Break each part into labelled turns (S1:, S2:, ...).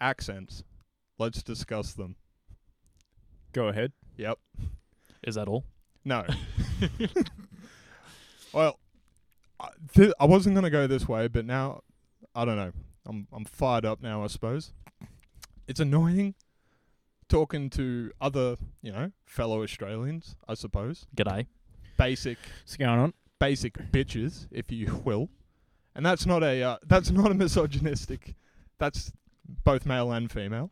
S1: accents. Let's discuss them.
S2: Go ahead.
S1: Yep.
S3: Is that all?
S1: No. well, I, th- I wasn't gonna go this way, but now I don't know. I'm I'm fired up now. I suppose it's annoying talking to other you know fellow Australians. I suppose
S3: G'day.
S1: basic
S2: What's going on?
S1: basic bitches, if you will, and that's not a uh, that's not a misogynistic. That's both male and female.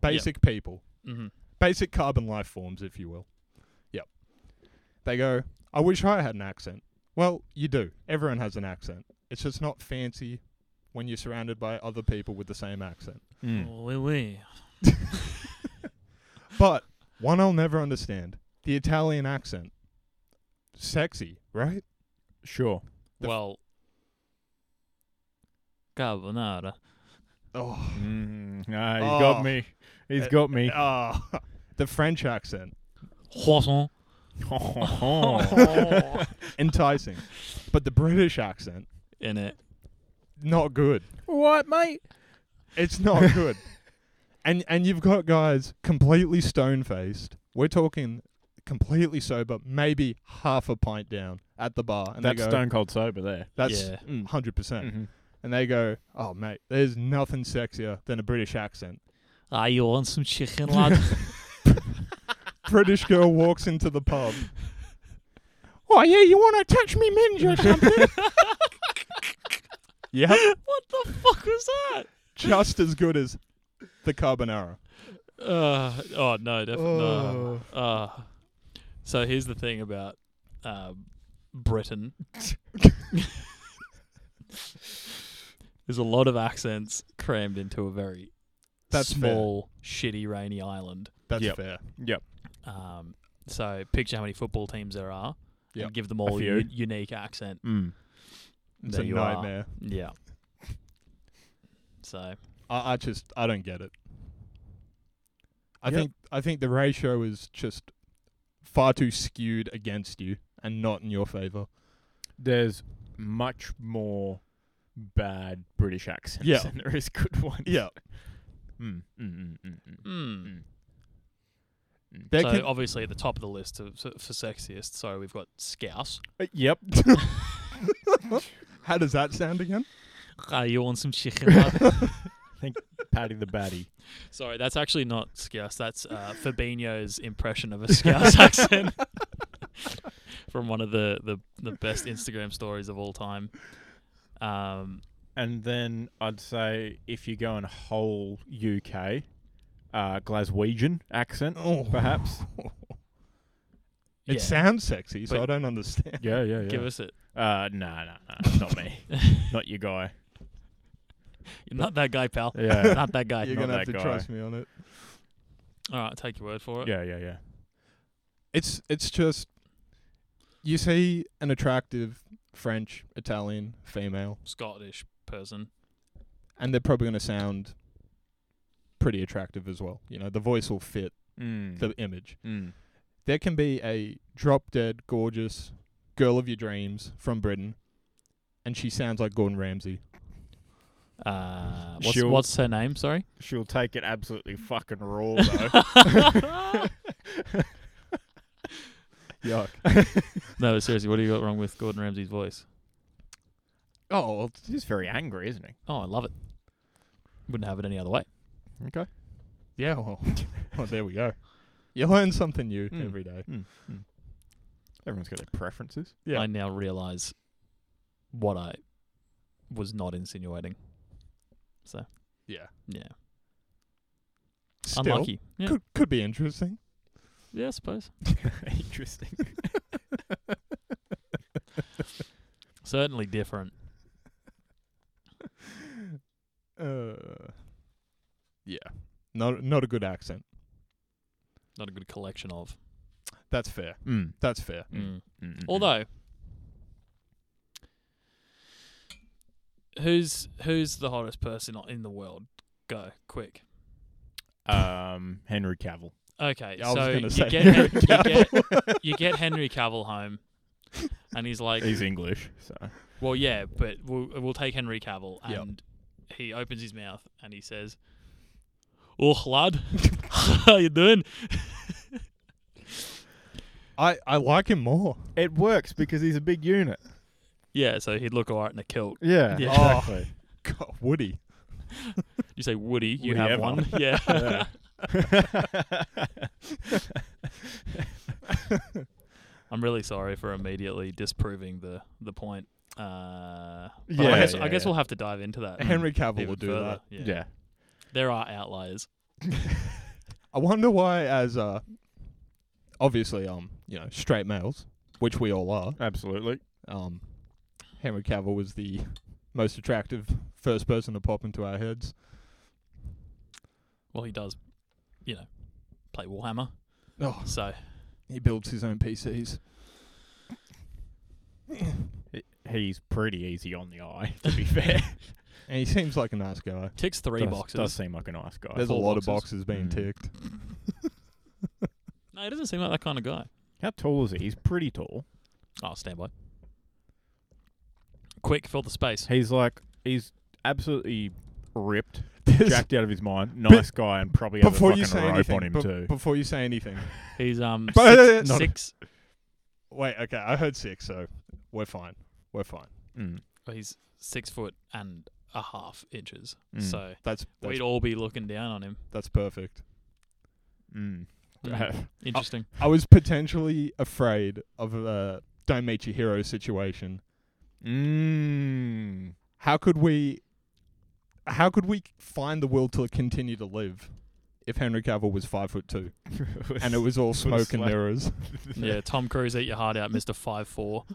S1: Basic people
S3: Mm-hmm.
S1: basic carbon life forms, if you will. Yep. They go, I wish I had an accent. Well, you do. Everyone has an accent. It's just not fancy when you're surrounded by other people with the same accent.
S3: Oh, oui, oui.
S1: But one I'll never understand the Italian accent. Sexy, right?
S2: Sure.
S1: The f-
S3: well, carbonara.
S1: Oh.
S2: Mm. Ah, he's
S1: Oh.
S2: got me. He's
S1: Uh,
S2: got me.
S1: Ah, the French accent.
S3: Croissant. Oh.
S2: uh,
S1: Enticing. but the British accent,
S3: In it.
S1: not good.
S2: what, mate?
S1: It's not good. and and you've got guys completely stone faced. We're talking completely sober, maybe half a pint down at the bar, and
S2: That's
S1: they go, Hmm.
S2: stone Mm-hmm. cold sober there. Uh.
S1: "That's
S3: Yeah.
S1: hundred percent." And they go, "Oh mate, there's nothing sexier than a British accent."
S3: Ah, you want some chicken, lad?
S1: British girl walks into the pub. Oh yeah, you want to touch me, minge or something? yep,
S3: what the fuck was that?
S1: just as good as the carbonara.
S3: Uh, oh no, definitely. no.
S1: Oh.
S3: Uh, so here's the thing about um, Britain. There's a lot of accents crammed into a very
S1: That's fair.
S3: small, shitty, rainy island.
S1: That's
S2: Yep.
S1: fair.
S2: Yep.
S3: Um, so picture how many football teams there are,
S1: Yep.
S3: and give them all a
S2: few.
S3: u- unique accent.
S2: Mm.
S1: It's
S3: There
S1: a
S3: you are.
S1: nightmare.
S3: Yeah. So
S1: I, I just I don't get it. I
S2: Yep.
S1: think I think the ratio is just far too skewed against you and not in your favour.
S2: There's much more bad British accents
S1: Yeah.
S2: than there is good ones.
S1: Yeah,
S2: Mm. Mm, mm, mm, mm,
S1: Hmm.
S3: mm.
S2: mm, mm.
S1: there
S3: so
S1: can,
S3: obviously at the top of the list of, for for sexiest, so we've got Scouse.
S2: Uh, yep.
S1: how does that sound again?
S3: Ah, you want some chicken? lad?
S2: Paddy the Batty.
S3: Sorry, that's actually not Scouse. That's uh, Fabinho's impression of a Scouse accent from one of the, the, the best Instagram stories of all time. Um,
S2: And then I'd say if you go in whole UK, uh, Glaswegian accent,
S1: Oh.
S2: perhaps.
S1: It
S3: yeah,
S1: sounds sexy, so
S3: But-
S1: I don't understand.
S2: yeah, yeah, yeah.
S3: give us it.
S2: uh, nah, nah, nah. Not me. not your guy.
S3: You're not that guy, pal.
S2: Yeah.
S3: not that guy.
S1: You're
S2: not
S1: gonna have to
S2: that guy.
S1: trust me on it.
S3: All right, take your word for it.
S2: yeah, yeah, yeah.
S1: It's it's just you see an attractive French Italian female,
S3: Scottish person.
S1: and they're probably gonna sound pretty attractive as well. You know, the voice will fit
S2: Mm.
S1: the image.
S2: mm.
S1: there can be a drop dead gorgeous girl of your dreams from Britain, and she sounds like Gordon Ramsay.
S3: Uh, what's,
S2: She'll-
S3: what's her name? Sorry.
S2: She'll take it absolutely fucking raw though.
S1: Yuck.
S3: No, seriously, what do you got wrong with Gordon Ramsay's voice?
S2: oh, well, he's very angry, isn't he?
S3: Oh, I love it. Wouldn't have it any other way.
S2: Okay.
S1: yeah. Well, well, there we go. Hmm. You learn something new
S2: Mm.
S1: every day.
S2: Mm. Mm. Everyone's got their preferences.
S1: Yeah.
S3: I now realize what I was not insinuating.
S1: Yeah.
S3: Yeah.
S1: Still,
S3: Unlucky. Yeah.
S1: Could could be interesting.
S3: yeah, I suppose.
S2: Interesting.
S3: Certainly different.
S1: Uh, yeah. Not not a good accent.
S3: Not a good collection of.
S1: That's fair.
S2: Mm.
S1: That's fair.
S2: Mm.
S3: Mm.
S2: Mm, mm, mm.
S3: Although, who's who's the hottest person o- in the world? Go quick.
S2: um, Henry Cavill.
S3: Okay,
S1: I was
S3: so
S1: gonna
S3: you
S1: say
S3: get, Hen-
S1: Henry
S3: you, get, you get Henry Cavill home, and he's like,
S2: He's English, so
S3: Well, yeah, but we'll, we'll take Henry Cavill,
S1: Yep.
S3: and he opens his mouth and he says, Oh, lad, how you doing?
S1: I, I like him more.
S2: It works because he's a big unit.
S3: Yeah, so he'd look alright in a kilt.
S2: Yeah,
S3: Yeah.
S1: Oh.
S2: exactly.
S1: God, Woody.
S3: You say Woody, you
S2: Woody
S3: have
S2: ever.
S3: one. Yeah.
S2: Yeah.
S3: I'm really sorry for immediately disproving the the point. Uh, but
S2: Yeah,
S3: I guess,
S2: yeah,
S3: I guess
S2: yeah.
S3: we'll have to dive into that.
S1: Henry Cavill
S3: even
S1: would do
S3: further.
S1: that.
S3: Yeah.
S2: yeah.
S3: there are outliers.
S1: I wonder why, as uh, obviously, um, you know, straight males, which we all are.
S2: absolutely.
S1: Um, Henry Cavill was the most attractive first person to pop into our heads.
S3: Well, he does, you know, play Warhammer.
S1: Oh,
S3: So
S1: he builds his own PCs.
S2: He- He's pretty easy on the eye, to be fair.
S1: And he seems like a nice guy.
S3: ticks three
S2: does,
S3: boxes.
S2: Does seem like a nice guy.
S1: There's a
S3: Four
S1: lot of boxes
S3: boxes.
S1: being
S2: Mm.
S1: ticked.
S3: No, he doesn't seem like that kind of guy.
S2: How tall is he? He's pretty tall.
S3: Oh, stand by. Quick, fill the space.
S2: He's like he's absolutely ripped,
S1: There's-
S2: jacked out of his mind. Nice guy, and probably has
S1: before
S2: a
S1: you
S2: fucking
S1: say
S2: rope
S1: anything,
S2: on him
S1: be-
S2: too.
S1: before you say anything,
S3: He's um
S1: But-
S3: six,
S1: Not-
S3: six
S1: wait. Okay, I heard six, so we're fine. We're fine.
S2: Mm,
S3: well, he's six foot and a half inches.
S2: Mm.
S3: So
S1: That's that's,
S3: we'd all be looking down on him.
S1: that's perfect.
S2: mm.
S3: Mm. Interesting.
S1: I was potentially afraid of a don't meet your hero situation.
S2: Mm.
S1: How could we? How could we find the will to continue to live if Henry Cavill was five foot two and it was all smoke and
S2: slap.
S1: mirrors?
S3: yeah, Tom Cruise, eat your heart out, Mister Five Four.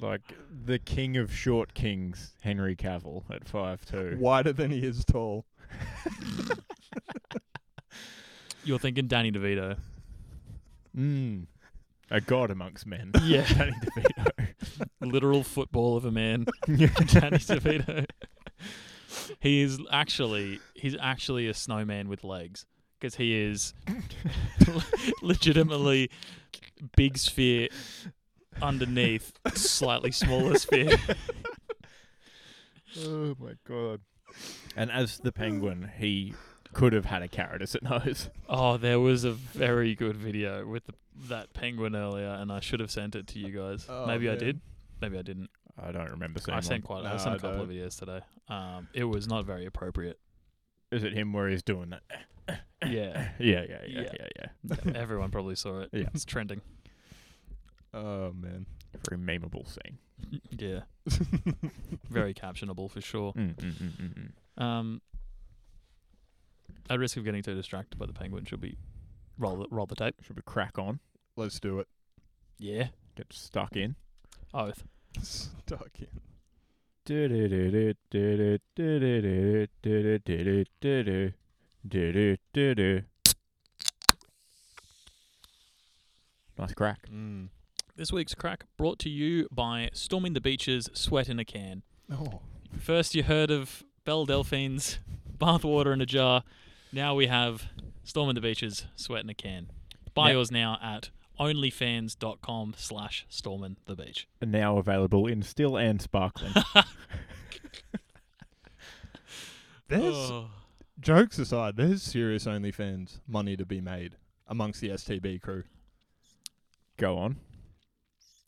S2: like the king of short kings, Henry Cavill at five two.
S1: Wider than he is tall.
S3: You're thinking Danny DeVito.
S2: Mm. A god amongst men.
S3: Yeah.
S2: Danny DeVito.
S3: literal football of a man, Danny DeVito. he is actually he's actually a snowman with legs because he is legitimately big sphere underneath, slightly smaller sphere.
S2: oh my god. And as the penguin, he could have had a carrot as it nose.
S3: Oh, there was a very good video with the, that penguin earlier, and I should have sent it to you guys.
S1: Oh,
S3: Maybe I
S1: man.
S3: did. Maybe I didn't.
S2: I don't remember seeing
S3: I
S2: one.
S3: sent quite. I
S1: No,
S3: sent
S1: I
S3: a couple of
S1: don't.
S3: videos today. Um, it was not very appropriate.
S2: Is it him where he's doing that?
S3: Yeah,
S2: Yeah, yeah, yeah,
S3: Yeah.
S2: yeah, yeah.
S3: everyone probably saw it.
S2: Yeah.
S3: It's trending.
S1: Oh man.
S2: Very memeable scene.
S3: Yeah. Very captionable for sure.
S2: Mm, mm, mm, mm, mm.
S3: Um, at risk of getting too distracted by the penguin, should we roll the, roll the tape?
S2: Should we crack on?
S1: Let's do it.
S3: Yeah.
S2: Get stuck in.
S3: Oath.
S1: Stuck in.
S2: Nice crack.
S1: Mm.
S3: This week's crack brought to you by Storming the Beaches, Sweat in a Can.
S1: Oh.
S3: First, you heard of Belle Delphine's Bathwater in a Jar. Now we have Storming the Beaches, Sweat in a Can. Buy
S2: Now-
S3: yours now at onlyfans.com slash storming the beach.
S2: Now available in still and sparkling.
S1: There's
S3: Oh.
S1: jokes aside, there's serious OnlyFans money to be made amongst the STB crew.
S2: Go on.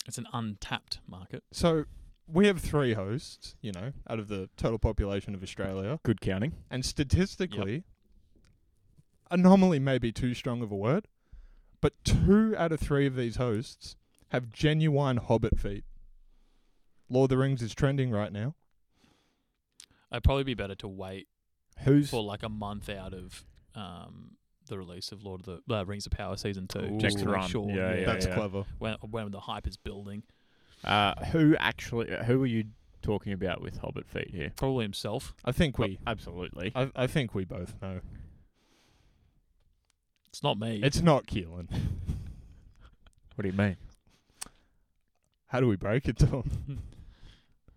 S3: It's an untapped market.
S1: So we have three hosts, you know, out of the total population of Australia,
S2: Good counting.
S1: and statistically, anomaly may be too strong of a word, but two out of three of these hosts have genuine hobbit feet. Lord of the Rings is trending right now.
S3: I'd probably be better to wait
S2: Who's
S3: for like a month out of um, the release of Lord of the uh, Rings of Power season two.
S1: Ooh.
S3: just
S1: Next
S3: to make
S2: run.
S3: sure
S2: Yeah, yeah,
S1: That's
S2: yeah.
S1: clever.
S3: When, when the hype is building,
S2: uh, who actually? Who are you talking about with Hobbit feet here? Oh,
S3: probably himself.
S1: I think we,
S2: Absolutely.
S1: I, I think we both know.
S3: It's not me.
S1: It's not Keelan.
S2: What do you mean?
S1: How do we break it to him?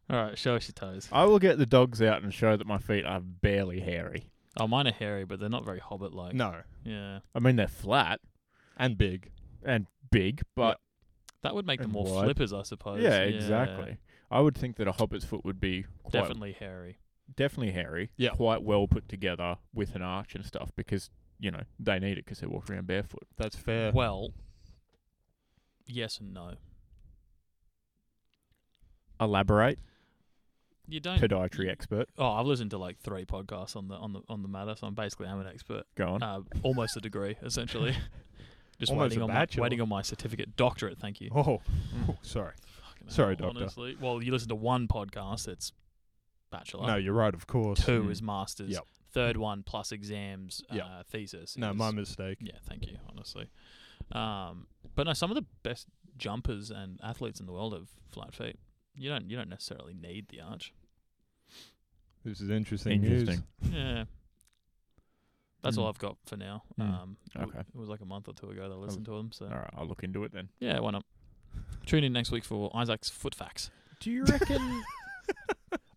S3: all right. Show us your toes.
S2: I will get the dogs out and show that my feet are barely hairy.
S3: Oh, mine are hairy, but they're not very hobbit-like.
S1: No,
S3: Yeah,
S2: I mean they're flat
S1: and big.
S2: and big, but
S3: that would make them
S2: And
S3: more
S2: wide.
S3: flippers, I suppose.
S2: Yeah, exactly. I would think that a hobbit's foot would be quite
S3: Definitely hairy.
S2: definitely hairy.
S1: Yeah.
S2: Quite well put together with an arch and stuff because, you know, they need it because they walk around barefoot.
S1: That's fair.
S3: Well, yes and no.
S2: Elaborate,
S3: You don't.
S2: podiatry expert.
S3: oh, I've listened to like three podcasts on the on the on the matter, so I'm basically I'm an expert.
S2: Go on.
S3: Uh, almost a degree, essentially. Just
S1: Almost
S3: waiting
S1: a
S3: on my,
S1: bachelor.
S3: waiting on my certificate, doctorate. Thank you.
S1: Oh,
S3: mm.
S1: sorry.
S3: Fucking
S1: sorry,
S3: hell,
S1: doctor.
S3: Honestly, well, you listen to one podcast. It's bachelor.
S1: No, you're right. Of course.
S3: Two
S2: Mm.
S3: is masters.
S1: Yep.
S3: Third one plus exams.
S1: Yep.
S3: Uh, thesis.
S1: No,
S3: is-
S1: my mistake.
S3: Yeah, thank you. Honestly, um, but no, some of the best jumpers and athletes in the world have flat feet. You don't you don't necessarily need the arch.
S1: This is interesting, news.
S2: Interesting.
S3: Yeah, that's all
S2: Mm.
S3: I've got for now.
S2: Mm.
S3: Um, w-
S2: Okay.
S3: it was like a month or two ago that I listened
S1: Um,
S3: to them. So
S2: All right, I'll look into it then.
S3: yeah, why not? Tune in next week for Isaac's foot facts.
S2: Do you reckon?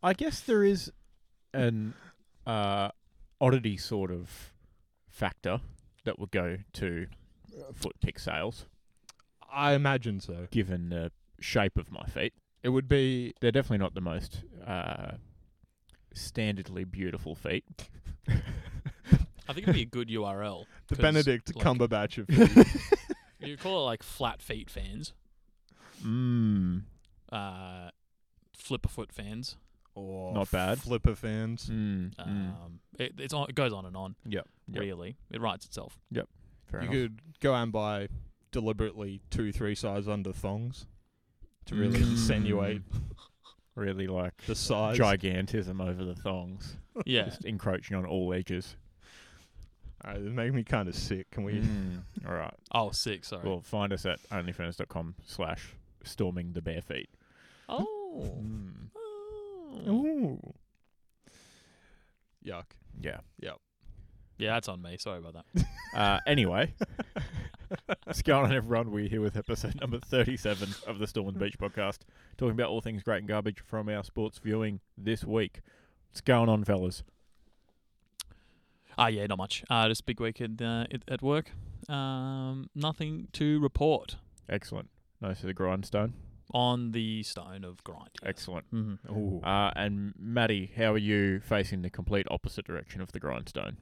S2: I guess there is an uh, oddity sort of factor that would go to uh, foot pick sales,
S1: I imagine so.
S2: given the shape of my feet.
S1: It would be.
S2: They're definitely not the most uh, standardly beautiful feet.
S3: I think it'd be a good URL.
S1: The
S3: 'Cause,
S1: Benedict
S3: like-
S1: Cumberbatch of
S3: You call it like flat feet fans,
S2: Mmm.
S3: uh, flipper foot fans.
S1: or
S2: Not bad.
S1: flipper fans.
S2: Mm. mm.
S3: Um, it, it's on, it goes on and on.
S2: Yep. Yep.
S3: Really, it writes itself.
S2: Fair
S1: you
S2: enough.
S1: could go and buy deliberately two, three size under thongs to really
S2: Mm.
S1: insinuate
S2: really like
S1: the size.
S2: gigantism over the thongs,
S3: Yeah.
S2: just encroaching on all edges.
S1: All right, Uh, it make me kind of sick. Can we?
S2: Mm. All right.
S3: Oh, sick. Sorry.
S2: Well, find us at onlyfans.com slash storming the bare feet.
S3: oh. Oh.
S1: Ooh. Yuck.
S2: Yeah.
S3: Yeah, that's on me. Sorry about that.
S2: Uh, anyway, what's going on, everyone? We're here with episode number 37 of the Storm and Beach podcast, talking about all things great and garbage from our sports viewing this week. What's going on, fellas?
S3: Ah, yeah, not much. Uh, just big week at, uh, at, at work. Um, nothing to report
S2: Excellent. Nice to the grindstone.
S3: on the stone of grind.
S2: Excellent.
S3: hmm
S1: Ooh.
S2: Uh, and Maddie, how are you facing the complete opposite direction of the grindstone?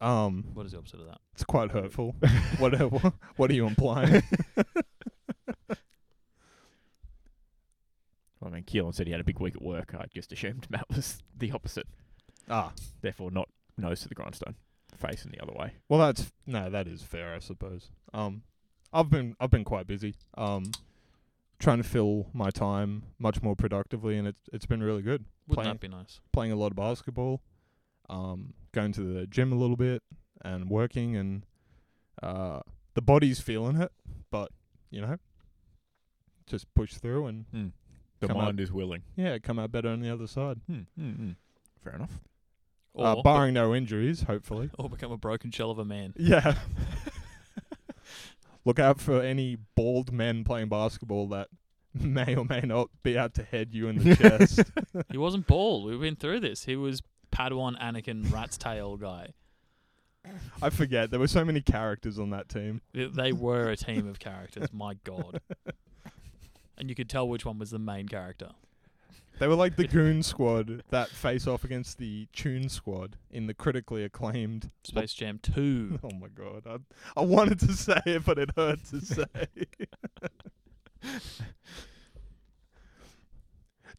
S1: Um,
S3: What is the opposite of that?
S1: it's quite hurtful. what, what? What are you implying?
S2: Well, I mean, Keelan said he had a big week at work. I just assumed Matt was the opposite.
S1: ah,
S2: therefore not nose to the grindstone, facing the other way.
S1: well, that's no, that is fair, I suppose. Um, I've been I've been quite busy. Um, trying to fill my time much more productively, and it's it's been really good.
S3: Wouldn't
S1: Playing-
S3: that be nice?
S1: playing a lot of basketball, um, going to the gym a little bit, and working, and uh, the body's feeling it, but you know, just push through and
S2: The
S1: Come
S2: mind is willing.
S1: yeah, come out better on the other side.
S2: Hmm, hmm, hmm. Fair enough.
S3: Or,
S1: uh, barring no injuries, hopefully.
S3: or become a broken shell of a man.
S1: Yeah. Look out for any bald men playing basketball that may or may not be out to head you in the chest.
S3: he wasn't bald. We've been through this. He was Padawan Anakin Rat's Tail guy.
S1: I forget there were so many characters on that team.
S3: They- They were a team of characters. My God. And you could tell which one was the main character.
S1: They were like the Goon Squad that face off against the Tune Squad in the critically acclaimed.
S3: Space Jam 2.
S1: Oh my god, I, I wanted to say it, but it hurt to say.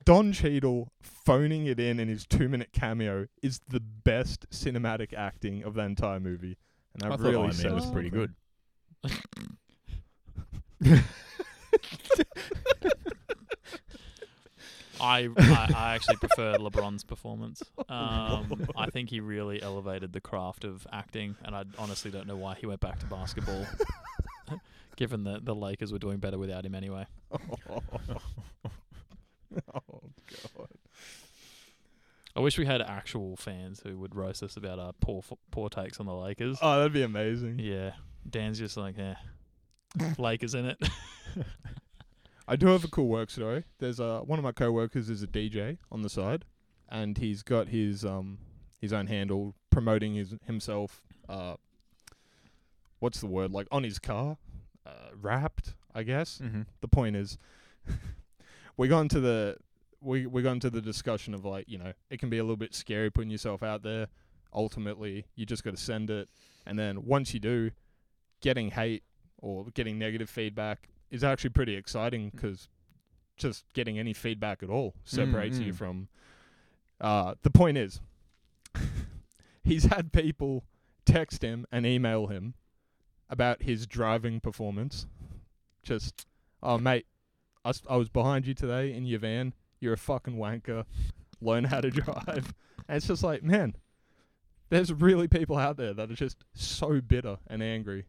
S1: Don Cheadle phoning it in in his two-minute cameo is the best cinematic acting of the entire movie, and
S2: I
S1: that
S2: thought
S1: really
S2: Iron Man
S1: says
S2: was pretty
S1: something.
S2: good.
S3: I, I, I actually prefer LeBron's performance. Um, I think he really elevated the craft of acting, and I honestly don't know why he went back to basketball, given that the Lakers were doing better without him anyway.
S1: oh god.
S3: I wish we had actual fans who would roast us about our poor f- poor takes on the Lakers.
S1: Oh, that'd be amazing.
S3: Yeah, Dan's just like, eh, Lakers in it.
S1: I do have a cool work story. There's uh, one of my coworkers is a DJ on the side, and he's got his um his own handle promoting his himself. Uh, what's the word like on his car? Uh, wrapped, I guess.
S2: Mm-hmm.
S1: The point is, we got into the we we got into the discussion of like you know it can be a little bit scary putting yourself out there. Ultimately, you just got to send it, and then once you do, getting hate or getting negative feedback is actually pretty exciting because just getting any feedback at all separates you
S2: mm.
S1: from. Uh, the point is, he's had people text him and email him about his driving performance. Just, oh mate, I, s- I was behind you today in your van. You're a fucking wanker. Learn how to drive. And it's just like, man, there's really people out there that are just so bitter and angry,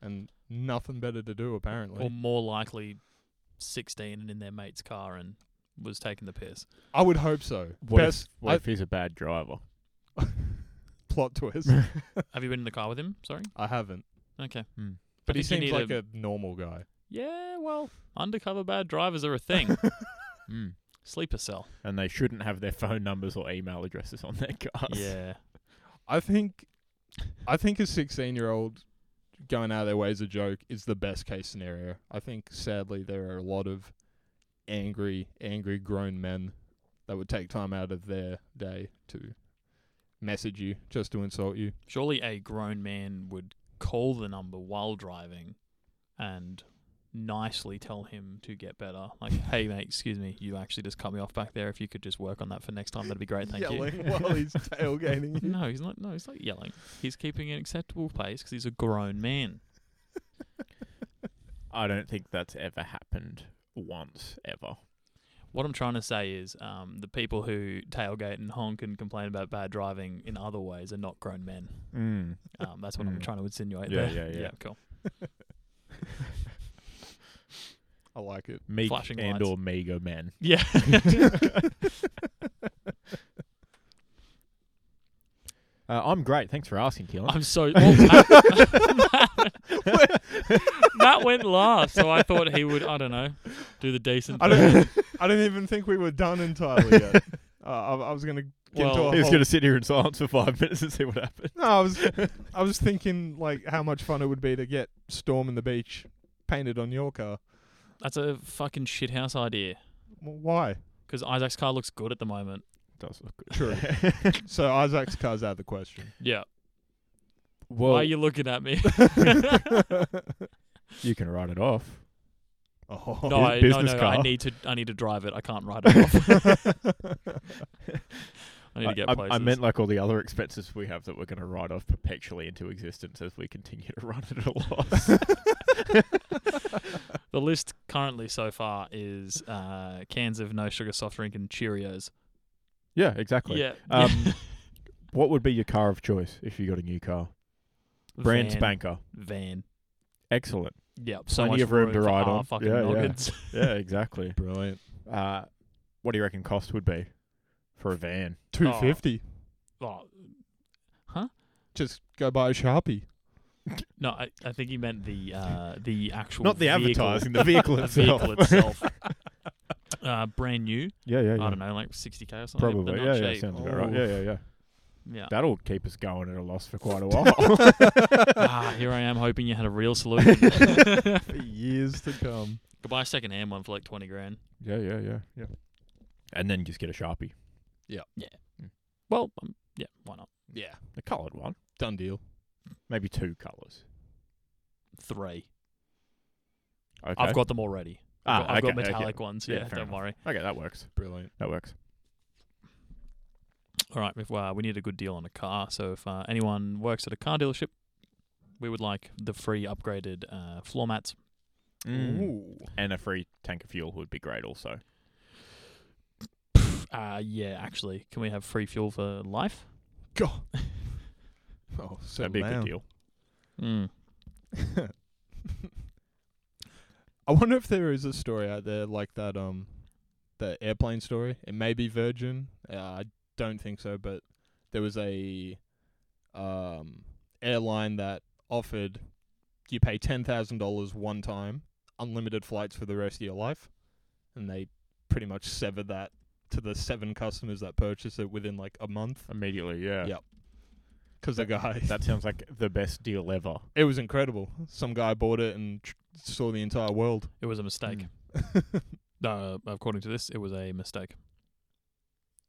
S1: and nothing better to do apparently.
S3: or more likely, sixteen and in their mate's car and was taking the piss.
S1: I would hope so.
S2: What,
S1: Best
S2: if, what if he's a bad driver?
S1: plot twist.
S3: Have you been in the car with him? Sorry.
S1: I haven't,
S3: Okay.
S1: Hmm. but he
S3: think
S1: seems
S3: you
S1: like
S3: need a-
S1: a normal guy.
S3: Yeah. Well, undercover bad drivers are a thing.
S1: Hmm.
S2: Mm.
S3: Sleeper cell.
S2: And they shouldn't have their phone numbers or email addresses on their cars.
S3: Yeah.
S1: I think, I think a sixteen-year-old going out of their way is a joke is the best case scenario. I think sadly there are a lot of angry, angry grown men that would take time out of their day to message you just to insult you.
S3: Surely a grown man would call the number while driving and nicely tell him to get better. Like, hey, mate, excuse me, you actually just cut me off back there. If you could just work on that for next time, that'd be great. Thank
S1: Yelling
S3: you.
S1: while he's tailgating you.
S3: No, he's not. No, he's not yelling. He's keeping an acceptable pace because he's a grown man.
S2: I don't think that's ever happened once, ever.
S3: What I'm trying to say is, um, the people who tailgate and honk and complain about bad driving in other ways are not grown men.
S2: Mm.
S3: Um, that's what I'm
S2: Mm.
S3: trying to insinuate
S2: Yeah,
S3: there.
S2: yeah, yeah.
S3: cool.
S1: I like it.
S2: Meek
S3: Flashing
S2: and
S3: lights.
S2: or Mego Men.
S3: Yeah.
S2: Uh, I'm great. Thanks for asking, Keelan.
S3: I'm so. Well, Matt, Matt went last, so I thought he would. I don't know, do the decent.
S1: I
S3: thing.
S1: don't. I don't even think we were done entirely yet. Uh, I, I was gonna. Get into
S3: Well-
S1: a
S2: He was
S1: whole-
S2: going to sit here in silence for five minutes and see what happened.
S1: No, I was I was thinking like how much fun it would be to get Storm in the Beach painted on your car.
S3: That's a fucking shithouse idea.
S1: Well, why?
S3: Because Isaac's car looks good at the moment.
S2: Does look good.
S1: True. so Isaac's car's out of the question.
S3: Yeah.
S2: Well,
S3: Why are you looking at me?
S2: you can write it off.
S1: Oh.
S3: no, I, no,
S2: business
S3: no, I
S2: car.
S3: need to. I need to drive it. I can't ride it off. I need to get
S2: I,
S3: places.
S2: I meant like all the other expenses we have that we're going to write off perpetually into existence as we continue to run it at a loss.
S3: the list currently so far is uh, cans of no sugar soft drink and Cheerios.
S2: yeah, exactly.
S3: Yeah.
S2: Um, What would be your car of choice if you got a new car? Brand
S3: Van.
S2: spanker.
S3: Van.
S2: Excellent.
S3: Yep. So
S2: Plenty
S3: much
S2: of room to
S3: for
S2: ride
S3: our
S2: on.
S3: Fucking
S2: Yeah, yeah.
S3: noggins.
S2: Yeah, exactly.
S1: Brilliant.
S2: Uh, what do you reckon cost would be for a van?
S1: Two fifty.
S3: Oh,
S1: Just go buy a sharpie.
S3: No, I, I think he meant the uh, the actual
S2: Not the
S3: vehicle,
S2: advertising, the vehicle
S3: the
S2: itself.
S3: vehicle itself. uh, brand new.
S2: Yeah, yeah, yeah.
S3: I don't know, like sixty k or something.
S2: Probably.
S3: They're
S2: Yeah,
S3: not
S2: yeah,
S3: cheap.
S2: sounds about right.
S1: Oh.
S2: Yeah, yeah, yeah.
S3: yeah.
S2: That'll keep us going at a loss for quite a while.
S3: ah, here I am hoping you had a real solution.
S1: For years to um, come.
S3: Could buy a second hand one for like twenty grand.
S2: yeah, yeah, yeah, yeah. And then just get a sharpie,
S3: Well, um, yeah, why not?
S1: Yeah.
S2: a coloured one,
S1: Done deal.
S2: maybe two colours.
S3: Three.
S2: Okay.
S3: I've got them already.
S2: Ah,
S3: I've got, I've
S2: okay,
S3: got
S2: okay.
S3: metallic ones.
S2: Yeah,
S3: Yeah,
S2: fair
S3: don't
S2: enough.
S3: worry.
S2: Okay, that works.
S1: Brilliant.
S2: That works.
S3: All right, if, uh, we need a good deal on a car. So if uh, anyone works at a car dealership, we would like the free upgraded uh, floor mats.
S2: Mm.
S1: Ooh.
S2: And a free tank of fuel would be great, also.
S3: Uh, yeah, actually, can we have free fuel for life?
S1: God. Oh, so
S2: That'd be a
S1: loud.
S2: good deal. Hmm.
S3: Mm.
S1: I wonder if there is a story out there like that um the airplane story. It may be Virgin. Uh, I don't think so, but there was a um airline that offered you pay ten thousand dollars one time, unlimited flights for the rest of your life, and they pretty much severed that to the seven customers that purchased it within like a month.
S2: Immediately, yeah.
S1: Yeah. Because the guy
S2: That sounds like the best deal ever.
S1: it was incredible. Some guy bought it and tr- saw the entire world.
S3: It was a mistake. No, according to this, it was a mistake.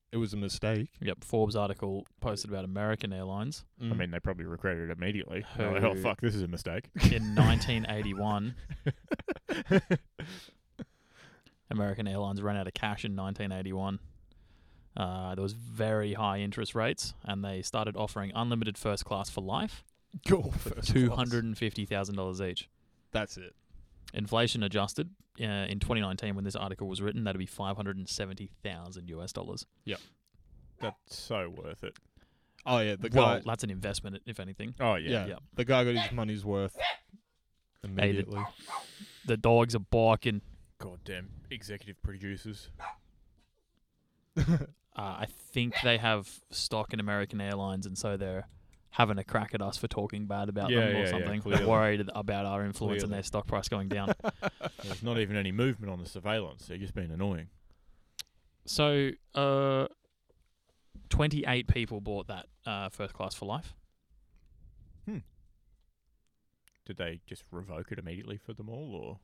S1: It was a mistake.
S3: Yep, Forbes article posted about American Airlines
S2: I mean, they probably regretted it immediately. They're like,
S3: Mm. Who-
S2: oh fuck, this is a mistake.
S3: in 1981. American Airlines ran out of cash in 1981. Uh, there was very high interest rates, and they started offering unlimited first class for life
S1: Go
S3: for
S1: first
S3: two
S1: class.
S3: hundred and fifty thousand dollars each.
S1: That's it.
S3: Inflation adjusted uh, in 2019, when this article was written, that'd be five hundred and seventy thousand US dollars.
S2: That's so worth it.
S1: Oh yeah, the
S3: Well,
S1: guy.
S3: that's an investment, if anything.
S2: Oh
S1: yeah,
S3: yeah.
S1: the guy got his money's worth immediately.
S3: The dogs are barking.
S2: Goddamn executive producers.
S3: Uh, I think they have stock in American Airlines, and so they're having a crack at us for talking bad about
S2: Yeah,
S3: them or
S2: yeah, yeah,
S3: something.
S2: clearly.
S3: they're worried about our influence and
S2: Clearly.
S3: their stock price going down.
S2: There's not even any movement on the surveillance. They're just being annoying.
S3: so, uh, 28 people bought that uh, first class for life.
S2: Did they just revoke it immediately for them all, or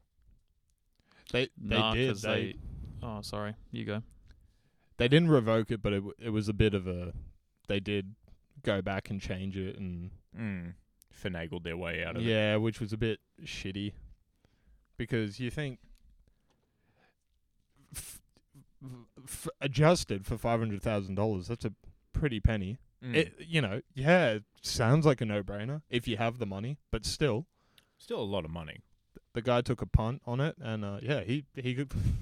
S1: They they
S3: Nah,
S1: did.
S3: 'cause
S1: They, they
S3: they- Oh, sorry. You go.
S1: didn't revoke it, but it w- it was a bit of a. They did go back and change it, and
S2: mm. finagled their way out of it?
S1: yeah, which was a bit shitty, because you think. F- f- adjusted for five hundred thousand dollars, that's a pretty penny.
S2: Mm.
S1: It you know yeah it sounds like a no brainer if you have the money, but still
S2: Still a lot of money.
S1: the guy took a punt on it, and uh, yeah, he he could.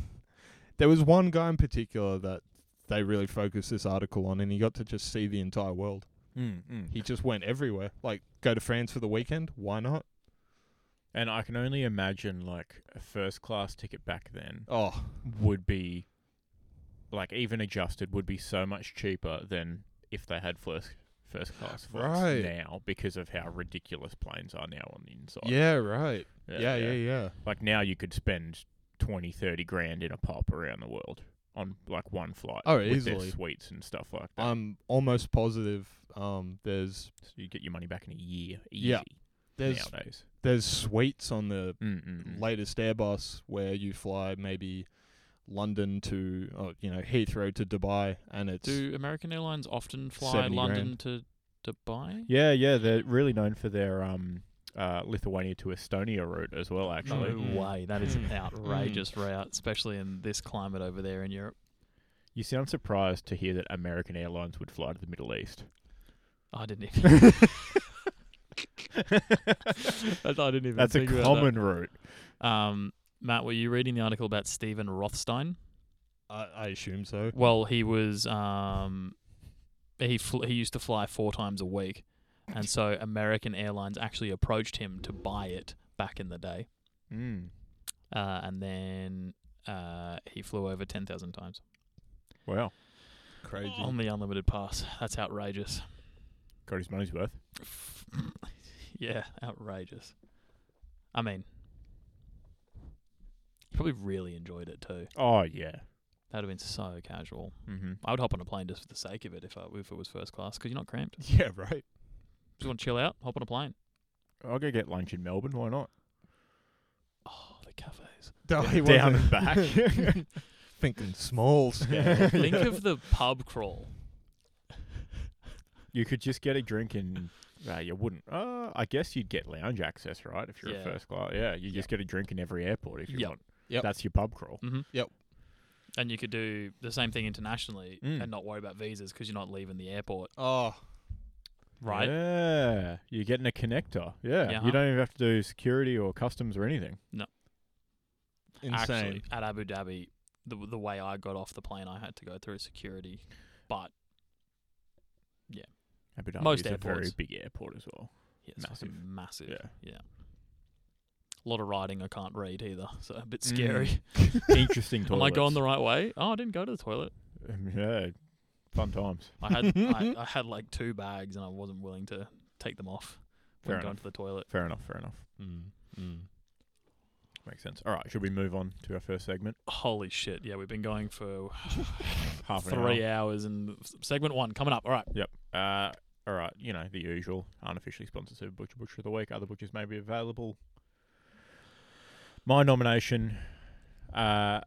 S1: there was one guy in particular that they really focused this article on, and he got to just see the entire world.
S2: Mm, mm.
S1: He just went everywhere. Like go to France for the weekend. Why not?
S2: And I can only imagine like a first class ticket back then
S1: Oh,
S2: would be like even adjusted would be so much cheaper than if they had first first class flights
S1: Right.
S2: now because of how ridiculous planes are now on the inside.
S1: yeah, right. Yeah, yeah, yeah.
S2: Like now you could spend 20, 30 grand in a pop around the world on like one flight.
S1: Oh,
S2: with their
S1: easily.
S2: suites and stuff like that.
S1: I'm almost positive. Um, there's
S2: so you get your money back in a year easy
S1: Yeah. there's
S2: nowadays.
S1: there's suites on the
S2: Mm-mm.
S1: latest Airbus where you fly maybe London to oh, you know Heathrow to Dubai, and it's
S3: Do American Airlines often fly
S1: 70
S3: London to Dubai?
S2: Yeah, yeah, they're really known for their um, uh, Lithuania to Estonia route as well.
S3: No
S2: Actually,
S1: Mm.
S3: way. That is an
S1: Mm.
S3: outrageous route, especially in this climate over there in Europe.
S2: you sound surprised to hear that American Airlines would fly to the Middle East.
S3: I didn't even. I didn't even.
S2: That's a
S3: think about that.
S2: common route.
S3: Um, Matt, were you reading the article about Stephen Rothstein?
S1: I, I assume so.
S3: Well, he was. Um, he fl- he used to fly four times a week, and so American Airlines actually approached him to buy it back in the day,
S2: Mm.
S3: uh, and then uh, he flew over ten thousand times
S2: Wow,
S1: Crazy.
S3: on the unlimited pass. That's outrageous.
S2: got his money's worth.
S3: yeah, outrageous. I mean, he probably really enjoyed it too.
S2: Oh yeah.
S3: That'd have been so casual.
S2: Mm-hmm.
S3: I would hop on a plane just for the sake of it if I, if it was first class because you're not cramped.
S1: Yeah, right.
S3: Just want to chill out, hop on a plane.
S2: I'll go get lunch in Melbourne. Why not?
S3: Oh, the cafes.
S1: No, he
S2: Down
S1: wasn't.
S2: and back.
S1: Thinking small scale.
S3: Think of the pub crawl.
S2: you could just get a drink and. Uh, you wouldn't. Uh, I guess you'd get lounge access, right? If you're
S3: Yeah.
S2: a first class. Yeah, you just get a drink in every airport if you
S3: Yep.
S2: want.
S1: Yep.
S2: That's your pub crawl.
S3: Mm-hmm.
S1: Yep.
S3: And you could do the same thing internationally
S2: Mm.
S3: and not worry about visas because you're not leaving the airport,
S1: oh,
S3: right?
S2: Yeah, you're getting a connector. Yeah,
S3: Yeah, huh?
S2: you don't even have to do security or customs or anything.
S1: insane.
S3: Actually, at Abu Dhabi, the the way I got off the plane, I had to go through security. But
S2: Abu Dhabi
S3: Most
S2: is a very
S3: airports.
S2: big airport as well.
S3: yeah, it's fucking massive.
S2: Yeah.
S3: yeah. A lot of writing I can't read either, so a bit scary.
S2: Interesting toilets.
S3: Am I going the right way? Oh, I didn't go to the toilet.
S2: Um, yeah, fun times.
S3: I had I, I had like two bags and I wasn't willing to take them off when
S2: Fair
S3: going
S2: enough.
S3: to the toilet.
S2: Fair enough. Fair enough.
S1: Mm, mm.
S2: Makes sense. All right, should we move on to our first segment?
S3: Holy shit! Yeah, we've been going for
S2: Half an
S3: three hours and segment one coming up. All right.
S2: hour. Uh, all right, you know the usual unofficially sponsored Super Butcher Butcher of the Week. Other butchers may be available. My nomination. Uh,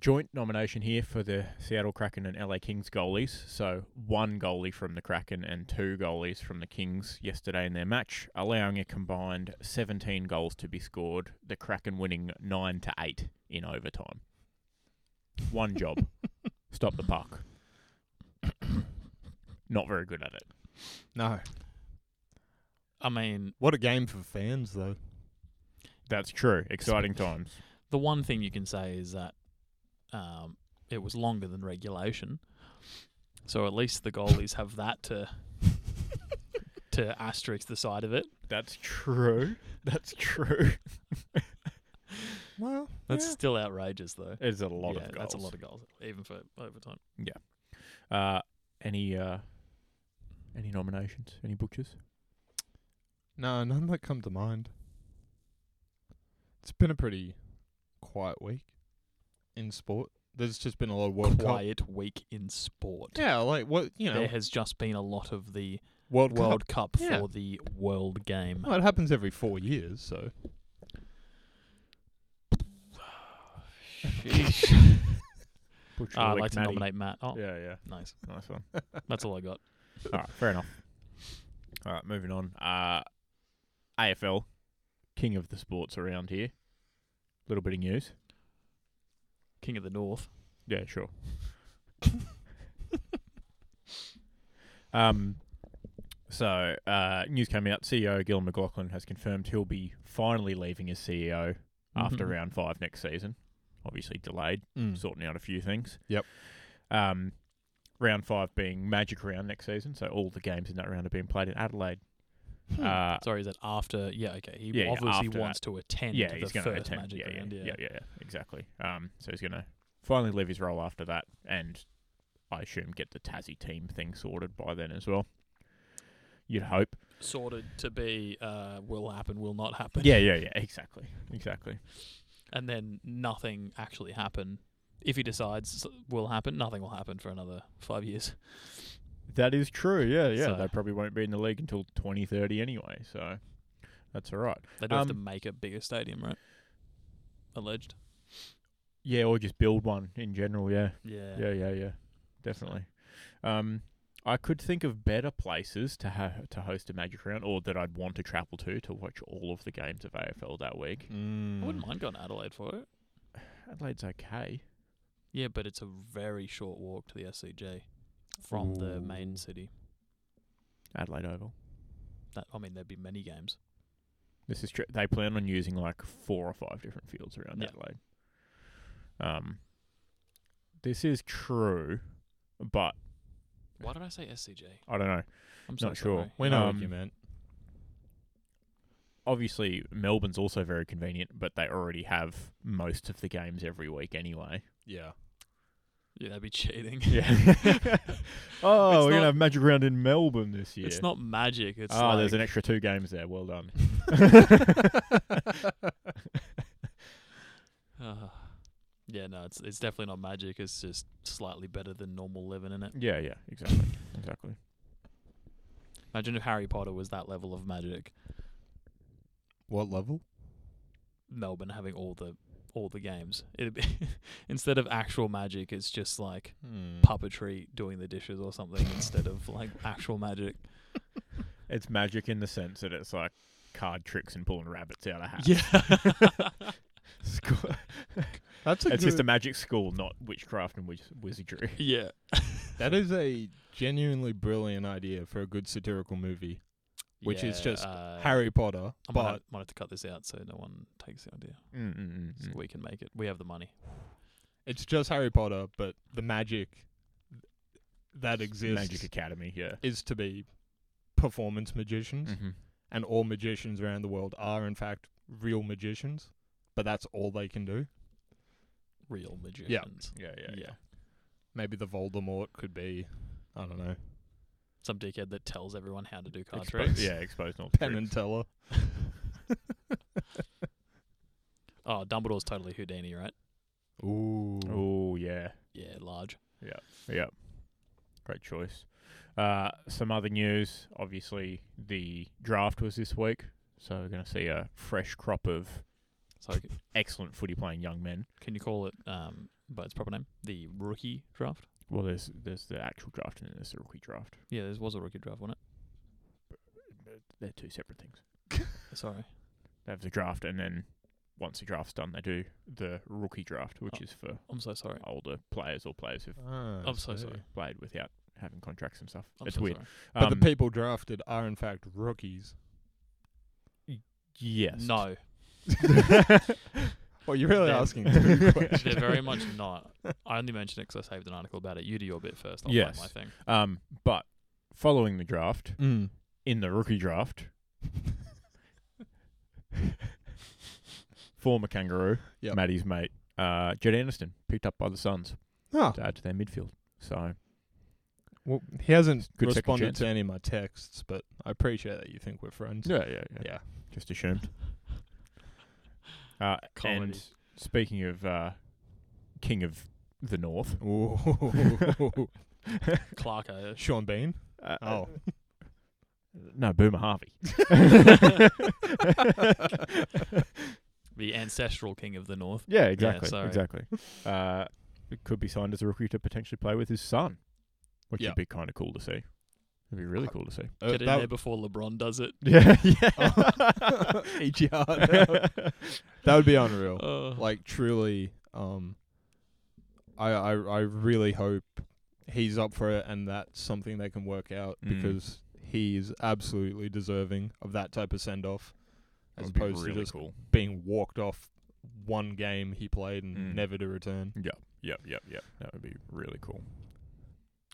S2: joint nomination here for the Seattle Kraken and LA Kings goalies. So one goalie from the Kraken and two goalies from the Kings yesterday in their match, allowing a combined 17 goals to be scored. The Kraken winning nine to eight in overtime. One job: stop the puck. Not very good at it.
S1: No.
S3: I mean,
S1: What a game for fans, though.
S2: That's true. Exciting times.
S3: the one thing you can say is that um, it was longer than regulation, so at least the goalies have that to to asterisk the side of it.
S2: That's true. That's true.
S1: Well,
S3: That's
S1: yeah.
S3: still outrageous, though.
S2: There's a lot
S3: Yeah,
S2: of goals.
S3: That's a lot of goals, even for overtime.
S2: Uh, any uh, any nominations? Any butchers?
S1: no, none that come to mind. It's been a pretty quiet week in sport. There's just been a lot of World Cup.
S3: Quiet week in sport.
S1: Yeah, like what you know,
S3: There has just been a lot of the
S1: World, Cup.
S3: World Cup,
S1: Yeah.
S3: for the World Game.
S1: Well, it happens every four years, so
S2: Butcher
S3: Ah, I'd
S2: Lick
S3: like to
S2: Matty.
S3: nominate Matt. Oh,
S2: Yeah, yeah.
S3: nice.
S2: Nice one.
S3: That's all I got.
S2: All right, fair enough. All right, moving on. Uh, AFL, king of the sports around here. Little bit of news.
S3: King of the North.
S2: Yeah, sure. um, so uh, news came out. CEO Gil McLaughlin has confirmed he'll be finally leaving as E CEO after
S3: Mhm.
S2: round five next season. Obviously delayed.
S3: Mm.
S2: sorting out a few things.
S1: Yep.
S2: Um, round five being Magic round next season, so all the games in that round are being played in Adelaide.
S1: Hmm.
S2: Uh,
S3: Sorry, is that after? Yeah, okay. He
S2: Yeah, yeah,
S3: obviously
S2: after
S3: wants to attend
S2: yeah,
S3: the
S2: he's going to
S3: first
S2: attend.
S3: Magic
S2: yeah, yeah,
S3: Round.
S2: yeah, yeah, yeah, exactly. Um, so he's going to finally leave his role after that, and I assume get the Tassie team thing sorted by then as well. You'd hope.
S3: Sorted to be uh, will happen, will not happen.
S2: Yeah, yeah, yeah. Exactly, exactly.
S3: And then nothing actually happen. If he decides s- will happen, nothing will happen for another five years.
S2: That is true. Yeah, yeah.
S3: So-
S2: They probably won't be in the league until twenty thirty anyway. So that's all right.
S3: They do have to
S2: Um,
S3: make a bigger stadium, right? Alleged.
S2: Yeah, or just build one in general. Yeah.
S3: Yeah.
S2: Yeah, yeah, yeah, definitely. Um, I could think of better places to ha- to host a Magic Round, or that I'd want to travel to to watch all of the games of AFL that week.
S1: Mm.
S3: I wouldn't mind going to Adelaide for it.
S2: Adelaide's okay.
S3: Yeah, but it's a very short walk to the SCG from the main
S1: Ooh.
S3: city.
S2: Adelaide Oval.
S3: That I mean, there'd be many games.
S2: This is true. They plan on using like four or five different fields around
S3: Yeah.
S2: Adelaide. Um, this is true, but
S3: Why did I say SCG?
S2: I don't know.
S3: I'm so
S2: Not sure.
S3: sorry.
S1: We know
S2: Um,
S1: what you meant.
S2: obviously Melbourne's also very convenient, but they already have most of the games every week anyway.
S1: Yeah.
S3: Yeah, that'd be cheating.
S2: Yeah. oh,
S3: It's
S2: we're
S3: not-
S2: gonna have Magic Round in Melbourne this year.
S3: It's not magic. It's
S2: Ah, there's an
S3: like-
S2: extra two games there. Well done.
S3: Ah. yeah, no, it's it's definitely not magic. It's just slightly better than normal living in it.
S2: yeah, yeah, exactly, exactly.
S3: Imagine if Harry Potter was that level of magic.
S1: What level?
S3: Melbourne having all the all the games. It'd be instead of actual magic, it's just like
S1: Hmm.
S3: puppetry doing the dishes or something instead of like actual magic.
S2: It's magic in the sense that it's like card tricks and pulling rabbits out of hats.
S3: Yeah.
S2: School-
S1: That's a
S2: it's just a
S1: good-
S2: magic school, not witchcraft and wiz- wizardry.
S3: yeah.
S1: that is a genuinely brilliant idea for a good satirical movie. Which is just
S3: uh,
S1: Harry Potter,
S3: I might
S1: but
S3: have, might have to cut this out so no one takes the idea.
S2: Mm, mm, mm,
S3: So
S2: mm.
S3: we can make it. We have the money.
S1: it's just Harry Potter, but the magic that exists
S2: Magic Academy, yeah.
S1: is to be performance magicians,
S2: Mm-hmm.
S1: and all magicians around the world are in fact real magicians, but that's all they can do.
S3: Real magicians.
S2: yeah, yeah, yeah.
S1: Maybe the Voldemort could be, I don't know,
S3: Some dickhead that tells everyone how to do card
S2: Expo-
S3: tricks.
S2: yeah, exposed all the
S1: Penn
S2: tricks.
S1: and Teller.
S3: Oh, Dumbledore's totally Houdini, right?
S1: Ooh,
S2: Oh yeah,
S3: Yeah, large.
S2: yeah. Great choice. Uh, some other news. Obviously, the draft was this week, so we're going to see a fresh crop of
S3: So c-
S2: excellent footy playing young men.
S3: can you call it um, by its proper name, the rookie draft.
S2: Well, there's there's the actual draft and then there's the rookie draft.
S3: Yeah, there was a rookie draft, wasn't
S2: They're two separate things.
S3: it? Sorry.
S2: They have the draft, and then once the draft's done, they do the rookie draft, which
S3: Oh.
S2: is for
S3: I'm so sorry.
S2: older players or players who've
S1: Ah,
S3: I'm so
S1: see.
S3: sorry.
S2: played without having contracts and stuff.
S3: I'm
S2: it's
S3: so
S2: weird.
S3: sorry.
S1: But the
S2: Um,
S1: people drafted are in fact rookies.
S2: yes.
S3: No,
S1: Well, you're really
S3: They're-
S1: asking two questions.
S3: they're very much not. I only mentioned it 'cause I saved an article about it. You do your bit first. I'll find
S2: Yes.
S3: my thing.
S2: Um, but following the draft,
S1: Mm.
S2: in the rookie draft, former Kangaroo,
S1: Yep.
S2: Maddie's mate, uh, Jed Anderson, picked up by the Suns
S1: Ah,
S2: to add to their midfield. So
S1: well, he hasn't
S2: Good second
S1: responded
S2: chance.
S1: to any of my texts, but I appreciate that you think we're friends.
S2: yeah, yeah, yeah.
S1: Yeah.
S2: Just assumed. Uh,
S3: Comedy.
S2: and speaking of uh, King of the North,
S1: Ooh.
S3: Clarko.
S1: Sean Bean.
S2: uh,
S1: Oh,
S2: no, Boomer Harvey.
S3: the ancestral king of the north.
S2: Yeah, exactly,
S3: sorry.
S2: exactly. Uh, it could be signed as a rookie to potentially play with his son, which
S1: Yeah.
S2: would be kind of cool to see. It'd be really cool to see.
S1: uh,
S3: Get in
S1: that-
S3: there before LeBron does it.
S2: Yeah, yeah.
S3: E
S1: EGR. That would- that would be unreal.
S3: Uh,
S1: like truly um I, I I really hope he's up for it and that's something they can work out
S2: Mm.
S1: because he is absolutely deserving of that type of send off as opposed to just
S2: cool.
S1: being walked off one game he played and
S2: Mm.
S1: never to return.
S2: Yep, yep, yep, yep. That would be really cool.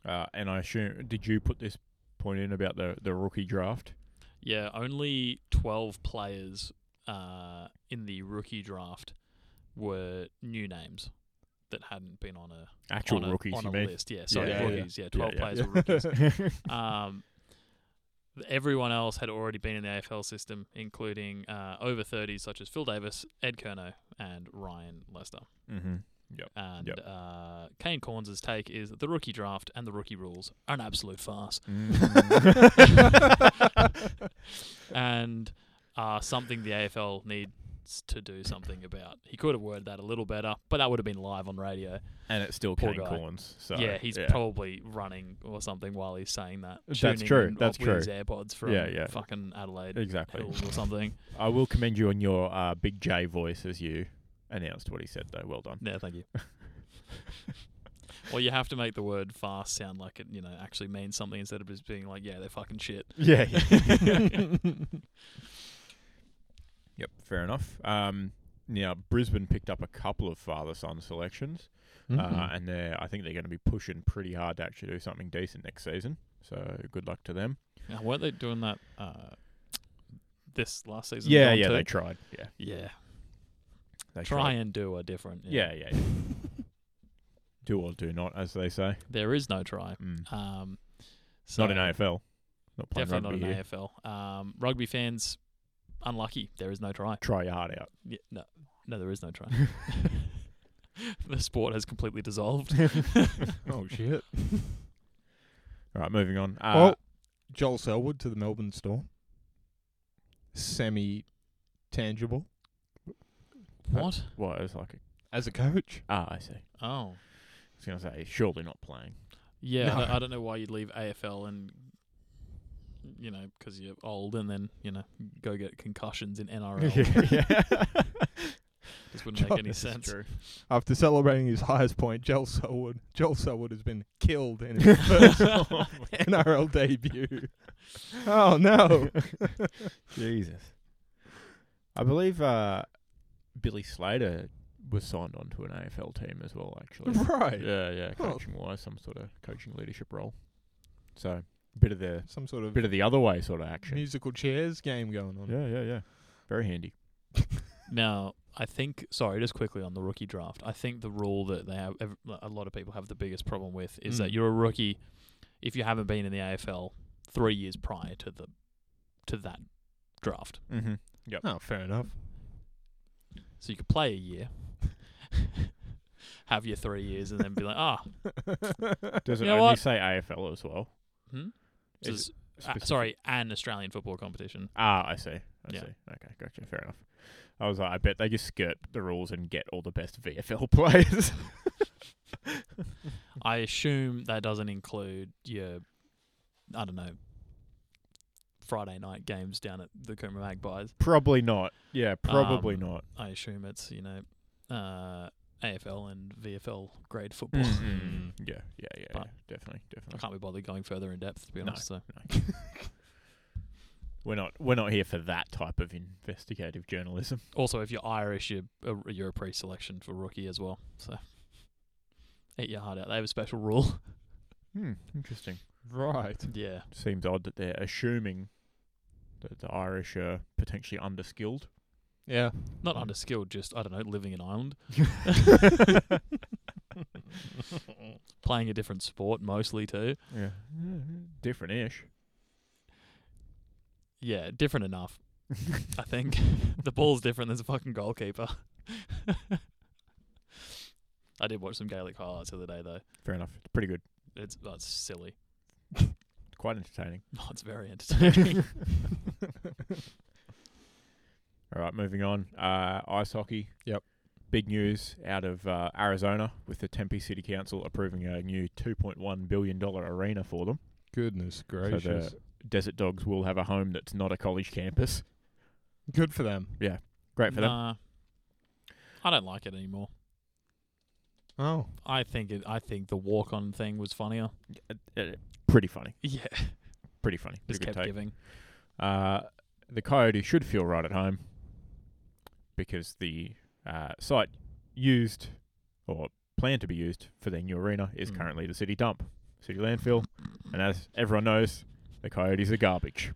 S2: Uh, and I assume, did you put this point in about the the rookie draft?
S3: yeah, only 12 players uh, in the rookie draft were new names that hadn't been on a
S2: Actual
S3: on a,
S2: rookies,
S3: on
S2: you
S3: a
S2: mean?
S3: list. Yeah, sorry,
S1: yeah, yeah.
S3: rookies. Yeah, 12
S2: yeah.
S3: players were rookies. Um, th- everyone else had already been in the AFL system, including uh, over 30s such as Phil Davis, Ed Kerno, and Ryan Lester.
S2: mm-hmm. Yep.
S3: And
S2: Yep.
S3: uh, Kane Corns' take is that the rookie draft and the rookie rules are an absolute farce
S2: Mm-hmm.
S3: and are something the AFL needs to do something about. He could have worded that a little better, but that would have been live on radio.
S2: and it's still
S3: Poor
S2: Kane
S3: guy.
S2: Corns. So
S3: yeah, he's
S2: yeah.
S3: probably running or something while he's saying that.
S2: That's
S3: tuning
S2: true,
S3: in
S2: that's
S3: with
S2: true.
S3: His AirPods from
S2: Yeah, yeah.
S3: fucking Adelaide.
S2: exactly.
S3: Hills or something.
S2: I will commend you on your uh, big J voice as you announced what he said, though. Well done.
S3: No, thank you. well, you have to make the word fast sound like it, you know, actually means something instead of just being like, yeah, they're fucking shit.
S2: Yeah. yep. Fair enough. Um, now Brisbane picked up a couple of father-son selections,
S3: Mm-hmm.
S1: Mm-hmm.
S2: uh, and they are I think they're going to be pushing pretty hard to actually do something decent next season. So good luck to them.
S3: Now, weren't they doing that uh, this last season?
S2: yeah,
S3: gone
S2: yeah,
S3: too?
S2: they tried. Yeah,
S3: yeah.
S2: they
S3: Try
S2: tried.
S3: and do are different.
S2: Yeah, yeah. yeah. do or do not, as they say.
S3: There is no try.
S2: Mm.
S3: Um, so
S2: Not in AFL. Not playing
S3: Definitely
S2: rugby
S3: not in
S2: here.
S3: AFL. Um, rugby fans, unlucky. There is no try.
S2: Try your heart out.
S3: Yeah, no, no, there is no try. the sport has completely dissolved.
S1: oh shit.
S2: All right, moving on. Uh,
S3: Oh.
S1: well, Joel Selwood to the Melbourne Storm. Semi tangible
S3: What?
S2: well, it was like a
S1: as a coach.
S2: Ah, I see.
S3: Oh.
S2: I was going to say, surely not playing.
S3: Yeah, I,
S1: No.
S3: don't, I don't know why you'd leave AFL and you know because you're old and then you know go get concussions in NRL. Just wouldn't make any sense.
S1: After celebrating his highest point, Joel Selwood, Joel Selwood has been killed in his first
S2: Oh
S1: NRL debut. Oh no!
S2: Jesus. I believe uh, Billy Slater was signed on to an AFL team as well, actually.
S1: right,
S2: yeah, yeah,
S1: Oh.
S2: coaching wise, some sort of coaching leadership role. So, bit of the
S1: some sort of
S2: bit of the other way sort of action.
S1: musical chairs game going on.
S2: Yeah, yeah, yeah. Very handy.
S3: Now, I think sorry, just quickly on the rookie draft. I think the rule that they have ev- a lot of people have the biggest problem with is that
S2: Mm.
S3: you're a rookie if you haven't been in the AFL three years prior to the to that draft.
S2: Mm-hmm.
S1: Oh, fair enough.
S3: So you could play a year, have your three years, and then be like, ah,
S2: Does it
S3: You know
S2: only
S3: what?
S2: say AFL as well?
S3: hmm?
S2: Is
S3: Just- uh,
S2: Specific-
S3: sorry, an Australian football competition.
S2: Ah, I see. I
S3: Yeah.
S2: see. Okay, gotcha. Fair enough. I was like, I bet they just skirt the rules and get all the best VFL players. Hmm.
S3: I assume that doesn't include your, I don't know, Friday night games down at the Cooma Magpies.
S2: probably not. Yeah, probably
S3: Um,
S2: not.
S3: I assume it's you know, uh, AFL and VFL grade football.
S2: Mm, Yeah, yeah, yeah, yeah.
S3: hmm. But-
S2: Definitely,
S3: I
S2: definitely.
S3: can't be bothered going further in depth to be
S2: No.
S3: honest. So
S2: We're not we're not here for that type of investigative journalism.
S3: also, if you're Irish, you're a, you're a pre-selection for rookie as well. So eat your heart out. They have a special rule.
S2: Hmm, interesting.
S1: Right.
S3: yeah,
S2: Seems odd that they're assuming that the Irish are potentially underskilled.
S1: Yeah.
S3: not underskilled, just I don't know, living in Ireland, playing a different sport mostly too.
S2: Yeah, different ish.
S3: Yeah, different enough. I think the ball's different. There's a fucking goalkeeper. I did watch some Gaelic highlights the other day though.
S2: Fair enough. It's pretty good.
S3: It's that's silly.
S2: It's quite entertaining.
S3: No, it's very entertaining.
S2: All right, moving on. Uh, ice hockey.
S1: Yep.
S2: Big news out of uh, Arizona with the Tempe City Council approving a new $2.1 billion arena for them.
S1: Goodness
S2: the-
S1: gracious.
S2: Desert Dogs will have a home that's not a college campus.
S1: Good for them.
S2: Great for them.
S3: nah, I don't like it anymore.
S1: Oh.
S3: I think it. I think the walk-on thing was funnier.
S2: Uh, uh, pretty funny.
S3: Yeah,
S2: Pretty funny. Pretty
S3: just
S2: good
S3: kept
S2: take.
S3: giving.
S2: Uh, the Coyotes should feel right at home because the uh, site used or planned to be used for their new arena is
S3: Hmm.
S1: Mm.
S2: currently the city dump, city landfill, and as everyone knows, the Coyotes are garbage.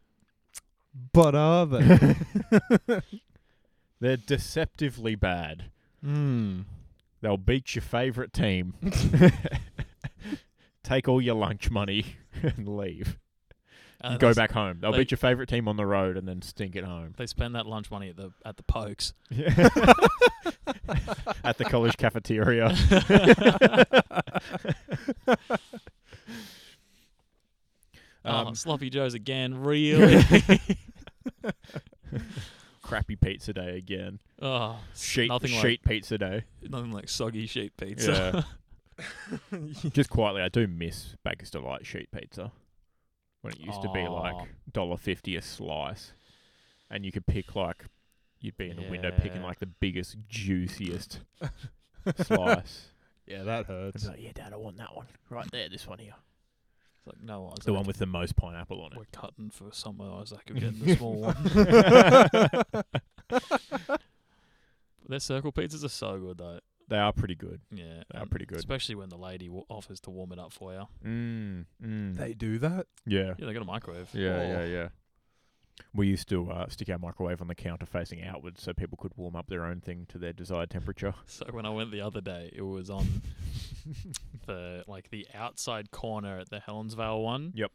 S1: But are they?
S2: They're deceptively bad.
S1: Hmm.
S2: They'll beat your favorite team, take all your lunch money, and leave.
S3: And
S2: Go
S3: Uh, they-
S2: back home. They'll
S3: they-
S2: beat your favorite team on the road and then stink at home.
S3: They spend that lunch money at the at the pokes.
S2: at the college cafeteria.
S3: oh,
S2: um,
S3: Ah, sloppy joes again. Really?
S2: crappy pizza day again.
S3: oh, s-
S2: Sheet
S3: nothing
S2: sheet pizza day.
S3: like nothing like soggy sheet pizza.
S2: Yeah. Just quietly, I do miss Baker's Delight sheet pizza when it used to be
S3: Aw.
S2: like dollar fifty a slice, and you could pick like you'd be in the window picking
S3: Yeah.
S2: like the biggest, juiciest slice.
S1: Yeah, that
S2: I'd
S1: hurts.
S2: be like, yeah, Dad, I want that one right there. This one here,
S3: It's like no, Isaac,
S2: the one with the most pineapple on it.
S3: we're cutting for somewhere Isaac are getting the small one. Their circle pizzas are so good though.
S2: They are pretty good.
S3: Yeah,
S2: They are
S3: um,
S2: pretty good.
S3: Especially when the lady w- offers to warm it up for you.
S2: Mm, mm.
S1: They do that?
S2: yeah.
S3: Yeah, they got a microwave.
S2: Yeah,
S1: Oh.
S2: yeah, yeah. We used to uh, stick our microwave on the counter facing outwards so people could warm up their own thing to their desired temperature.
S3: So when I went the other day, it was on the like the outside corner at the Helensvale one.
S2: Yep.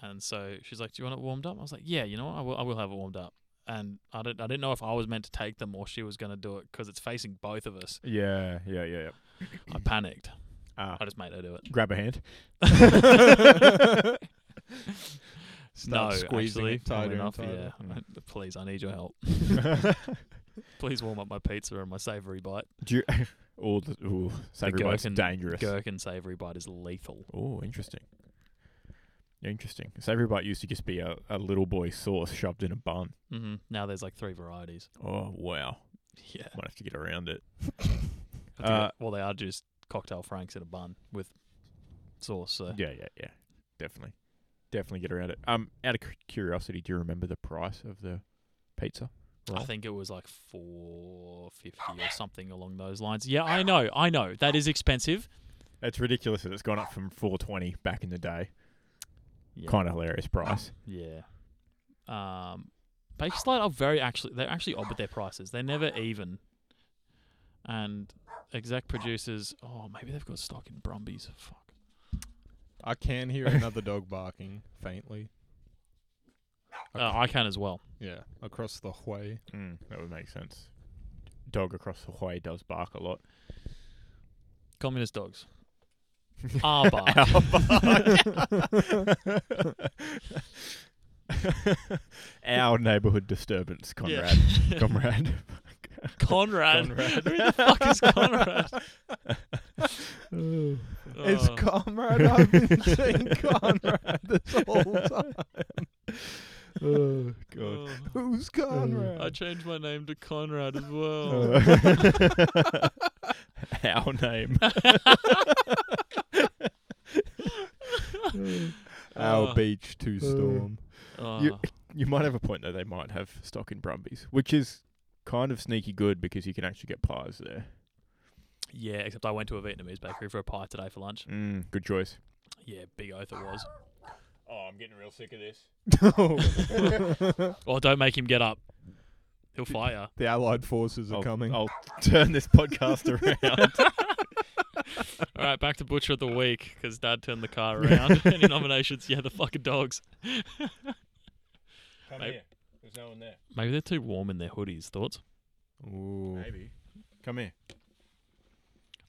S3: And so she's like, "Do you want it warmed up?" I was like, "Yeah, you know what? I will. I will have it warmed up." And I didn't. I didn't know if I was meant to take them or she was going to do it because it's facing both of us.
S2: Yeah, yeah, yeah, yeah.
S3: I panicked.
S2: Ah,
S3: I just made her do it.
S2: grab a hand.
S1: Start
S3: no,
S1: squeezing
S3: actually,
S1: it tighter
S3: funnily
S1: and
S3: enough,
S1: tighter.
S3: yeah. Please, I need your help. Please warm up my pizza and my savory bite.
S2: Do you, all the, ooh, savory bite's
S3: gherkin-
S2: dangerous.
S3: Gherkin savory bite is lethal.
S2: Oh, interesting. Interesting. Savory bite used to just be a, a little boy sauce shoved in a bun.
S1: Mm-hmm.
S3: hmm Now there's like three varieties.
S2: Oh, wow.
S3: Yeah.
S2: Might have to get around it.
S3: I think
S2: Uh,
S3: it- well, they are just cocktail franks in a bun with sauce. So
S2: Yeah, yeah, yeah. Definitely. Definitely get around it. Um, out of cu- curiosity, do you remember the price of the pizza?
S3: I think it was like four fifty or something along those lines. Yeah, I know, I know. That is expensive.
S2: It's ridiculous that it's gone up from 420 back in the day.
S3: Yeah.
S2: Kind of hilarious price.
S3: Yeah. Um, Baker Slide are very actually they're actually odd with their prices. They're never even. And exec producers, oh maybe they've got stock in Brumbies. Fuck.
S1: I can hear another dog barking faintly.
S3: Uh, I can as well.
S1: Yeah, across the way.
S2: Mm, that would make sense. Dog across the way does bark a lot.
S3: Communist dogs. Ah, bark.
S2: Our bark. Our neighbourhood disturbance, Conrad. Conrad.
S3: Conrad.
S2: Conrad.
S3: Who the fuck is Conrad?
S1: It's
S3: Oh.
S1: Conrad. I've been saying Conrad this whole time.
S2: oh god.
S3: Oh.
S1: Who's Conrad?
S3: I changed my name to Conrad as
S2: Oh.
S3: well.
S2: Uh, Our name.
S1: Our
S3: Oh.
S1: beach
S2: Uh.
S1: to storm.
S3: Oh.
S2: You, you might have a point though. They might have stock in Brumbies, which is kind of sneaky good because you can actually get pies there.
S3: Yeah, except I went to a Vietnamese bakery for a pie today for lunch.
S2: Mm, good choice.
S3: Yeah, big oath it was.
S2: Oh, I'm getting real sick of this.
S3: Oh, don't make him get up. He'll fire.
S1: the Allied forces are
S3: Oh,
S2: I'll,
S1: coming.
S2: I'll turn this podcast around.
S3: All right, back to Butcher of the Week because Dad turned the car around. Any nominations? Yeah, the fucking dogs.
S2: Come
S3: Maybe-
S2: here. There's no one there.
S3: Maybe they're too warm in their hoodies. Thoughts?
S1: Ooh.
S2: Maybe. Come here.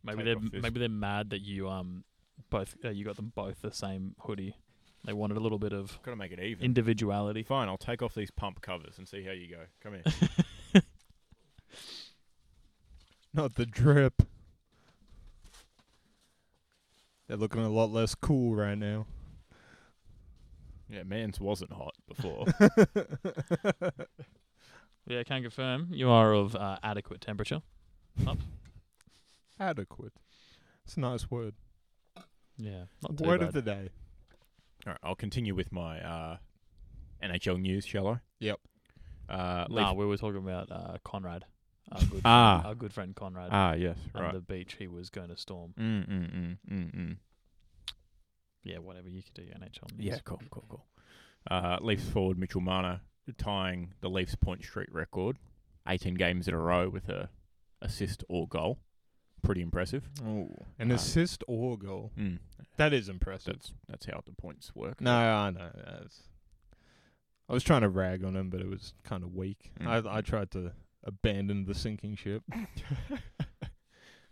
S3: Maybe
S2: Take off
S3: they're
S2: this.
S3: maybe they're mad that you um both uh, you got them both the same hoodie. They wanted a little bit of
S2: Gotta make it even.
S3: individuality.
S2: Fine, I'll take off these pump covers and see how you go. Come here.
S1: Not the drip. They're looking a lot less cool right now.
S2: yeah, man's wasn't hot before.
S3: Yeah, I can confirm you are of uh, adequate temperature.
S1: Adequate. It's a nice word.
S3: Yeah, not too
S1: word
S3: bad.
S1: of the day.
S2: All right, I'll continue with my uh, NHL news, shall I?
S1: Yep.
S2: Uh, Leaf-
S3: Nah, we were talking about uh, Conrad, our good, friend,
S2: Ah.
S3: our good friend Conrad,
S2: ah, yes,
S3: and
S2: right.
S3: the beach he was going to storm.
S2: Mm, mm, mm, mm, mm.
S3: Yeah, whatever you could do, NHL. News.
S2: Yeah, cool, cool, cool. Uh, Leafs forward Mitchell Marner tying the Leafs point streak record, 18 games in a row with a assist or goal. Pretty impressive.
S1: Ooh. An
S3: Ah.
S2: Uh,
S1: assist or goal.
S2: Mm.
S1: That is impressive.
S2: That's that's how the points work.
S1: No, I know. That's, I was trying to rag on him, but it was kind of weak.
S2: Mm.
S1: I I tried to abandon the sinking ship,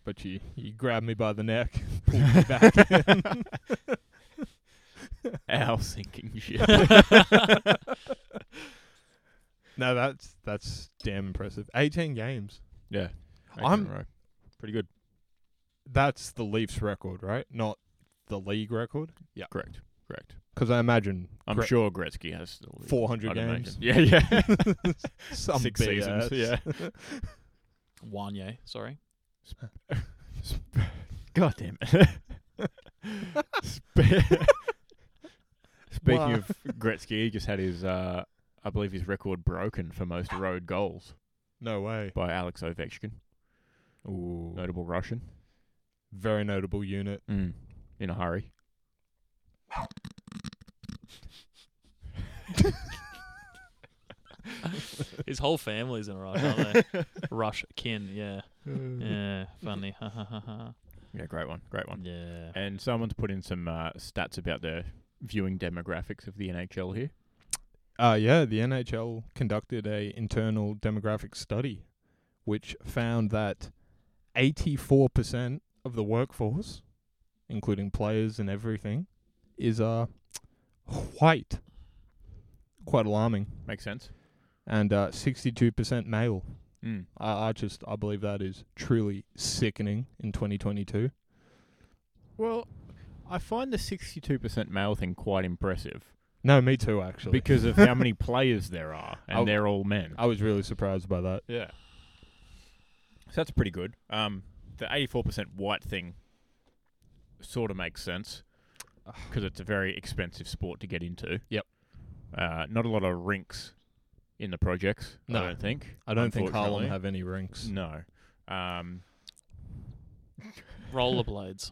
S1: but you you grabbed me by the neck, pulled me back. in.
S2: Our sinking ship.
S1: no, that's that's damn impressive. Eighteen games.
S2: yeah, 18 in
S1: I'm-
S2: a row. pretty good.
S1: That's the Leafs' record, right? Not the league record.
S2: Correct, correct.
S1: Because I imagine
S2: I'm
S1: Gre-
S2: sure Gretzky has the lead,
S1: 400
S2: I'd
S1: games.
S2: Imagine. Yeah, yeah.
S1: Some
S2: Six
S1: big
S2: seasons.
S1: ass.
S2: Yeah.
S3: Wanye, sorry.
S2: God damn it. Spe- Speaking
S1: Wow.
S2: of Gretzky, he just had his, uh, I believe, his record broken for most road goals
S1: No way.
S2: by Alex Ovechkin,
S1: Ooh.
S2: notable Russian,
S1: Very notable unit.
S2: mm. in a hurry.
S3: His whole family's in
S2: Oh,
S3: Iraq, aren't they? Rush kin, yeah, yeah, funny, ha ha ha ha.
S2: Yeah, great one, great one.
S3: Yeah.
S2: And someone's put in some uh, stats about the viewing demographics of the NHL here.
S1: Uh, yeah, the NHL conducted a internal demographic study, which found that 84% of the workforce, including players and everything, is uh, white. Quite alarming.
S2: Makes sense.
S1: And uh, 62% male.
S2: Mm.
S1: I, I just, I believe that is truly sickening in 2022.
S2: Well, I find the 62% male thing quite impressive.
S1: No, me too, actually.
S2: because of how many players there are, and
S1: I'll-
S2: they're all men.
S1: I was really surprised by that.
S2: yeah. So that's pretty good. Um, the eighty-four percent white thing sort of makes sense because it's a very expensive sport to get into.
S1: Yep.
S2: Uh, not a lot of rinks in the projects.
S1: No.
S2: I don't think.
S1: I don't think
S2: unfortunately.
S1: Harlem
S2: Mm.
S1: have any rinks.
S2: No. Um,
S3: Rollerblades.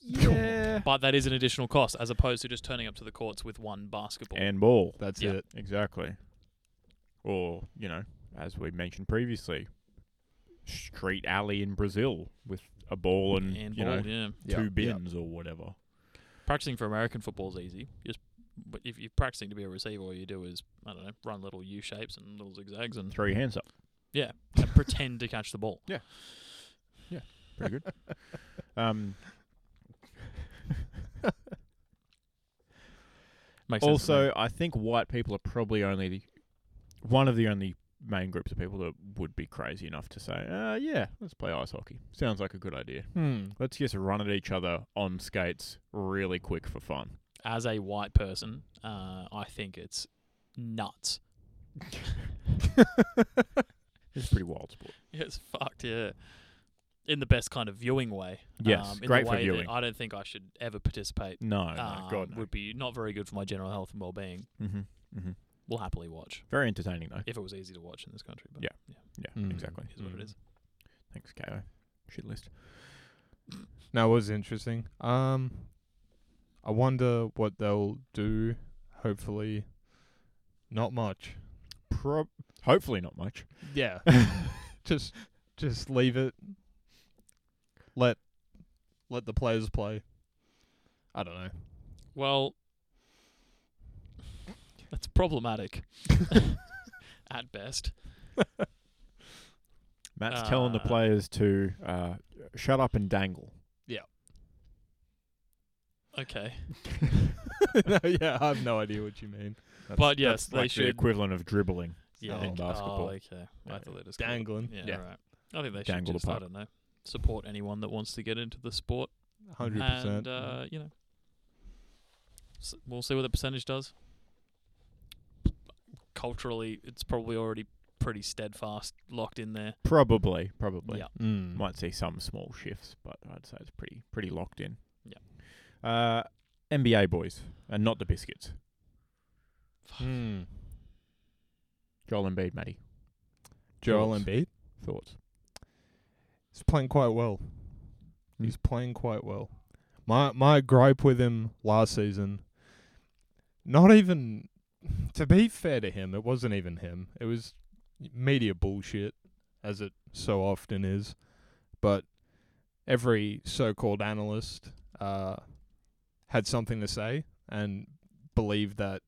S2: yeah.
S3: But that is an additional cost as opposed to just turning up to the courts with one basketball.
S2: and ball.
S1: That's
S3: Yeah.
S1: it.
S2: Exactly. Or, you know, as we mentioned previously, street alley in Brazil with a ball and,
S3: And
S2: you
S3: ball,
S2: know,
S3: yeah.
S1: Yeah,
S2: two
S1: yeah.
S2: bins or whatever.
S3: Practicing for American football is easy. Just but if you're practicing to be a receiver, all you do is I don't know, run little U shapes and little zigzags and,
S2: Three hands up.
S3: and pretend to catch the ball.
S2: Pretty good. um,
S3: Makes sense to me.
S2: Also, I think white people are probably only the, one of the only main groups of people that would be crazy enough to say, uh, yeah, let's play ice hockey. Sounds like a good idea.
S1: Hmm.
S2: Let's just run at each other on skates really quick for fun.
S3: as a white person, uh, I think it's nuts.
S2: It's a pretty wild sport.
S3: It's fucked, yeah. In the best kind of viewing way. Um,
S2: Yes,
S3: in the
S2: great for
S3: way that
S2: viewing. Oh,
S3: I don't think I should ever participate.
S2: No, no,
S3: um,
S2: God, no.
S3: would be not very good for my general health and well-being.
S2: Mm-hmm, mm-hmm.
S3: We'll happily watch
S2: Very entertaining, though.
S3: if it was easy to watch in this country. But
S2: Yeah,
S1: Mm.
S2: exactly.
S3: it is what it is.
S2: Thanks, KO. Shit list.
S1: That was interesting. Um, I wonder what they'll do. Hopefully, not much.
S2: Pro- Hopefully not much.
S1: Yeah. just, just leave it. Let, let the players play. I don't know.
S3: Well, that's problematic at best.
S2: Matt's telling the
S3: Uh,
S2: players to uh, shut up and dangle.
S3: Okay,
S1: no, yeah, I have no idea what you mean.
S2: That's,
S3: But yes,
S2: that's
S3: they
S2: like
S3: should-
S2: the equivalent of dribbling.
S3: yeah,
S2: in
S3: oh,
S2: basketball.
S3: okay, I thought it was called-
S1: Dangling,
S3: Yeah,
S2: Yeah.
S3: right. I think they
S2: Dangle
S3: should
S2: the
S3: just, I
S2: puck.
S3: don't know, support anyone that wants to get into the sport.
S1: hundred
S3: And,
S1: percent.
S3: uh, you know, s- we'll see what the percentage does. Culturally, it's probably already pretty steadfast, locked in there.
S2: Probably, probably.
S3: Yeah.
S1: Mm.
S2: Might see some small shifts, but I'd say it's pretty pretty locked in.
S3: Yeah.
S2: Uh, NBA boys, and not the biscuits.
S1: Mm.
S2: Joel Embiid, Matty.
S1: Joel
S2: Thoughts?
S1: Embiid.
S2: Thoughts?
S1: He's playing quite well.
S2: Mm.
S1: He's playing quite well. My my gripe with him last season, not even to be fair to him, it wasn't even him. It was media bullshit, as it so often is. But every so-called analyst uh, had something to say and believed that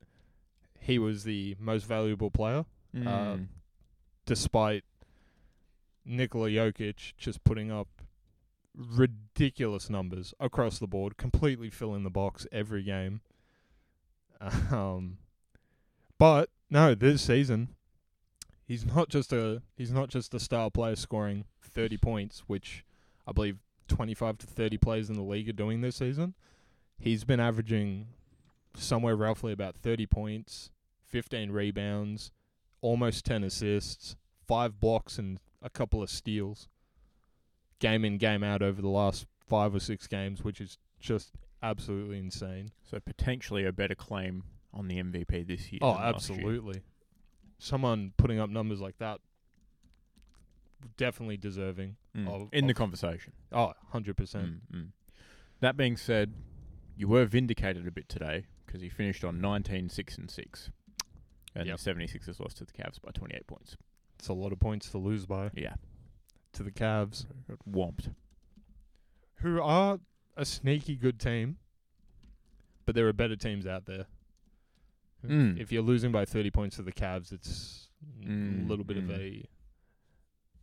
S1: he was the most valuable player
S3: Um,
S2: Mm.
S1: despite Nikola Jokic just putting up ridiculous numbers across the board, completely filling the box every game. Um, but no, this season he's not just a he's not just a star player scoring 30 points, which I believe 25 to 30 players in the league are doing this season. He's been averaging somewhere roughly about 30 points, 15 rebounds, almost 10 assists, five blocks, and a couple of steals. Game in, game out over the last five or six games, which is just absolutely insane.
S2: so potentially a better claim on the MVP this year.
S1: Oh,
S2: than last year.
S1: absolutely. Someone putting up numbers like that, definitely deserving.
S2: Mm.
S1: Of-
S2: in the
S1: of-
S2: conversation.
S1: Oh, 100%.
S2: Mm, mm. That being said, you were vindicated a bit today because he finished on 19 6 and 6. And
S1: Yep.
S2: the 76ers lost to the Cavs by 28 points.
S1: It's a lot of points to lose by
S2: Yeah.
S1: to the Cavs,
S2: Got Whomped.
S1: who are a sneaky good team, but there are better teams out there.
S2: Mm.
S1: If you're losing by 30 points to the Cavs, it's
S2: Mm,
S1: a little bit
S2: mm.
S1: of a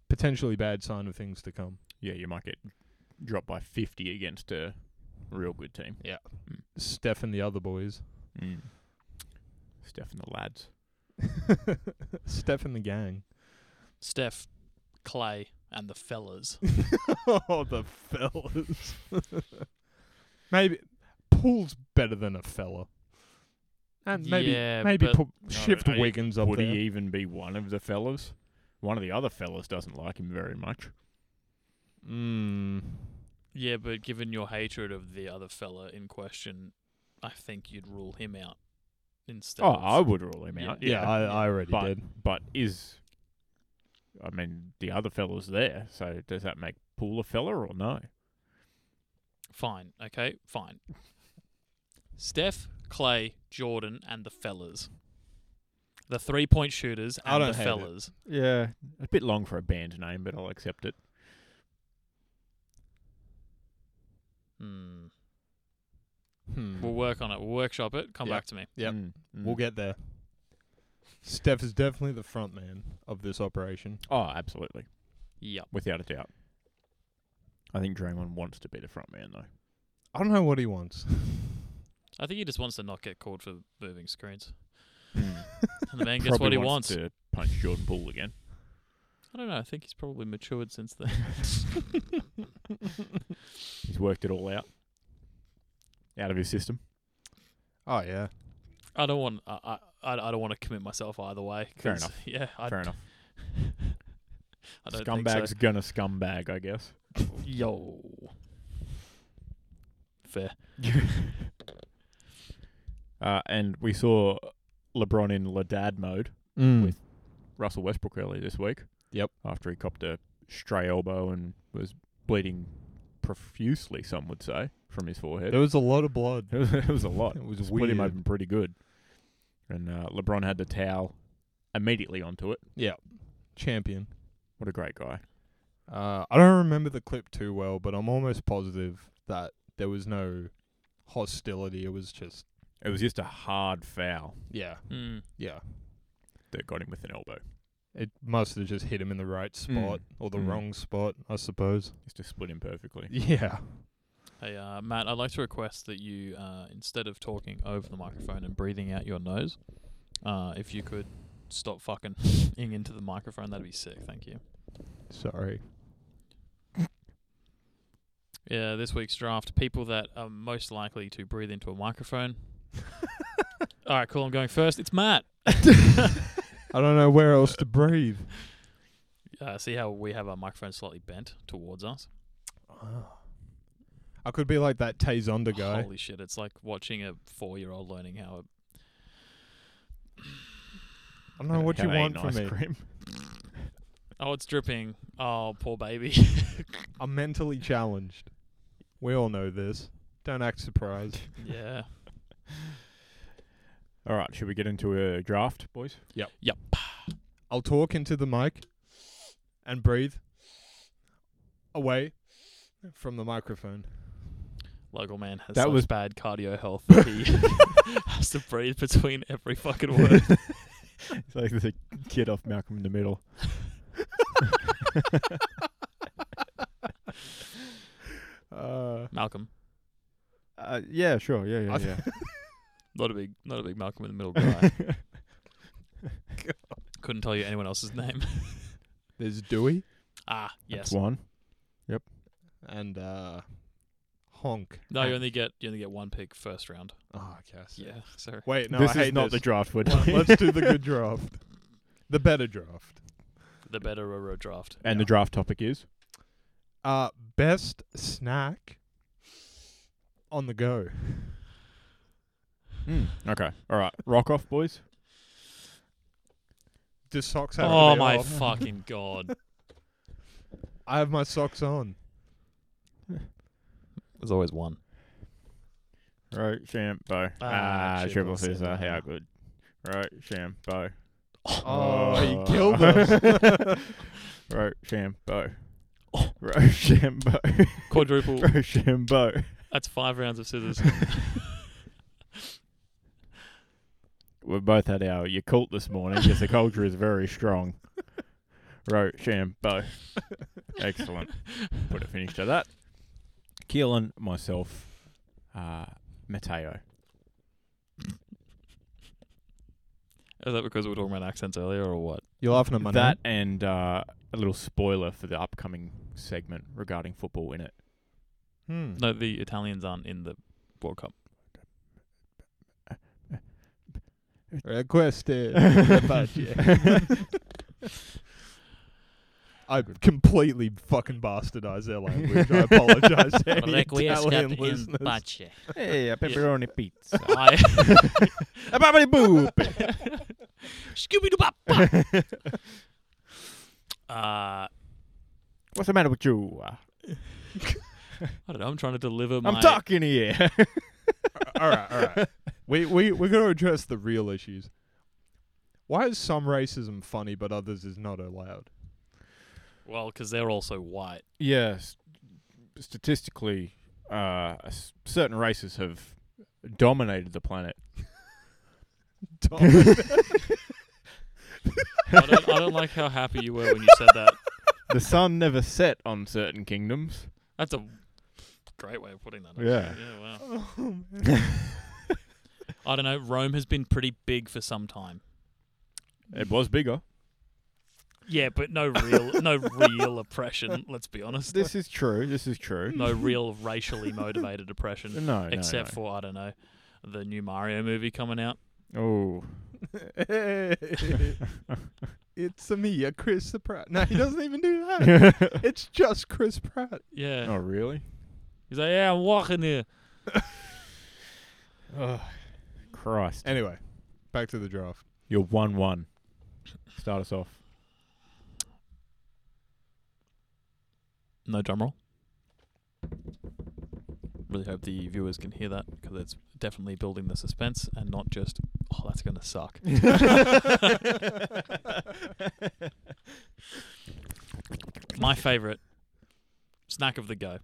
S1: potentially bad sign of things to come.
S2: Yeah, you might get dropped by 50 against a real good team.
S1: Steph and the other boys.
S2: Mm. Steph and the lads.
S1: Steph and the gang.
S3: Steph, Clay, and the fellas.
S1: oh, the fellas. maybe Pool's better than a fella. And maybe
S3: Yeah,
S1: maybe
S3: but-
S1: put, shift
S2: I-
S1: Wiggins up
S2: Would
S1: there.
S2: he even be one of the fellas? One of the other fellas doesn't like him very much.
S1: Mm.
S3: yeah, but given your hatred of the other fella in question, I think you'd rule him out instead.
S2: Oh,
S3: of,
S2: I would rule him
S3: Yeah.
S2: out.
S1: Yeah, I, I already
S2: But-
S1: did.
S2: But is, I mean, the other fella's there, so does that make Pool a fella or no?
S3: Fine. Okay. Fine. Steph, Clay, Jordan, and the fellas. The three point shooters
S1: I
S3: and
S1: don't
S3: the
S1: hate it.
S3: fellas.
S2: Yeah, a bit long for a band name, but I'll accept it.
S3: Hmm.
S1: Hmm.
S3: We'll work on it. We'll workshop it. Come
S1: Yeah.
S3: back to me.
S1: Yep.
S2: Mm, mm.
S1: We'll get there. Steph is definitely the front man of this operation.
S2: Oh, absolutely,
S3: Yep.
S2: without a doubt. I think Draymond wants to be the front man though.
S1: I don't know what he wants.
S3: I think he just wants to not get called for moving screens.
S2: Hmm.
S3: And the man gets what
S2: Probably
S3: he wants.
S2: to punch Jordan Poole again.
S3: I don't know. I think he's probably matured since then.
S2: He's worked it all out. Out of his system.
S1: Oh yeah.
S3: I don't want. I I, I don't want to commit myself either way.
S2: Fair
S3: 'cause, Yeah. I,
S2: Fair enough.
S3: I don't think so.
S2: Scumbag's gonna scumbag, I guess.
S3: Yo. Fair.
S2: Uh, and we saw LeBron in Ladad mode.
S1: With-
S2: Russell Westbrook earlier this week.
S1: Yep.
S2: After he copped a stray elbow and was bleeding profusely, some would say, from his forehead.
S1: There was a lot of blood.
S2: It was, it was a lot.
S1: It was
S2: Split him
S1: weird.
S2: open pretty good. And uh, LeBron had the towel immediately onto it.
S1: Champion.
S2: What a great guy.
S1: Uh, I don't remember the clip too well, but I'm almost positive that there was no hostility. It was just
S2: It was just a hard foul
S1: yeah,
S3: Mm.
S1: yeah.
S2: that got him with an elbow.
S1: It must have just hit him in the right spot or the
S2: Mm.
S1: wrong spot, I suppose.
S2: Just to split him perfectly.
S1: Yeah.
S3: Hey, uh, Matt, I'd like to request that you, uh, instead of talking over the microphone and breathing out your nose, uh, if you could stop fucking ing into the microphone, that'd be sick. Thank you.
S1: Sorry.
S3: Yeah, this week's draft people that are most likely to breathe into a microphone. All right, cool. I'm going first. It's Matt.
S1: I don't know where else to breathe.
S3: Uh, see how we have our microphone slightly bent towards us?
S1: Ah. I could be like that Tazonda guy.
S3: Holy shit, it's like watching a four year old learning how. It,
S1: I don't know what
S2: Had
S1: you
S2: I
S1: want
S2: eaten
S1: from
S2: ice
S1: me.
S2: cream?
S3: oh, it's dripping. Oh, poor baby.
S1: I'm mentally challenged. We all know this. Don't act surprised.
S3: yeah.
S2: All right, should we get into a draft, boys?
S1: I'll talk into the mic and breathe away from the microphone.
S3: Local man has
S2: That
S3: such
S2: was-
S3: bad cardio health that he has to breathe between every fucking word.
S2: It's like the kid off Malcolm in the Middle.
S1: Uh,
S3: Malcolm,
S2: Uh, yeah, sure. Yeah,
S1: I
S2: yeah,
S1: th-
S2: yeah.
S3: not a big, not a big Malcolm in the Middle guy. Couldn't tell you anyone else's name.
S1: There's Dewey
S3: Ah, yes.
S2: That's one.
S1: and uh, Honk.
S3: No, you only get you only get one pick first round.
S1: Oh, I guess.
S3: Yeah, sorry.
S1: Wait, no,
S2: this
S1: I hate
S2: is not the
S1: this.
S2: draft we're
S1: Let-
S2: doing.
S1: Let's do the good draft. The better draft.
S3: The better Roro draft.
S2: and the draft topic is
S1: Uh, best snack on the go.
S2: Hmm. okay. All right, rock off, boys.
S1: Do socks have
S3: Oh
S1: to be
S3: my
S1: off?
S3: fucking god!
S1: I have my socks on.
S3: There's always one.
S2: Right, shampoo. Ah,
S3: Ah, shit,
S2: triple
S3: I said
S2: scissor.
S3: that.
S2: How good. Right, shampoo.
S1: Oh,
S2: Oh.
S1: he killed us.
S2: Right, shampoo. Right, shampoo.
S3: Quadruple.
S2: Right, shampoo.
S3: That's five rounds of scissors.
S2: We both had our Yakult this morning because the culture is very strong. Right, shampoo. Excellent. Put a finish to that. Keelan, myself, uh, Mateo.
S3: Is that because we were talking about accents earlier, or what?
S1: You're laughing at my
S2: That and uh, a little spoiler for the upcoming segment regarding football in it.
S1: name? Hmm.
S3: No, the Italians aren't in the World Cup.
S1: Requested. I completely fucking bastardized their language. I apologize to any Italian listeners.
S2: Hey, a
S3: pepperoni
S2: pizza.
S3: I
S2: boop.
S3: Scooby Doo Bop. Bop. uh,
S2: What's the matter with you? Uh,
S3: I don't know. I'm trying to deliver my.
S2: I'm talking here.
S1: all right, all right. We we we got to address the real issues. Why is some racism funny but others is not allowed?
S3: Well, because they're also white.
S2: yes, statistically, uh, s- certain races have dominated the planet.
S1: Tom,
S3: I don't, I don't like how happy you were when you said that.
S2: The sun never set on certain kingdoms.
S3: That's a great way of putting that.
S2: Yeah.
S3: actually. Yeah. Wow.
S1: oh, man.
S3: I don't know. Rome has been pretty big for some time.
S2: It was bigger.
S3: Yeah, but no real, no real oppression. Let's be honest.
S2: This is true. This is true.
S3: no real racially motivated oppression,
S2: No,
S3: except for I don't know, the new Mario movie coming out.
S2: Oh,
S1: it's a me, a Chris the Pratt. No, he doesn't even do that.
S2: oh,
S1: it's just Chris Pratt.
S3: Yeah,
S2: really?
S3: he's like, yeah, I'm walking here.
S2: Oh, Christ!
S1: Anyway, back to the draft.
S2: You're one-one. Start us off.
S3: No drum roll. Really hope the viewers can hear that because it's definitely building the suspense and not just, oh, that's gonna suck. My favorite snack of the go,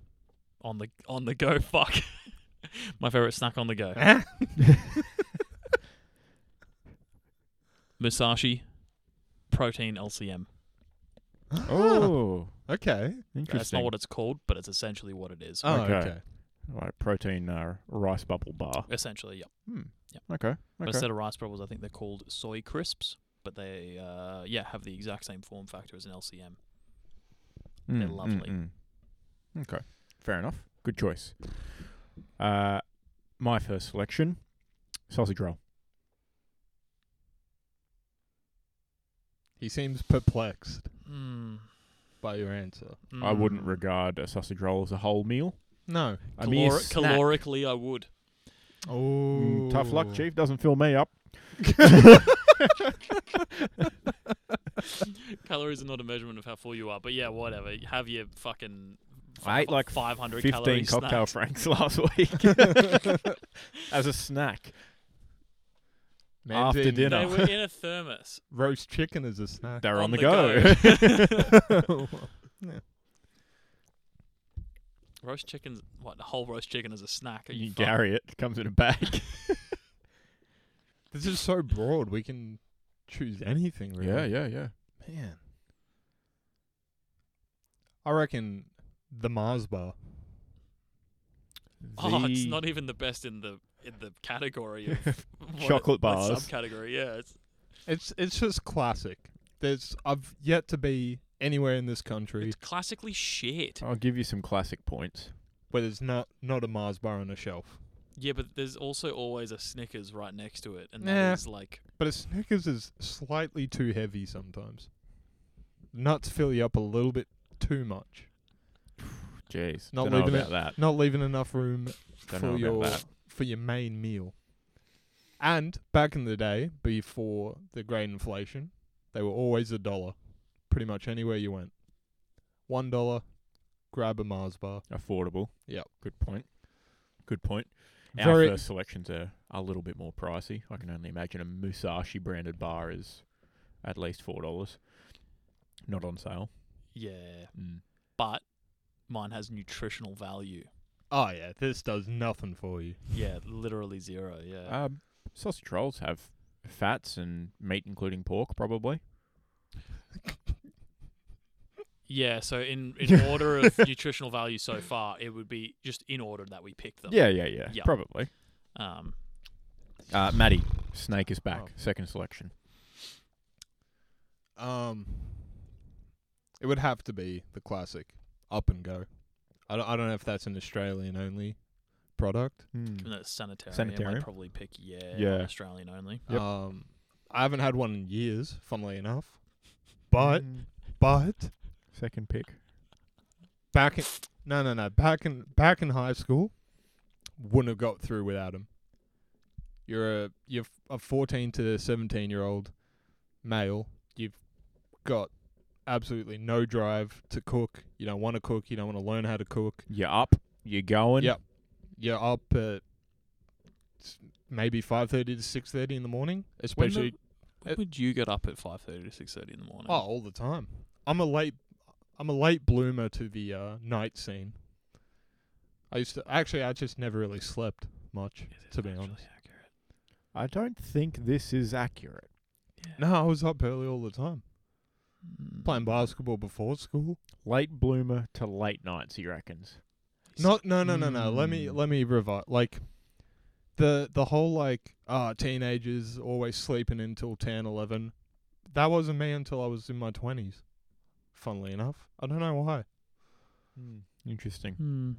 S3: on the on the go. Fuck. My favorite snack on the go. Musashi protein LCM.
S2: oh,
S1: okay.
S2: interesting.
S3: Ah. That's not what it's called, but it's essentially what it is.
S1: Oh, okay.
S2: Okay. Right, protein uh, rice bubble bar.
S3: Essentially, yeah.
S2: Hmm.
S3: Yep.
S2: Okay.
S3: But
S2: Okay.
S3: Instead of rice bubbles, I think they're called soy crisps, but they uh, yeah have the exact same form factor as an LCM. they're lovely.
S2: mm. Okay. Fair enough. Good choice. Uh, my first selection, sausage roll.
S1: He seems perplexed
S3: Mm.
S1: by your answer.
S2: I wouldn't
S3: Mm.
S2: regard a sausage roll as a whole meal.
S1: No.
S2: A mere
S3: Calori-
S2: snack.
S3: calorically, I would.
S1: Oh.
S2: Mm, tough luck, chief. Doesn't fill me up.
S3: Calories are not a measurement of how full you are, but yeah, whatever. Have your fucking.
S2: I ate like
S3: 500
S2: Fifteen
S3: calorie
S2: cocktail
S3: snack.
S2: franks last week as a snack.
S1: Man's
S2: After
S1: eating
S2: dinner.
S3: They were in a thermos.
S1: Roast chicken is a snack.
S2: They're on,
S3: On
S2: the,
S3: the
S2: go.
S3: Roast chickens, what? The whole roast chicken as a snack? Are you
S2: you
S3: fuck-
S2: carry it. Comes in a bag.
S1: this is so broad. We can choose anything, really.
S2: yeah, yeah.
S1: Man. I reckon the Mars bar.
S3: Oh, it's
S2: The-
S3: not even the best in the in the category of what it-
S2: Chocolate
S3: what
S2: bars.
S3: subcategory. Yeah, it's
S1: It's it's just classic. There's I've yet to be anywhere in this country
S3: It's classically shit.
S2: I'll give you some classic points.
S1: where there's not not a Mars bar on a shelf.
S3: Yeah, but there's also always a Snickers right next to it, and that is
S1: Nah.
S3: like
S1: But a Snickers is slightly too heavy sometimes. Nuts fill you up a little bit too much.
S2: Jeez,
S1: Not
S2: don't know
S1: leaving
S2: about that.
S1: Not leaving enough room
S2: Don't know
S1: for
S2: about
S1: your
S2: that.
S1: for your main meal. And back in the day, before the great inflation, they were always a dollar. Pretty much anywhere you went. One dollar, grab a Mars bar.
S2: Affordable.
S1: Yep.
S2: Good point. Good point.
S1: Very-
S2: Our first selections are a little bit more pricey. I can only imagine a Musashi branded bar is at least four dollars. Not on sale.
S3: yeah.
S2: Mm.
S3: But mine has nutritional value.
S1: Oh yeah, this does nothing for you.
S3: Yeah, literally zero. Yeah.
S1: Uh.
S2: Um, sausage rolls have fats and meat, including pork, probably.
S3: yeah. So in in order of nutritional value so far, it would be just in order that we pick them.
S2: Yeah, yeah, yeah,
S3: Yeah.
S2: Probably.
S3: Um.
S2: Uh, Maddie, snake is back.
S1: Oh.
S2: Second selection.
S1: Um, it would have to be the classic up and go. I don't, I don't know if that's an Australian only product.
S2: Hmm.
S3: Even though it's sanitarium,
S2: Sanitarium.
S3: I'd probably pick yeah,
S2: Yeah.
S3: Australian only.
S2: Yep.
S1: Um, I haven't had one in years, funnily enough. But but
S2: Mm. second pick.
S1: back in no no no back in back in high school, wouldn't have got through without him. You're a you're f- a fourteen to seventeen year old male. You've got absolutely no drive to cook. You don't want to cook. You don't want to learn how to cook.
S2: You're up. You're going.
S1: Yep. you're up at s- maybe five thirty to six thirty in the morning,
S3: When,
S1: especially
S3: when would you get up at five thirty to six thirty in the morning?
S1: oh, all the time. I'm a late, I'm a late bloomer to the uh, night scene. I used to actually, I just never really slept much, to be honest.
S2: I don't think this is accurate.
S1: No, I was up early all the time,
S3: Hmm.
S1: playing basketball before school.
S2: Late bloomer to late nights, he reckons.
S3: Hmm.
S1: Not, no, no, no, no. Let me,
S2: Mm.
S1: let me revi Like, the the whole like ah teenagers always sleeping until 10, 11, that wasn't me until I was in my twenties. Funnily enough, I don't know why.
S2: Interesting.
S3: Hmm.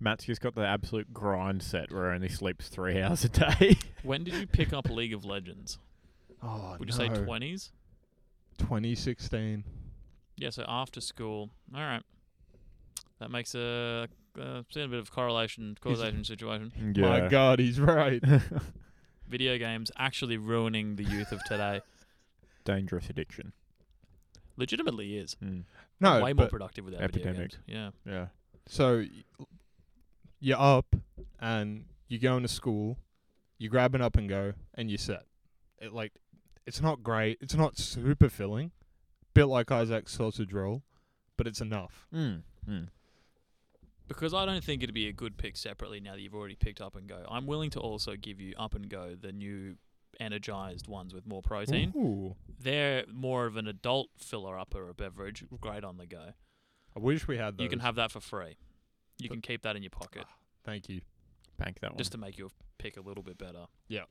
S2: Matt's just got the absolute grind set where he only sleeps three hours a day.
S3: When did you pick up League of Legends?
S1: Oh,
S3: Would you say twenties?
S1: 2016?
S3: Yeah, so after school. All right, that makes a uh, see a bit of correlation causation situation.
S1: My God, he's right.
S3: Video games actually ruining the youth of today.
S2: Dangerous addiction.
S3: Legitimately is
S2: Mm.
S1: No,
S3: way more
S1: but,
S3: productive without video
S2: Epidemic.
S3: games. Yeah,
S2: Yeah.
S1: so y- you're up and you're going to school, you grab an up and go, and you're set. It like it's not great, it's not super filling, bit like Isaac's sausage roll, but it's enough.
S2: Mm.
S1: hmm.
S2: Mm.
S3: because I don't think it'd be a good pick separately now that you've already picked up and go. I'm willing to also give you up and go the new energized ones with more protein.
S1: Ooh.
S3: They're more of an adult filler up or a beverage, great on the go.
S1: I wish we had those.
S3: You can have that for free. You
S1: But-
S3: can keep that in your pocket
S1: Thank you.
S2: Bank that one.
S3: just to make your pick a little bit better.
S1: Yeah.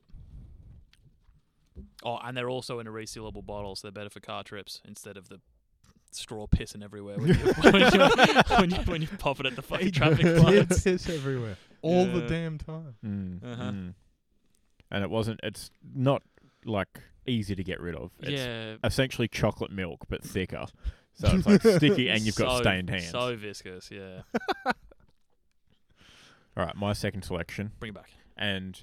S3: Oh, and they're also in a resealable bottle, so they're better for car trips instead of the straw pissing everywhere when you, when you, when you, when you pop it at the fucking traffic lights.
S1: Piss everywhere. All the
S3: Yeah.
S1: damn time.
S2: Mm.
S3: Uh-huh.
S2: Mm. And it wasn't. It's not like easy to get rid of. It's
S3: Yeah.
S2: essentially chocolate milk but thicker. So it's like sticky and you've got
S3: so-
S2: stained hands.
S3: So viscous, yeah.
S2: All right, my second selection.
S3: Bring it back.
S2: And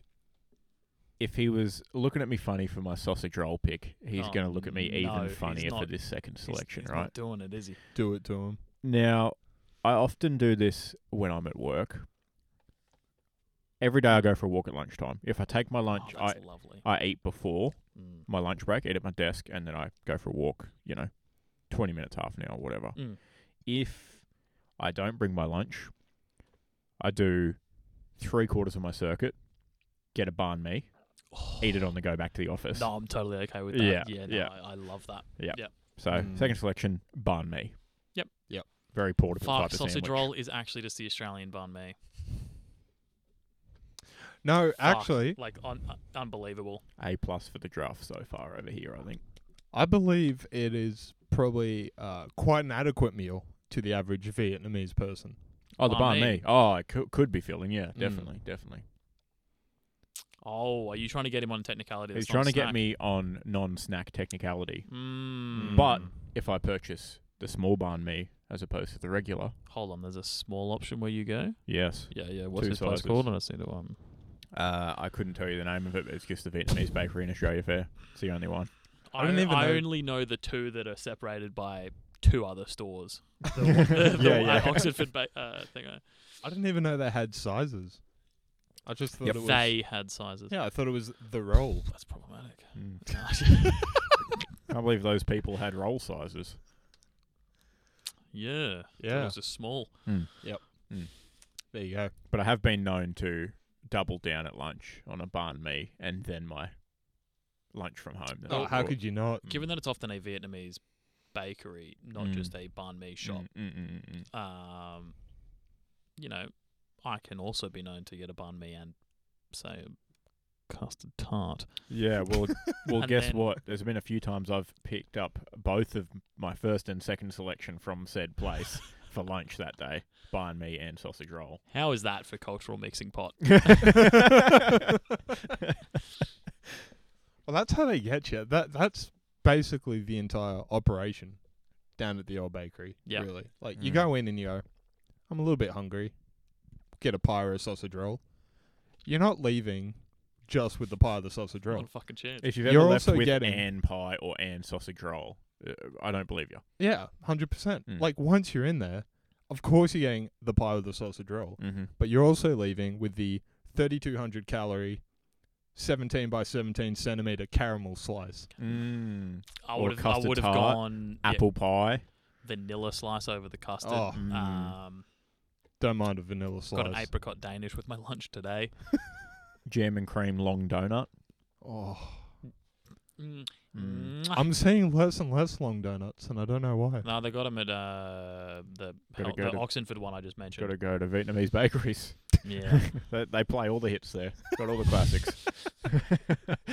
S2: if he was looking at me funny for my sausage roll pick, he's
S3: Oh,
S2: going to look at me
S3: no,
S2: even
S3: he's
S2: funnier for
S3: not.
S2: this second
S3: He's-
S2: selection,
S3: he's
S2: right?
S3: Not doing it, is he?
S1: Do it to him.
S2: Now, I often do this when I'm at work. Every day I go for a walk at lunchtime. If I take my lunch,
S3: oh,
S2: I,
S3: that's lovely.
S2: I eat before
S3: Mm.
S2: my lunch break, eat at my desk, and then I go for a walk, you know, 20 minutes, half an hour, whatever.
S3: Mm.
S2: If I don't bring my lunch, I do three quarters of my circuit, get a barn me, eat it on the go back to the office.
S3: Oh, No, I'm totally okay with that.
S2: Yeah,
S3: Yeah, no,
S2: yeah.
S3: I, I love that.
S2: So,
S1: Mm.
S2: second selection, barn me.
S3: Yep.
S1: Yep.
S2: Very portable
S3: Fuck,
S2: type of
S3: sausage
S2: sandwich.
S3: roll is actually just the Australian bun me.
S1: No,
S3: Fuck,
S1: actually,
S3: like un- uh, unbelievable.
S2: A plus for the draft so far over here, I think.
S1: I believe it is probably uh, quite an adequate meal to the average Vietnamese person.
S2: Oh, the
S3: Banh
S2: banh
S3: mi.
S2: mi. Oh, it could, could be filling. Yeah,
S1: Mm.
S2: definitely, definitely.
S3: Oh, are you trying to get him on technicality?
S2: He's
S3: that's not
S2: trying to
S3: a
S2: get
S3: snack?
S2: me on non-snack technicality.
S3: Mm.
S2: But- If I purchase the small banh mi as opposed to the regular,
S3: hold on, there's a small option where you go.
S2: yes.
S3: Yeah, yeah. What's
S2: Two
S3: this place
S2: sizes.
S3: called? I see the one.
S2: Uh, I couldn't tell you the name of it. But it's just the Vietnamese bakery in Australia Fair. It's the only one.
S1: I
S3: I,
S1: don't even
S3: I
S1: know-
S3: only know the two that are separated by two other stores. The, one- the
S2: Yeah,
S3: one-
S2: yeah.
S3: Oxford ba- uh, thing. uh,
S1: I didn't even know they had sizes. I just thought
S2: Yep.
S1: it was.
S3: They had sizes.
S1: yeah, I thought it was the roll.
S3: That's problematic.
S2: Mm.
S3: God.
S2: I believe those people had roll sizes.
S3: yeah.
S1: Yeah.
S3: It was just small.
S1: There you go.
S2: But I have been known to double down at lunch on a banh mi and then my lunch from home. that
S1: Oh,
S2: I
S1: how
S2: bought.
S1: could you not?
S3: Given that it's often a Vietnamese bakery, not
S2: Mm.
S3: just a banh mi shop,
S2: Mm, mm, mm, mm, mm.
S3: um, you know, I can also be known to get a banh mi and say a custard tart.
S2: Yeah, well, well,
S3: And
S2: guess
S3: then-
S2: what? There's been a few times I've picked up both of my first and second selection from said place for lunch that day, buying me and sausage roll.
S3: How is that for cultural mixing pot?
S1: Well, that's how they get you. That that's basically the entire operation down at the old bakery.
S3: Yeah.
S1: really. Like you
S2: Mm.
S1: go in and you go, I'm a little bit hungry. Get a pie or a sausage roll. You're not leaving just with the pie or the sausage
S3: Not
S1: roll.
S3: a fucking chance.
S2: if you've ever
S1: You're
S2: left
S1: also
S2: with
S1: getting-
S2: an pie or an sausage roll, uh, I don't believe you.
S1: Yeah, hundred percent.
S3: Hmm.
S2: Mm.
S1: Like once you're in there, of course you're getting the pie with the sausage roll,
S2: Mm-hmm.
S1: but you're also leaving with the 3,200 calorie, 17 by 17 centimeter caramel slice.
S2: Mm.
S3: I
S2: or
S3: would have, I
S2: custard
S3: would have
S2: tart,
S3: gone yeah,
S2: Apple pie.
S3: vanilla slice over the custard.
S1: Oh,
S2: Mm.
S3: Um,
S1: don't mind a vanilla slice.
S3: got an apricot Danish with my lunch today.
S2: Jam and cream long donut.
S1: oh,
S3: Mm.
S2: Mm.
S3: Mwah.
S1: I'm seeing less and less long donuts, and I don't know why.
S3: No, they got them at uh, the,
S2: Gotta
S3: hel-
S2: go
S3: the
S2: to-
S3: Oxenford one I just mentioned.
S2: Got to go to Vietnamese bakeries.
S3: Yeah.
S2: they, they play all the hits there. Got all the classics.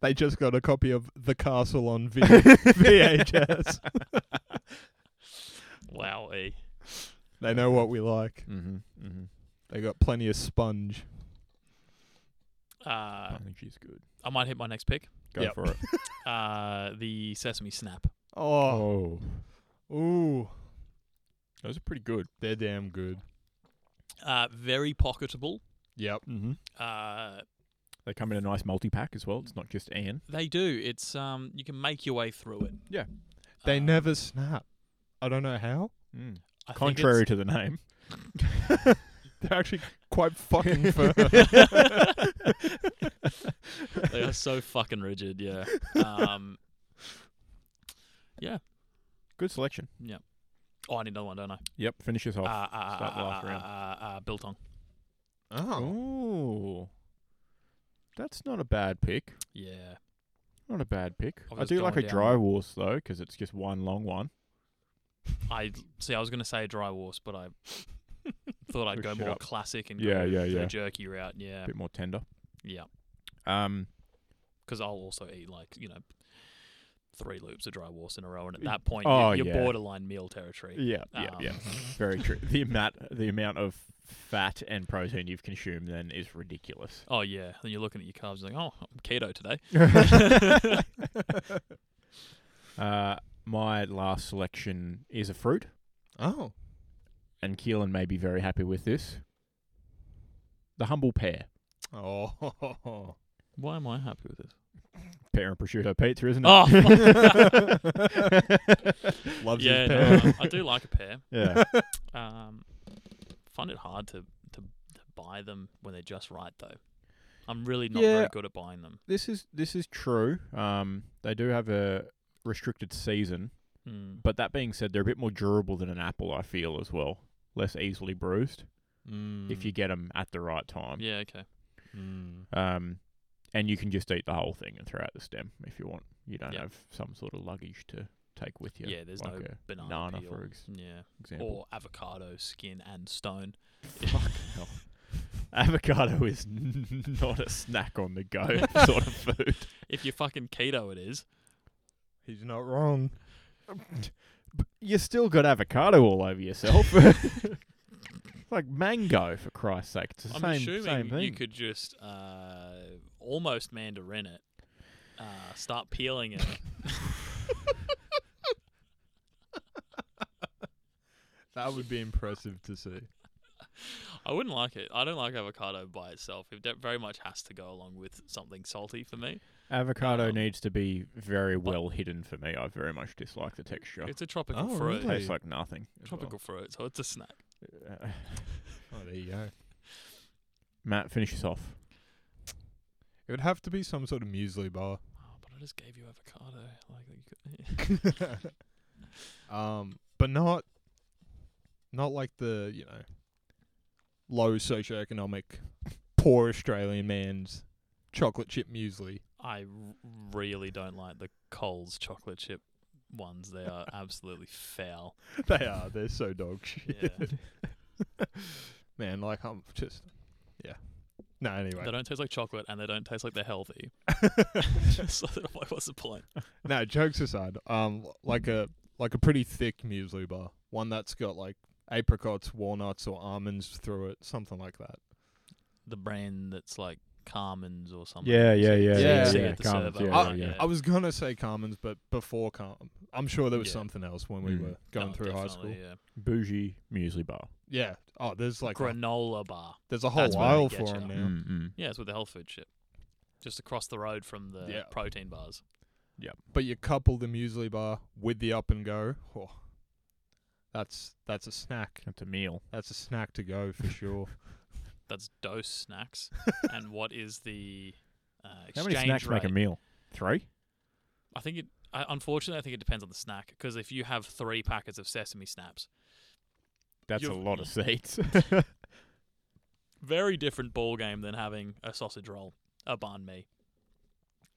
S1: They just got a copy of The Castle on v- VHS.
S3: wow.
S1: They know what we like.
S2: mm-hmm. Mm-hmm.
S1: They got plenty of sponge.
S3: Uh,
S2: I think she's good.
S3: I might hit my next pick.
S2: Go
S1: Yep.
S2: for it.
S3: Uh, the Sesame Snap.
S1: Oh,
S2: oh,
S1: ooh,
S2: those are pretty good.
S1: they're damn good.
S3: Uh, very pocketable.
S1: Yep.
S2: Mm-hmm.
S3: Uh,
S2: They come in a nice multi pack as well. It's not just Anne.
S3: they do. It's um, you can make your way through it.
S2: Yeah.
S1: They
S3: Uh,
S1: never snap. I don't know how.
S2: Mm.
S3: I think
S2: Contrary to the name,
S1: They're actually quite fucking firm.
S3: it's- they are so fucking rigid. Yeah. Um,
S2: good selection.
S3: oh, I need another one, don't I?
S2: Yep, finish this
S3: Uh, uh,
S2: off.
S3: uh,
S2: start the last
S3: uh,
S2: round.
S3: uh, uh, uh, Biltong.
S1: oh,
S2: Ooh, that's not a bad pick.
S3: Yeah.
S2: Not a bad pick.
S3: I've
S2: I
S3: just
S2: do like
S3: gone
S2: a
S3: down.
S2: dry horse though, because it's just one long one.
S3: I see. I was going to say dry wars, but I thought I'd go
S2: Shut
S3: more
S2: up.
S3: classic and
S2: Yeah,
S3: go
S2: yeah,
S3: for
S2: yeah.
S3: the jerky route. Yeah,
S2: A bit more tender.
S3: yeah.
S2: Um,
S3: Because I'll also eat like you know three loops of dry wars in a row, and at that point,
S2: Oh,
S3: you're, you're
S2: yeah.
S3: borderline meal territory.
S2: yeah, yeah,
S3: Um,
S2: yeah. Very true. The amount, the amount of fat and protein you've consumed then is ridiculous.
S3: Oh yeah. Then you're looking at your carbs like, oh, I'm keto today.
S2: Uh, my last selection is a fruit,
S1: oh,
S2: and Keelan may be very happy with this. The humble pear.
S1: oh.
S3: Why am I happy with this?
S2: Pear and prosciutto pizza, isn't it?
S3: Oh,
S1: Loves
S3: yeah.
S1: his
S3: no,
S1: pear.
S3: I I do like a pear.
S2: Yeah.
S3: Um, find it hard to, to to buy them when they're just right though. I'm really not
S2: Yeah.
S3: very good at buying them.
S2: this is this is true. Um, they do have a restricted season,
S3: Mm.
S2: but that being said, they're a bit more durable than an apple. I feel as well, less easily bruised
S3: Mm.
S2: if you get them at the right time.
S3: Hmm. Yeah. Okay.
S1: Mm.
S2: Um, and you can just eat the whole thing and throw out the stem if you want. You don't
S3: Yeah.
S2: have some sort of luggage to take with you.
S3: Yeah. there's
S2: like
S3: no
S2: a
S3: banana,
S2: banana,
S3: peel.
S2: for ex-
S3: yeah.
S2: example.
S3: Or avocado skin and stone.
S2: hell. Avocado is n- not a snack on the go sort of food.
S3: If you're fucking keto, it is.
S1: He's not wrong.
S2: You still got avocado all over yourself. It's like mango, for Christ's sake. It's the
S3: I'm
S2: same,
S3: assuming
S2: same thing.
S3: you could just uh, almost mandarin it, uh, start peeling it.
S1: That would be impressive to see.
S3: I wouldn't like it. I don't like avocado by itself. It de- very much has to go along with something salty for me.
S2: avocado
S3: Um,
S2: needs to be very well hidden for me. I very much dislike the texture. It
S3: It's a tropical
S1: Oh,
S3: fruit.
S1: really?
S2: tastes like nothing. as well.
S3: Tropical fruit, so it's a snack.
S2: Uh,
S1: Oh, there you go.
S2: Matt, finish this off.
S1: It would have to be some sort of muesli bar.
S3: Oh, but I just gave you avocado. Like, you could-
S1: um, but not not like the you know low socioeconomic poor Australian man's chocolate chip muesli.
S3: I r- really don't like the Coles chocolate chip ones. They are absolutely foul.
S1: They are. They're so dog shit.
S3: Yeah.
S1: Man, like I'm just yeah. No, anyway.
S3: They don't taste like chocolate, and they don't taste like they're healthy. so then I'm like, what's the point?
S1: no, jokes aside, um, like a like a pretty thick muesli bar, one that's got like apricots, walnuts, or almonds through it, something like that.
S3: The brand that's like Carmen's or something.
S2: Yeah, yeah, yeah,
S3: So you
S1: yeah,
S3: see
S1: yeah,
S3: at the
S2: Carmen's,
S3: servo,
S2: yeah,
S3: right?
S2: yeah, yeah.
S1: I was gonna say Carmen's, but before Carmen, I'm sure there was
S3: Yeah.
S1: something else when we
S2: Mm.
S1: were going
S3: Oh,
S1: through high school.
S3: definitely,
S1: Yeah.
S3: Yeah.
S2: Bougie muesli bar.
S1: Oh, there's like a,
S3: granola bar.
S1: there's a whole
S3: that's where they
S1: aisle
S3: get
S1: for
S3: you.
S1: them now.
S2: Mm-hmm.
S3: Yeah, it's with the health food shit. Just across the road from the
S1: Yeah.
S3: protein bars.
S1: But you couple the muesli bar with the up and go. Oh, that's that's a snack.
S2: That's a meal.
S1: That's a snack to go for sure.
S3: That's dose snacks. and what is the uh,
S2: How
S3: exchange
S2: many snacks
S3: rate?
S2: make a meal? Three.
S3: I think it. I, unfortunately, I think it depends on the snack. Because if you have three packets of sesame snaps,
S2: That's a
S3: You've-
S2: lot of seeds.
S3: very different ball game than having a sausage roll, a banh mi,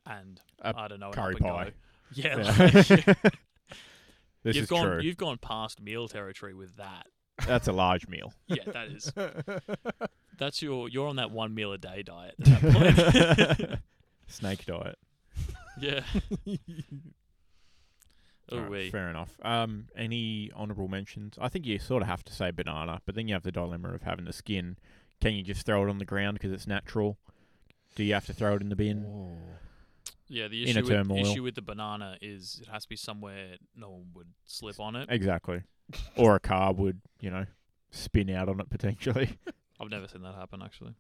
S3: and
S2: A
S3: I don't know, an
S2: curry
S3: up and
S2: pie.
S3: go. Yeah,
S2: Yeah.
S3: like-
S2: this
S3: you've
S2: is
S3: gone
S2: true.
S3: you've gone past meal territory with that.
S2: That's a large meal.
S3: Yeah, that is.
S1: That's
S3: That's your. You're on that one meal a day diet at that point.
S2: Snake diet.
S3: yeah. Oh
S2: Alright,
S3: wait.
S2: fair enough. Um, any honourable mentions? I think you sort of have to say banana, but then you have the dilemma of having the skin. Can you just throw it on the ground because it's natural? Do you have to throw it in the bin?
S3: Yeah, the
S2: in a
S3: issue with,
S2: turmoil.
S3: issue with the banana is it has to be somewhere no one would slip on it.
S2: Exactly. or a car would, you know, spin out on it potentially.
S3: I've never seen that happen actually.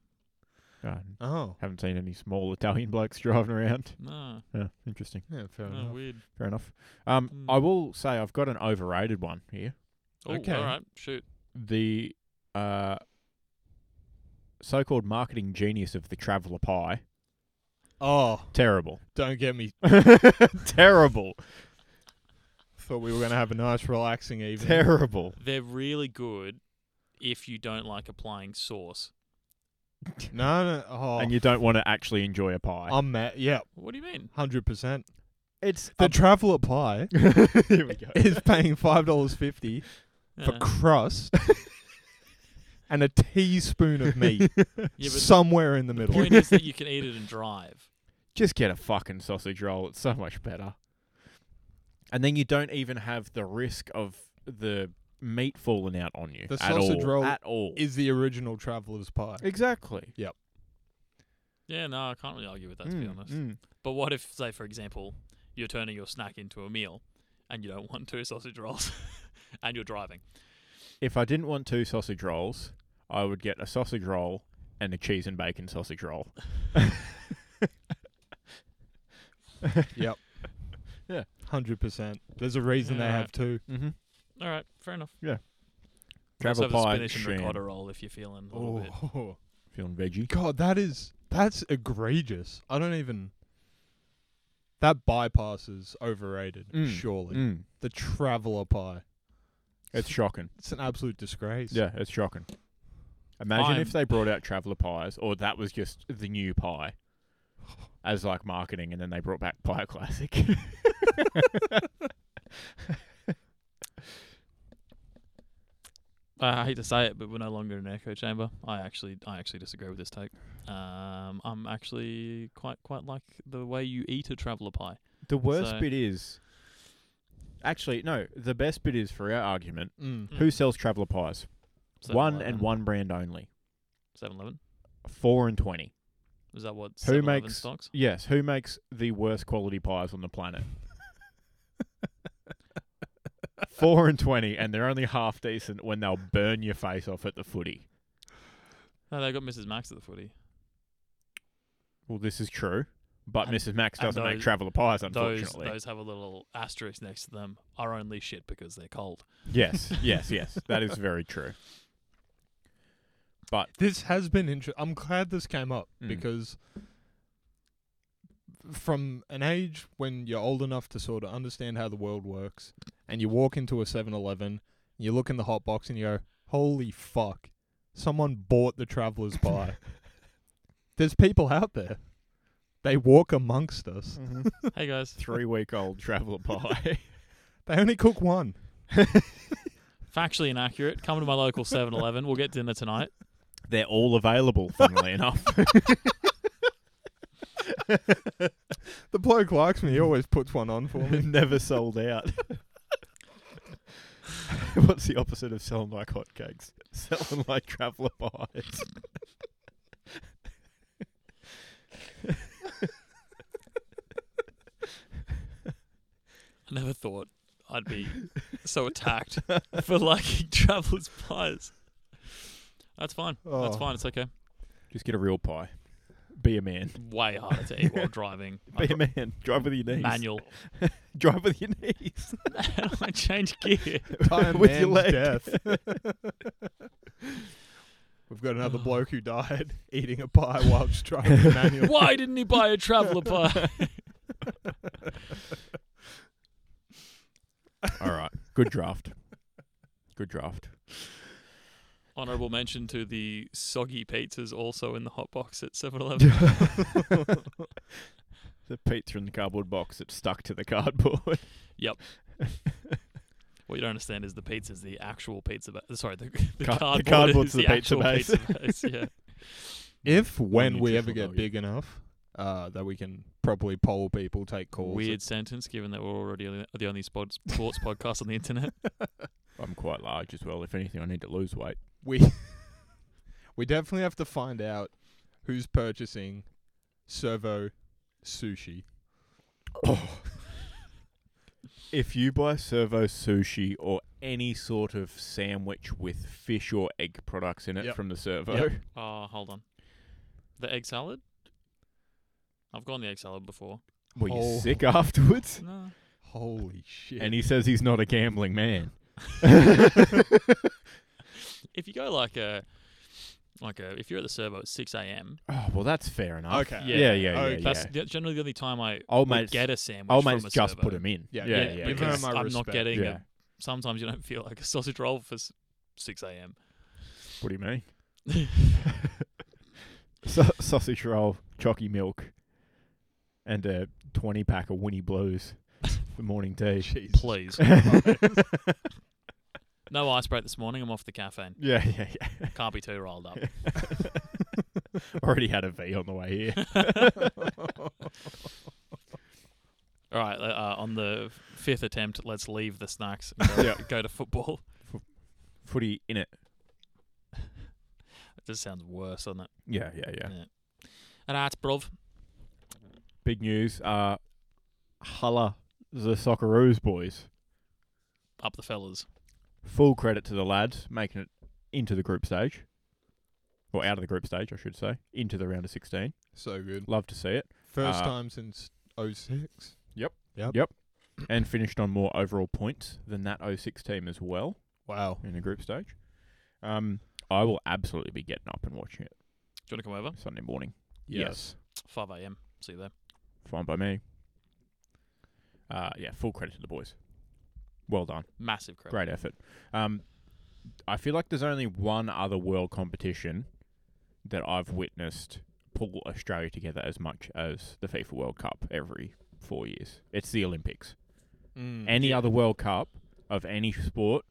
S2: Uh,
S1: Oh.
S2: haven't seen any small Italian blokes driving around.
S3: No,
S2: Yeah, interesting.
S1: Yeah, fair
S3: no,
S1: enough.
S3: weird.
S2: Fair enough. Um,
S3: Hmm.
S2: I will say I've got an overrated one here.
S3: Oh,
S1: Okay.
S3: all right, shoot.
S2: The uh, so-called marketing genius of the traveller pie.
S1: Oh,
S2: Terrible.
S1: don't get me.
S2: Terrible.
S1: Thought we were going to have a nice, relaxing evening.
S2: Terrible.
S3: They're really good if you don't like applying sauce.
S1: No, no. Oh,
S2: And you don't want to actually enjoy a pie.
S1: I'm mad. Yeah,
S3: What do you mean?
S1: 100%.
S2: it's
S3: Um,
S1: The Traveller Pie
S2: here we go.
S1: is paying $5.50 for
S3: Yeah.
S1: crust and a teaspoon of meat
S3: yeah, but
S1: somewhere in the
S3: the
S1: middle.
S3: point is that you can eat it and drive.
S2: Just get a fucking sausage roll. It's so much better. And then you don't even have the risk of the meat falling out on you
S1: The
S2: at
S1: sausage
S2: all.
S1: roll
S2: at all.
S1: Is the original Traveller's Pie.
S2: exactly.
S3: Yeah, no, I can't really argue with that to be
S2: Mm,
S3: honest.
S2: mm.
S3: But what if, say, for example, you're turning your snack into a meal, and you don't want two sausage rolls, and you're driving?
S2: If I didn't want two sausage rolls, I would get a sausage roll and a cheese and bacon sausage roll.
S1: Yep.
S2: Yeah.
S1: 100%. There's a reason
S3: Yeah,
S1: they
S3: right.
S1: have two.
S2: Mm-hmm.
S3: All right, fair enough. Let's
S2: Travel
S3: have the
S2: pie.
S3: spinach and
S2: sham.
S3: ricotta roll if you're feeling a little bit.
S1: Oh,
S2: Feeling veggie.
S1: God, that is. That's egregious. I don't even. That bypasses overrated,
S2: Mm.
S1: surely.
S2: Mm.
S1: The Traveller Pie.
S2: It's shocking.
S1: It's an absolute disgrace.
S2: Yeah, it's shocking. Imagine
S3: I'm-
S2: if they brought out traveller pies, or that was just the new pie as like marketing, and then they brought back Pie Classic.
S3: Uh, I hate to say it, but we're no longer in an echo chamber. I actually, I actually disagree with this take. Um, I'm actually quite, quite like the way you eat a traveller pie.
S2: the worst
S3: So-
S2: bit is actually no. The best bit is for our argument:
S1: Mm.
S2: who sells traveller pies? one and
S3: 7-Eleven.
S2: one brand only.
S3: 7-Eleven.
S2: Four and twenty.
S3: Is that what? 7-Eleven
S2: makes-
S3: stocks?
S2: Yes, who makes the worst quality pies on the planet? Four and twenty, and they're only half decent when they'll burn your face off at the footy.
S3: No, they got Mrs. Max at the footy.
S2: Well, this is true, but
S3: And-
S2: Mrs. Max
S3: and
S2: doesn't make
S3: those-
S2: traveller pies,
S3: Those,
S2: unfortunately.
S3: those have a little asterisk next to them. Are only shit because they're cold.
S2: Yes, yes, yes. That is very true. But
S1: This has been interesting. I'm glad this came up
S2: Mm.
S1: because from an age when you're old enough to sort of understand how the world works, and you walk into a 7 Eleven, you look in the hot box and you go, Holy fuck, someone bought the Traveler's Pie. There's people out there. They walk amongst us.
S2: Mm-hmm.
S3: hey guys,
S2: three week old traveller pie.
S1: They only cook one.
S3: factually inaccurate. Come to my local 7-Eleven. We'll get dinner tonight.
S2: They're all available, funnily enough.
S1: The bloke likes me. He always puts one on for me.
S2: Never sold out. What's the opposite of selling like hotcakes? Selling like traveller pies.
S3: I never thought I'd be so attacked for liking traveller's pies. That's fine. That's
S1: Oh.
S3: fine. It's okay.
S2: Just get a real pie. Be a man.
S3: Way harder to eat while driving. I
S2: Be a man. Drive with your knees.
S3: manual.
S2: Drive with your knees.
S3: How do I change gear?
S1: Time
S2: With your
S1: man's
S2: leg.
S1: death. We've got another bloke who died eating a pie whilst driving a manual.
S3: Why didn't he buy a traveller pie?
S2: All right. Good draft. Good draft.
S3: Honourable mention to the soggy pizzas also in the hot box at 7-Eleven.
S2: The pizza in the cardboard box that's stuck to the cardboard.
S3: What you don't understand is the pizza is the actual pizza. Ba- sorry, the, the
S2: Ca- the
S3: cardboard,
S2: cardboard's
S3: is
S2: the
S3: the,
S2: pizza
S3: actual
S2: base.
S3: pizza base. Yeah.
S1: If when
S2: you
S1: we
S2: just
S1: ever
S2: will
S1: get
S2: know, yeah.
S1: big enough, uh, that we can properly poll people, take calls.
S3: Weird sentence, given that we're already the- the only sports, sports podcast on the internet.
S2: I'm quite large as well. If anything, I need to lose weight.
S1: We we definitely have to find out who's purchasing servo sushi.
S2: If you buy servo sushi or any sort of sandwich with fish or egg products in it
S1: Yep.
S2: from the servo,
S1: Yep.
S3: Oh, hold on. The egg salad. I've gone the egg salad before.
S2: were you
S1: Oh.
S2: sick afterwards?
S3: No.
S1: Holy shit!
S2: And he says he's not a gambling man.
S3: If you go like a, like a, if you're at the servo at six a.m.,
S2: Oh, well, that's fair enough.
S1: Okay. Oh,
S3: Yeah.
S2: Yeah, yeah, yeah.
S1: Okay.
S2: yeah.
S3: that's the- generally the only time I
S2: Old
S3: would
S2: mate's,
S3: get a sandwich.
S2: old
S3: from
S2: mate's
S3: a
S2: just
S3: servo.
S2: put him in.
S1: Yeah,
S2: yeah,
S1: yeah,
S2: yeah.
S1: give him
S3: because
S1: my
S3: I'm not
S1: respect.
S3: getting.
S2: Yeah.
S3: A, sometimes you don't feel like a sausage roll for s- six a.m.
S2: What do you mean? Sa- sausage roll, chalky milk, and a 20 pack of Winnie Blues for morning tea.
S1: Jesus
S3: Please.
S1: Christ.
S3: No ice break this morning. I'm off the caffeine.
S2: Yeah, yeah,
S3: Can't be too rolled up.
S2: yeah. Already had a V on the way here.
S3: All right. Uh, uh, on the fifth attempt, let's leave the snacks. And go,
S2: Yeah.
S3: go to football.
S2: Footy in it.
S3: It just sounds worse, doesn't it?
S2: Yeah, yeah, yeah.
S3: And that's bruv.
S2: Big news. Uh, Hulla, the Socceroos boys.
S3: Up the fellas.
S2: Full credit to the lads making it into the group stage. Or out of the group stage, I should say. Into the round of 16.
S1: so good.
S2: Love to see it.
S1: First
S2: Uh,
S1: time since 06.
S2: And finished on more overall points than that 06 team as well.
S1: Wow.
S2: in the group stage. Um, I will absolutely be getting up and watching it
S3: Do you want to come over?
S2: Sunday morning.
S1: Yes.
S3: 5 a.m. See you there.
S2: Fine by me. Uh, yeah, full credit to the boys. Well done.
S3: Massive crowd.
S2: Great effort. Um, I feel like there's only one other world competition that I've witnessed pull Australia together as much as the FIFA World Cup every four years. It's the Olympics.
S1: Mm.
S2: any other World Cup of any sport,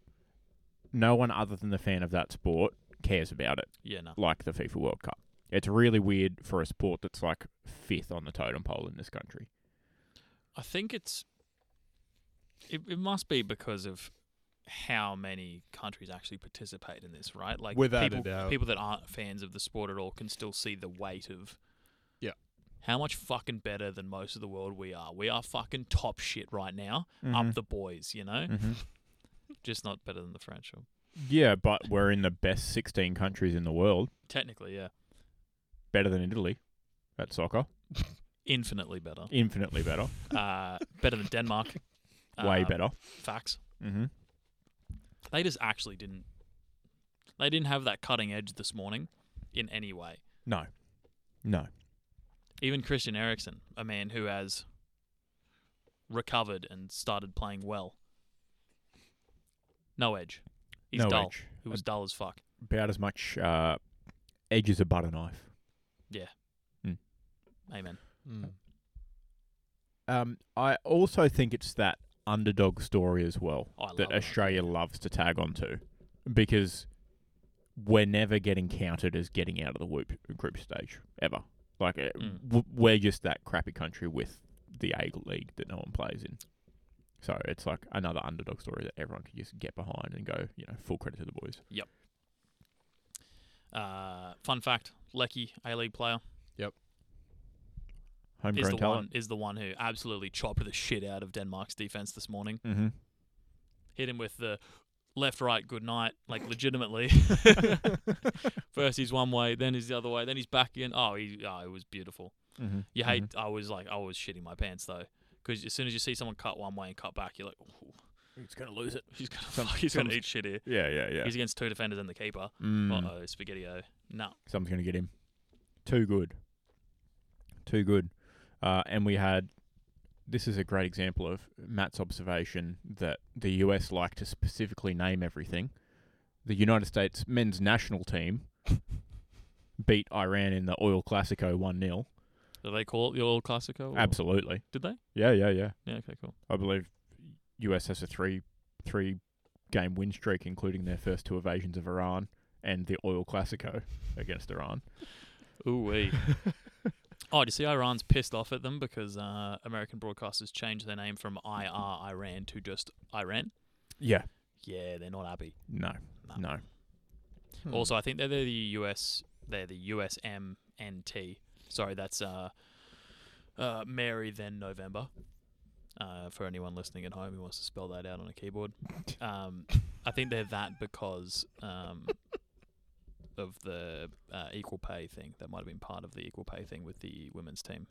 S2: no one other than the fan of that sport cares about it
S3: Yeah, no.
S2: like the FIFA World Cup. It's really weird for a sport that's like fifth on the totem pole in this country.
S3: I think it's. It, it must be because of how many countries actually participate in this, right? Like
S1: Without a
S3: people,
S1: doubt.
S3: people that aren't fans of the sport at all can still see the weight of.
S1: Yeah.
S3: How much fucking better than most of the world we are? We are fucking top shit right now.
S2: Mm-hmm.
S1: Mm-hmm.
S3: Up the boys, you know, just not better than the French. Or
S2: Yeah, but we're in the best 16 countries in the world,
S3: technically, yeah,
S2: better than Italy at soccer,
S3: infinitely better.
S2: infinitely better,
S3: Uh, better than Denmark.
S2: way
S3: Uh,
S2: better.
S3: Facts.
S2: Mm-hmm.
S3: They just actually didn't. They didn't have that cutting edge this morning, in any way.
S2: No, no.
S3: Even Christian Eriksen, a man who has recovered and started playing well. No edge. He's
S2: no
S3: dull.
S2: edge.
S3: He was dull as fuck.
S2: About as much uh, edge as a butter knife.
S3: Amen.
S1: Mm.
S2: Um, I also think it's that underdog story as well
S3: I love
S2: that
S3: that.
S2: Australia loves to tag onto because we're never getting counted as getting out of the whoop, group stage ever. Like uh,
S3: Mm.
S2: w- we're just that crappy country with the A league that no one plays in. So it's like another underdog story that everyone can just get behind and go, you know, full credit to the boys.
S3: Uh, fun fact: Lecky, A League player, is
S2: Homegrown
S3: the one
S2: talent.
S3: is the one who absolutely chopped the shit out of Denmark's defense this morning.
S2: Mm-hmm.
S3: Hit him with the left, right, good night, like legitimately. First he's one way, then he's the other way, then he's back again. Oh, he, oh it was beautiful.
S2: Mm-hmm.
S3: You hate. I was like, I was shitting my pants though, because as soon as you see someone cut one way and cut back, you're like, "Ooh,
S2: It's gonna lose it.
S3: he's gonna
S2: Some-
S3: fuck, he's gonna
S2: someone's-
S3: eat shit here.
S2: Mm-hmm. Yeah, yeah, yeah.
S3: He's against two defenders and the keeper.
S2: Mm.
S3: Uh oh, spaghetti-o. No,
S2: Something's going to get him. Too good. Too good. Uh, and we had. This is a great example of Matt's observation that the US like to specifically name everything. The United States men's national team beat Iran in the Oil Classico 1 0.
S3: do they call it the old classico? or-
S2: Absolutely.
S3: Did they?
S2: Yeah, yeah, yeah.
S3: Yeah. Okay. Cool.
S2: I believe US has a three three game win streak, including their first two evasions of Iran and the Oil Classico against Iran.
S3: Ooh wee. oh, do you see Iran's pissed off at them because uh, American broadcasters changed their name from IR Iran to just Iran?
S2: Yeah.
S3: Yeah, they're not happy.
S2: No.
S3: No.
S2: No. Hmm.
S3: Also, I think they're the US. They're the USMNT. Sorry, that's uh, uh, Mary then November. Uh, for anyone listening at home who wants to spell that out on a keyboard, um, I think they're that because um, of the uh, equal pay thing. That might have been part of the equal pay thing with the women's team,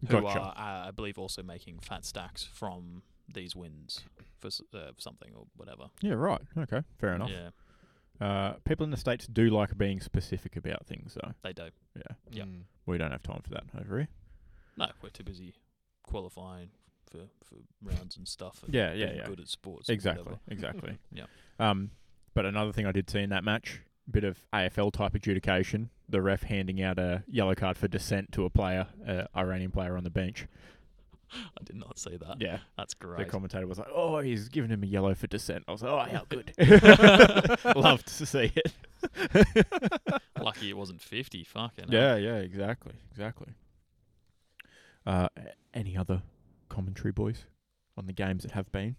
S3: who
S2: Gotcha.
S3: are, uh, I believe, also making fat stacks from these wins for s- uh, something or whatever.
S2: Yeah, right. Okay. Fair enough.
S3: Yeah,
S2: Uh, people in the States do like being specific about things, though.
S3: they do.
S2: Yeah.
S3: Yeah.
S1: Mm.
S2: We don't have time for that over here.
S3: No, we're too busy qualifying for, for rounds and stuff. And
S2: Yeah, yeah,
S3: being
S2: yeah.
S3: Good at sports. and
S2: Exactly.
S3: whatever.
S2: Exactly.
S3: Yeah.
S2: Um, but another thing I did see in that match, bit of AFL type adjudication, the ref handing out a yellow card for dissent to a player, uh, Iranian player on the bench.
S3: I did not see that.
S2: Yeah.
S3: That's
S2: The
S3: great.
S2: commentator was like, "Oh, he's giving him a yellow for dissent." I was like, "Oh, how good!" Loved to see it.
S3: Lucky it wasn't 50. Fucking hell.
S2: Yeah, yeah, exactly, exactly. Uh, a- any other commentary, boys, on the games that have been?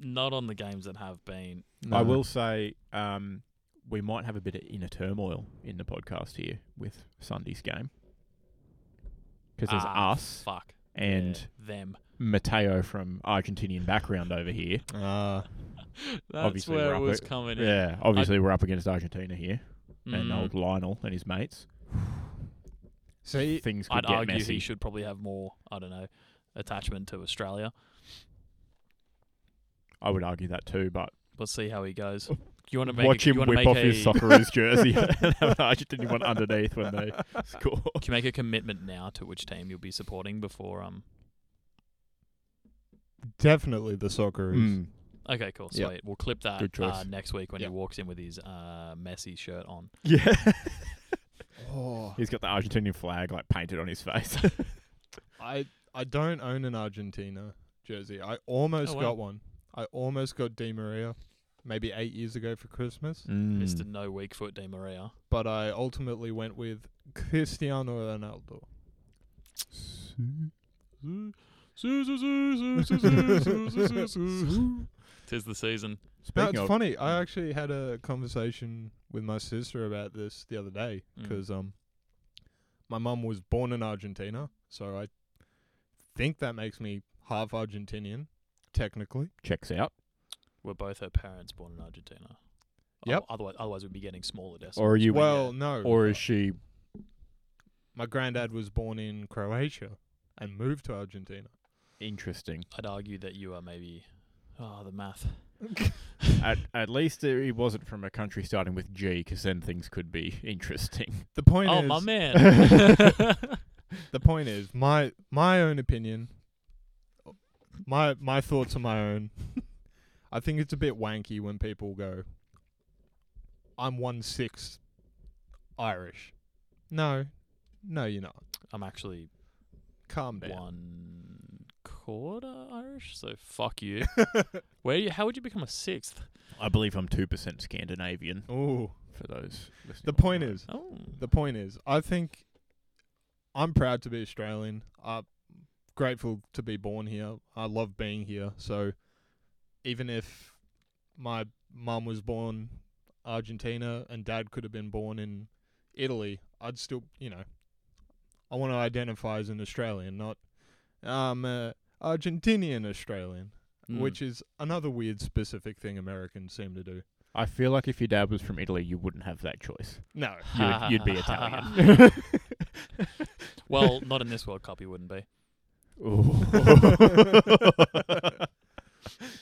S3: Not on the games that have been.
S2: I will say um, we might have a bit of inner turmoil in the podcast here with Sunday's game because there's
S3: Ah,
S2: us
S3: Fuck.
S2: and
S3: Yeah, them.
S2: Mateo from Argentinian background over here.
S1: Ah,
S3: That's
S2: Obviously
S3: where
S2: we're
S3: it
S2: up
S3: was
S2: at-
S3: coming in.
S2: Yeah, obviously we're up against Argentina here and
S3: Mm.
S2: old Lionel and his mates.
S1: see,
S2: Things could
S3: I'd
S2: get
S3: argue
S2: messy.
S3: he should probably have more, I don't know, attachment to Australia.
S2: I would argue that too, but
S3: We'll see how he goes. You want to make
S2: watch
S3: a,
S2: him
S3: you wanna
S2: whip
S3: make
S2: off
S3: a,
S2: his Socceroos jersey and have an Argentinian one underneath when they score.
S3: Can you make a commitment now to which team you'll be supporting before um
S1: definitely the Socceroos.
S2: Mm.
S3: Okay, cool. Sweet.
S1: Yep.
S3: We'll clip that
S2: Good choice.
S3: Uh, next week when
S2: Yep.
S3: he walks in with his uh, Messi shirt on.
S2: Yeah,
S1: Oh,
S2: he's got the Argentinian flag like painted on his face.
S1: I I don't own an Argentina jersey. I almost
S3: Oh, wow.
S1: got one. I almost got Di Maria, maybe eight years ago for Christmas.
S2: Hmm.
S3: Mr. No Weak Foot Di Maria.
S1: But I ultimately went with Cristiano Ronaldo.
S3: Tis the season.
S1: No,
S2: Speaking
S1: it's
S2: of- Mm.
S1: funny. I actually had a conversation with my sister about this the other day
S3: Mm.
S1: because um, my mum was born in Argentina, so I think that makes me half Argentinian, technically.
S2: checks out,
S3: Were both her parents born in Argentina?
S1: Yep.
S3: Oh, otherwise, otherwise we'd be getting smaller decimals.
S2: or are you?
S1: well, no.
S2: or is she?
S1: my granddad was born in Croatia and moved to Argentina.
S2: Interesting.
S3: I'd argue that you are maybe. Oh, the math.
S2: At, at least he wasn't from a country starting with G, because then things could be interesting.
S1: The point
S3: Oh,
S1: is,
S3: my man.
S1: the point is, my my own opinion, my my thoughts are my own. I think it's a bit wanky when people go, "I'm one sixth Irish." No, no, you're not.
S3: I'm actually
S1: Calm down.
S3: one quarter Irish, so fuck you. Where? You, how would you become a sixth?
S2: I believe I'm two percent Scandinavian.
S1: Ooh,
S2: For those. Listening
S1: the point
S2: online.
S1: is,
S3: Oh,
S1: The point is, I think I'm proud to be Australian. I'm grateful to be born here. I love being here. So even if my mum was born Argentina and dad could have been born in Italy, I'd still, you know, I want to identify as an Australian, not um uh, Argentinian Australian,
S3: Mm.
S1: which is another weird specific thing Americans seem to do.
S2: I feel like if your dad was from Italy, you wouldn't have that choice.
S1: No,
S2: You would, you'd be Italian.
S3: well, not in this World Cup, he wouldn't be.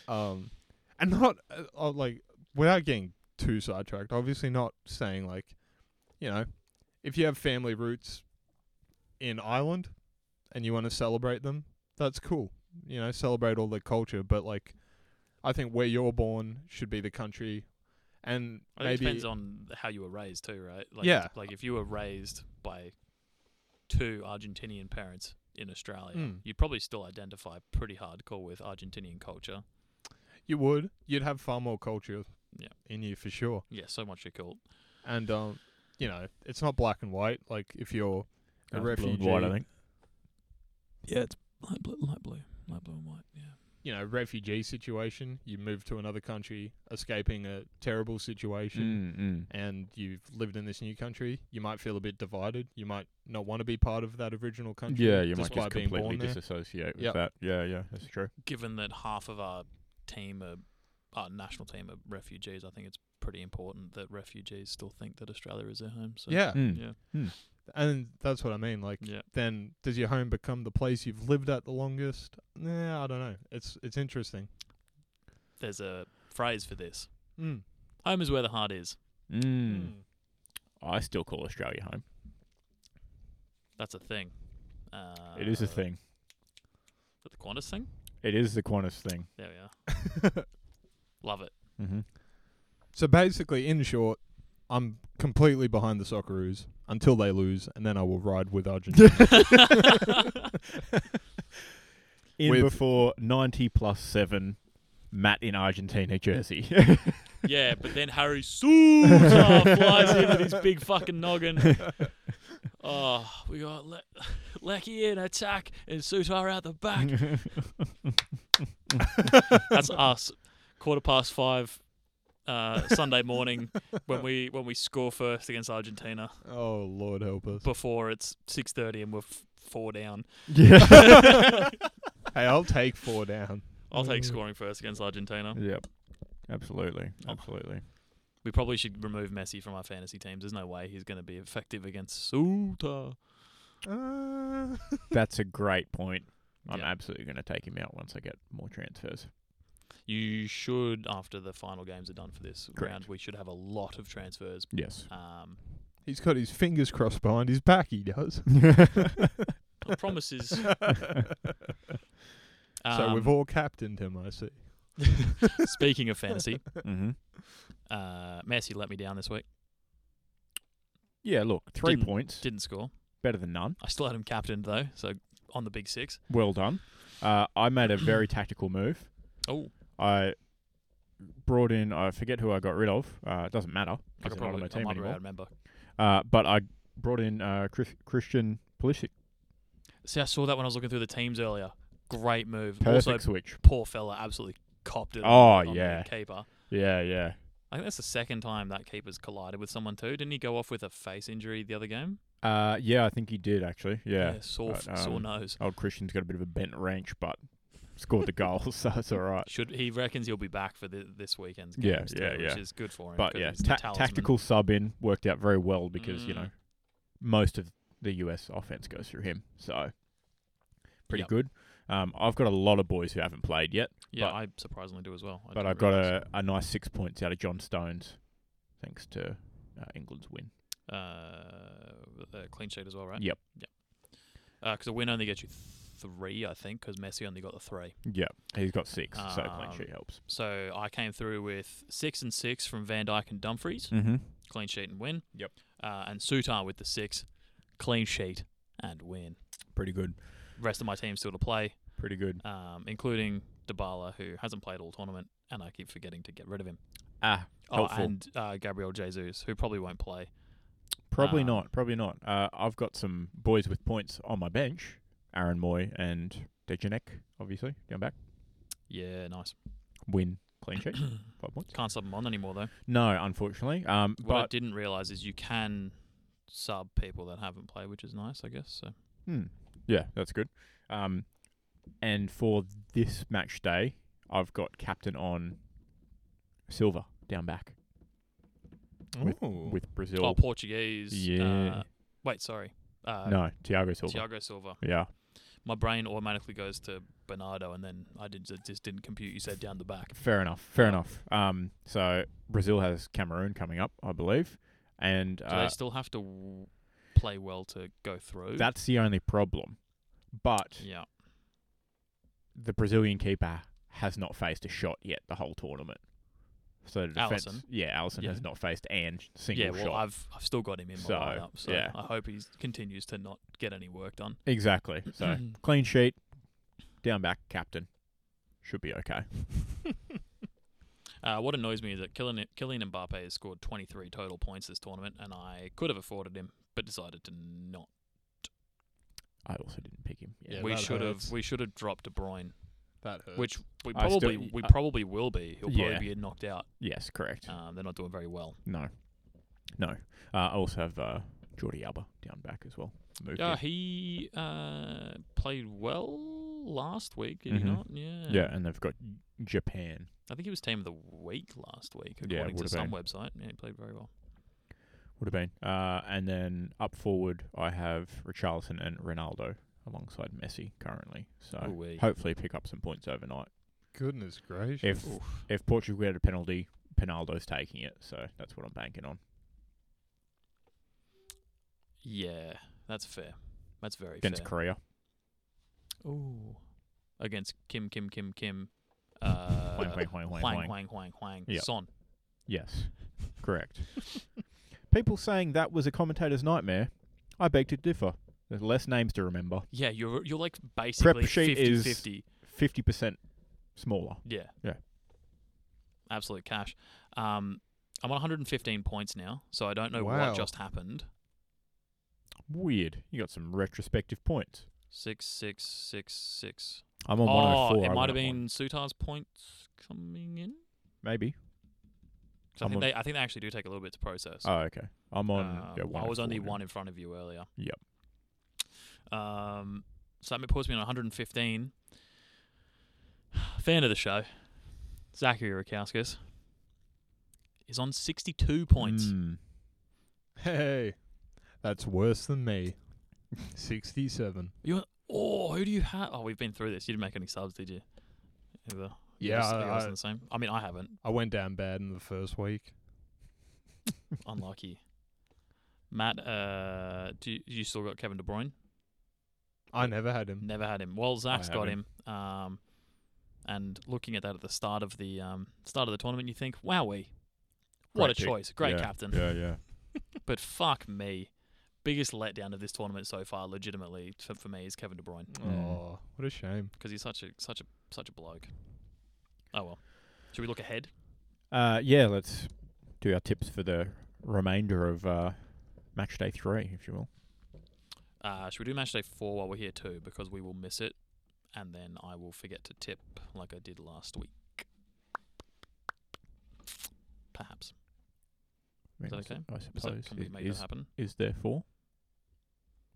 S1: um, and not uh, uh, like without getting too sidetracked. Obviously, not saying like, you know, if you have family roots in Ireland and you want to celebrate them, that's cool. You know, celebrate all their culture, but like, I think where you're born should be the country, and
S3: I think it
S1: maybe
S3: depends on how you were raised too, right? Like,
S1: Yeah.
S3: Like if you were raised by two Argentinian parents in Australia,
S1: Mm.
S3: you'd probably still identify pretty hardcore with Argentinian culture.
S1: You would. You'd have far more culture
S3: Yeah.
S1: in you for sure.
S3: Yeah, so much a cult.
S1: And um, you know, it's not black and white. Like if you're a
S2: That's blue and
S1: refugee,
S2: white, I think.
S3: Yeah, it's light blue, light blue, light blue and white. Yeah.
S1: you know, refugee situation, you move to another country, escaping a terrible situation.
S2: Mm,
S1: And you've lived in this new country, you might feel a bit divided. You might not want to be part of that original
S2: mm.
S1: country.
S2: Yeah, you might
S1: despite
S2: just
S1: being
S2: completely
S1: born there.
S2: disassociate with
S1: Yep.
S2: that. Yeah, yeah, that's true.
S3: Given that half of our team are our national team are refugees, I think it's pretty important that refugees still think that Australia is their home. So
S1: Uh, Yeah,
S2: Mm.
S3: yeah,
S1: and that's what I mean. Like,
S3: yeah.
S1: then does your home become the place you've lived at the longest? Nah, I don't know. It's it's interesting.
S3: There's a phrase for this:
S1: Mm.
S3: "Home is where the heart is."
S2: Mm.
S3: Hmm.
S2: I still call Australia home.
S3: That's a thing. Uh,
S2: it is a thing.
S3: The Qantas thing.
S2: It is the Qantas thing.
S3: There we are. Love it.
S2: Mm-hmm.
S1: So basically, in short, I'm completely behind the Socceroos until they lose, and then I will ride with Argentina.
S2: In
S1: With-
S2: before 90 plus 7, Matt in Argentina jersey.
S3: Yeah, but then Harry Sousa flies in with his big fucking noggin. Oh, we got Le- Lecky in attack and Soutar out the back. That's us. Quarter past five uh, Sunday morning when we when we score first against Argentina
S1: oh Lord, help us!
S3: before it's six thirty and we're f- four down.
S2: yeah.
S1: hey, I'll take four down.
S3: I'll take scoring first against Argentina.
S2: yep. Absolutely.
S3: Oh.
S2: Absolutely.
S3: We probably should remove Messi from our fantasy teams. There's no way he's going to be effective against Soutar.
S1: Uh,
S2: That's a great point. I'm
S3: Yeah.
S2: absolutely going to take him out once I get more transfers.
S3: You should, after the final games are done for this
S2: Correct.
S3: round, we should have a lot of transfers.
S2: Yes.
S3: Um,
S1: he's got his fingers crossed behind his back. He does.
S3: the promise is.
S1: so
S3: um,
S1: we've all captained him. I see.
S3: speaking of fantasy,
S2: mm-hmm.
S3: uh, Messi let me down this week.
S2: Yeah, look, 3
S3: Didn't-
S2: points.
S3: Didn't score.
S2: better than none.
S3: I still had him captained though, so on the big six.
S2: Well done. Uh, I made a very tactical move.
S3: Oh,
S2: I brought in I forget who I got rid of. Uh, it doesn't matter
S3: I
S2: because
S3: could
S2: I'm not on
S3: probably
S2: my
S3: I
S2: team
S3: might be able to
S2: anymore.
S3: remember.
S2: Uh, but I brought in uh, Chris, Christian Pulisic.
S3: See, I saw that when I was looking through the teams earlier. Great move.
S2: Perfect
S3: Also,
S2: switch.
S3: poor fella absolutely copped it.
S2: Oh,
S3: on the
S2: yeah.
S3: keeper.
S2: Yeah, yeah.
S3: I think that's the second time that keeper's collided with someone too. Didn't he go off with a face injury the other game?
S2: Uh, yeah, I think he did actually. Yeah.
S3: sore, f
S2: but,
S3: sore
S2: um,
S3: nose.
S2: Old Christian's got a bit of a bent wrench, but scored the goal, so it's all right.
S3: Should he reckons he'll be back for the, this weekend's
S2: Yeah,
S3: games,
S2: yeah,
S3: too,
S2: yeah.
S3: which is good for him.
S2: But
S3: 'cause
S2: yeah,
S3: he's the
S2: ta-
S3: talisman.
S2: tactical sub in worked out very well because you
S3: Mm.
S2: know most of the US offense goes through him, so pretty
S3: Yep.
S2: good. Um, I've got a lot of boys who haven't played yet.
S3: Yeah,
S2: but-
S3: I surprisingly do as well. I
S2: but
S3: didn't
S2: I got
S3: realise.
S2: a, a nice six points out of John Stones, thanks to uh, England's win.
S3: uh, a clean sheet as well, right?
S2: Yep.
S3: Because a win only gets you three, I think, because Messi only got the three.
S2: Yeah, he's got six, so clean
S3: Um,
S2: sheet helps.
S3: So I came through with six and six from Van Dyke and Dumfries,
S2: Mm-hmm.
S3: clean sheet and win.
S2: Yep.
S3: Uh, and Sutar with the six, clean sheet and win.
S2: Pretty good.
S3: Rest of my team still to play,
S2: Pretty good.
S3: um, including Dybala, who hasn't played all tournament, and I keep forgetting to get rid of him.
S2: Ah,
S3: Oh,
S2: Helpful.
S3: and uh, Gabriel Jesus, who probably won't play.
S2: probably
S3: uh,
S2: not. Probably not. Uh, I've got some boys with points on my bench: Aaron Moy and Dejanek, obviously down back.
S3: Yeah, nice.
S2: Win clean sheet, five points.
S3: Can't sub them on anymore though.
S2: No, unfortunately. Um,
S3: What I
S2: but
S3: didn't realize is you can sub people that haven't played, which is nice, I guess. So
S2: hmm, yeah, that's good. Um, and for this match day, I've got captain on Silva down back.
S1: Ooh.
S2: with Brazil.
S3: oh, Portuguese.
S2: Yeah.
S3: Uh, wait, sorry. Uh,
S2: no, Thiago Silva.
S3: Thiago Silva.
S2: Yeah.
S3: My brain automatically goes to Bernardo, and then I did, it just didn't compute. You said down the back.
S2: Fair enough. Fair enough. Um, so Brazil has Cameroon coming up, I believe, and
S3: Do
S2: uh,
S3: they still have to w- play well to go through?
S2: that's the only problem. But
S3: yeah.
S2: the Brazilian keeper has not faced a shot yet the whole tournament. So the defense,
S3: Allison?
S2: yeah, Allison
S3: Yeah.
S2: has not faced and single
S3: yeah, well,
S2: shot.
S3: I've I've still got him in my
S2: So,
S3: lineup, so
S2: yeah.
S3: I hope he continues to not get any work done.
S2: Exactly. So clean sheet, down back captain, should be okay.
S3: Uh, what annoys me is that Kylian, Kylian Mbappe has scored 23 total points this tournament, and I could have afforded him, but decided to not.
S2: I also didn't pick him.
S1: Yeah,
S3: we
S1: that
S3: should
S1: hurts.
S3: have we should have dropped De Bruyne,
S1: That hurts.
S3: which we
S2: Uh, I still-
S3: probably we
S2: I-
S3: probably will be. He'll
S2: Yeah.
S3: probably be knocked out.
S2: Yes, correct.
S3: Um, they're not doing very well.
S2: No, no. Uh, I also have uh, Jordi Alba down back as well. Moved
S3: Yeah,
S2: him.
S3: he uh, played well last week, did
S2: Mhm.
S3: he not? Yeah.
S2: yeah, and they've got Japan.
S3: I think he was team of the week last week,
S2: Yeah,
S3: according to
S2: would've
S3: some
S2: been.
S3: website. Yeah, he played very well.
S2: Would have been. Uh, and then up forward, I have Richarlison and Ronaldo alongside Messi currently. So
S3: Ooh-wee.
S2: hopefully pick up some points overnight.
S1: Goodness gracious.
S2: If if Portugal get a penalty, Penaldo's taking it. So that's what I'm banking on.
S3: Yeah, that's fair. That's very
S2: Against
S3: fair.
S2: Korea,
S3: Ooh. Against Kim, Kim, Kim, Kim. Uh,
S2: Huang, huang, huang, huang,
S3: Huang,
S2: huang.
S3: Huang, Huang, Huang.
S2: Yep.
S3: Son.
S2: yes, correct. People saying that was a commentator's nightmare. I beg to differ. There's less names to remember.
S3: Yeah, you're you're like basically
S2: sheet
S3: fifty
S2: is-
S3: fifty.
S2: Fifty percent smaller.
S3: Yeah.
S2: Yeah.
S3: Absolute cash. Um, I'm on 115 points now, so I don't know
S1: Wow.
S3: what just happened.
S2: Weird. You got some retrospective points.
S3: Six, six, six, six.
S2: I'm on
S3: oh,
S2: 104. I
S3: it
S2: went
S3: might have
S2: up one.
S3: been Sutar's points coming in.
S2: maybe.
S3: 'Cause I
S2: I'm
S3: think
S2: on-
S3: they, I think they actually do take a little bit to process.
S2: Oh, okay. I'm on.
S3: Um,
S2: yeah,
S3: I was
S2: 104
S3: only
S2: now.
S3: one in front of you earlier.
S2: Yep.
S3: Um, so that puts me on 115. Fan of the show, Zachary Rakowskis, is on 62 points.
S2: Mm.
S1: hey, that's worse than me. 67.
S3: You oh, who do you have? Oh, we've been through this. You didn't make any subs, did you? Either. You
S1: Yeah,
S3: just-
S1: I-
S3: you guys
S1: I-
S3: are the same. I mean, I haven't.
S1: I went down bad in the first week.
S3: Unlucky. Matt, uh, do you, you still got Kevin De Bruyne?
S1: I never had him.
S3: Never had him. Well, Zach's
S2: have
S3: got him.
S2: him.
S3: Um, and looking at that at the start of the um, start of the tournament, you think, "Wowee, what
S2: Great
S3: a
S2: pick.
S3: choice! Great
S2: Yeah,
S3: captain."
S2: Yeah, yeah.
S3: But fuck me, biggest letdown of this tournament so far, legitimately for, for me, is Kevin De Bruyne
S2: Mm.
S1: Oh, what a shame.
S3: because he's such a such a such a bloke. Oh well. Should we look ahead?
S2: Uh, yeah. Let's do our tips for the remainder of uh, match day three, if you will.
S3: Uh, should we do match day four while we're here too? Because we will miss it, and then I will forget to tip like I did last week. Perhaps.
S2: I mean,
S3: that
S2: I
S3: okay?
S2: sup- I
S3: Is
S2: suppose
S3: that, can we
S2: it
S3: make that
S2: is,
S3: happen?
S2: is there four?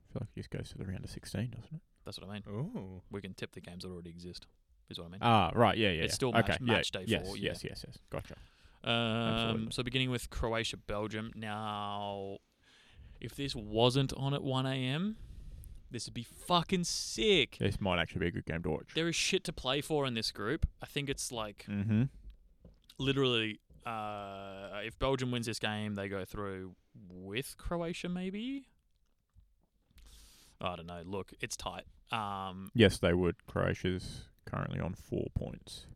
S2: I feel like it just goes to the round of sixteen, doesn't it?
S3: That's what I mean.
S1: Oh.
S3: We can tip the games that already exist. Is what I mean.
S2: Ah, right. Yeah, yeah.
S3: It's
S2: yeah.
S3: still
S2: okay.
S3: match-
S2: yeah,
S3: match day
S2: yes,
S3: four, yeah.
S2: Yes, yes, yes. Gotcha.
S3: Um,
S2: absolutely.
S3: so beginning with Croatia, Belgium. Now, if this wasn't on at 1 a.m., this would be fucking sick.
S2: This might actually be a good game to watch.
S3: There is shit to play for in this group. I think it's like
S2: Mm-hmm.
S3: literally, uh, if Belgium wins this game, they go through with Croatia, maybe. I don't know. Look, it's tight. Um,
S2: Yes, they would. Croatia's currently on four points.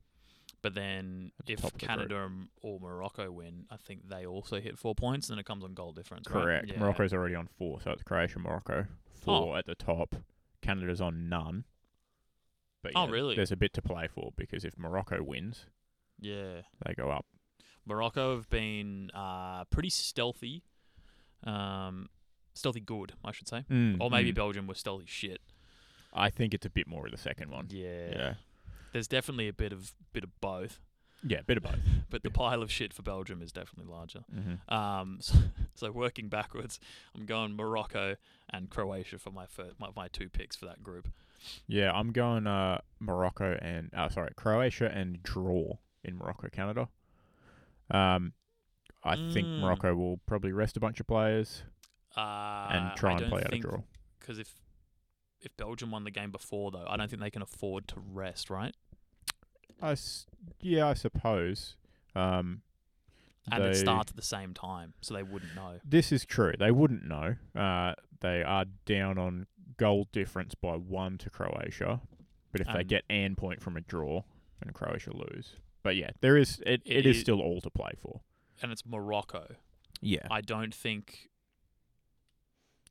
S3: But then
S2: At the
S3: if
S2: top of the group.
S3: Canada m- or Morocco win, I think they also hit four points, and then it comes on goal difference. right?
S2: Correct.
S3: Yeah. Oh.
S2: Morocco's already on four, so it's Croatia, Morocco, four at the top. Canada's on none. But
S3: Oh,
S2: yeah,
S3: really?
S2: There's a bit to play for because if Morocco wins,
S3: Yeah.
S2: they go up.
S3: Morocco have been uh, pretty stealthy, um, stealthy good, I should say, or maybe
S2: Mm-hmm.
S3: Belgium was stealthy
S2: Mm.
S3: shit.
S2: I think it's a bit more of the second one.
S3: Yeah.
S2: Yeah,
S3: There's definitely a bit of bit of both,
S2: yeah, a bit of both.
S3: but the
S2: Yeah.
S3: pile of shit for Belgium is definitely larger.
S2: mm-hmm.
S3: Um, so, so working backwards, I'm going Morocco and Croatia for my first, my, my two picks for that group.
S2: Yeah, I'm going uh, Morocco and uh, sorry, Croatia and draw in Morocco, Canada. Um, I think
S3: Mm.
S2: Morocco will probably rest a bunch of players
S3: Uh,
S2: and try
S3: I
S2: and
S3: don't
S2: play out a
S3: think
S2: draw.
S3: because if if Belgium won the game before though, I don't think they can afford to rest, right?
S2: I s- yeah, I suppose. Um,
S3: And it
S2: they-
S3: starts at the same time, so they wouldn't know.
S2: This is true. They wouldn't know. Uh, they are down on goal difference by one to Croatia, but if they
S3: And-
S2: get an point from a draw, and Croatia lose. But yeah, there is it, it is
S3: It-
S2: still all to play for.
S3: And it's Morocco.
S2: Yeah,
S3: I don't think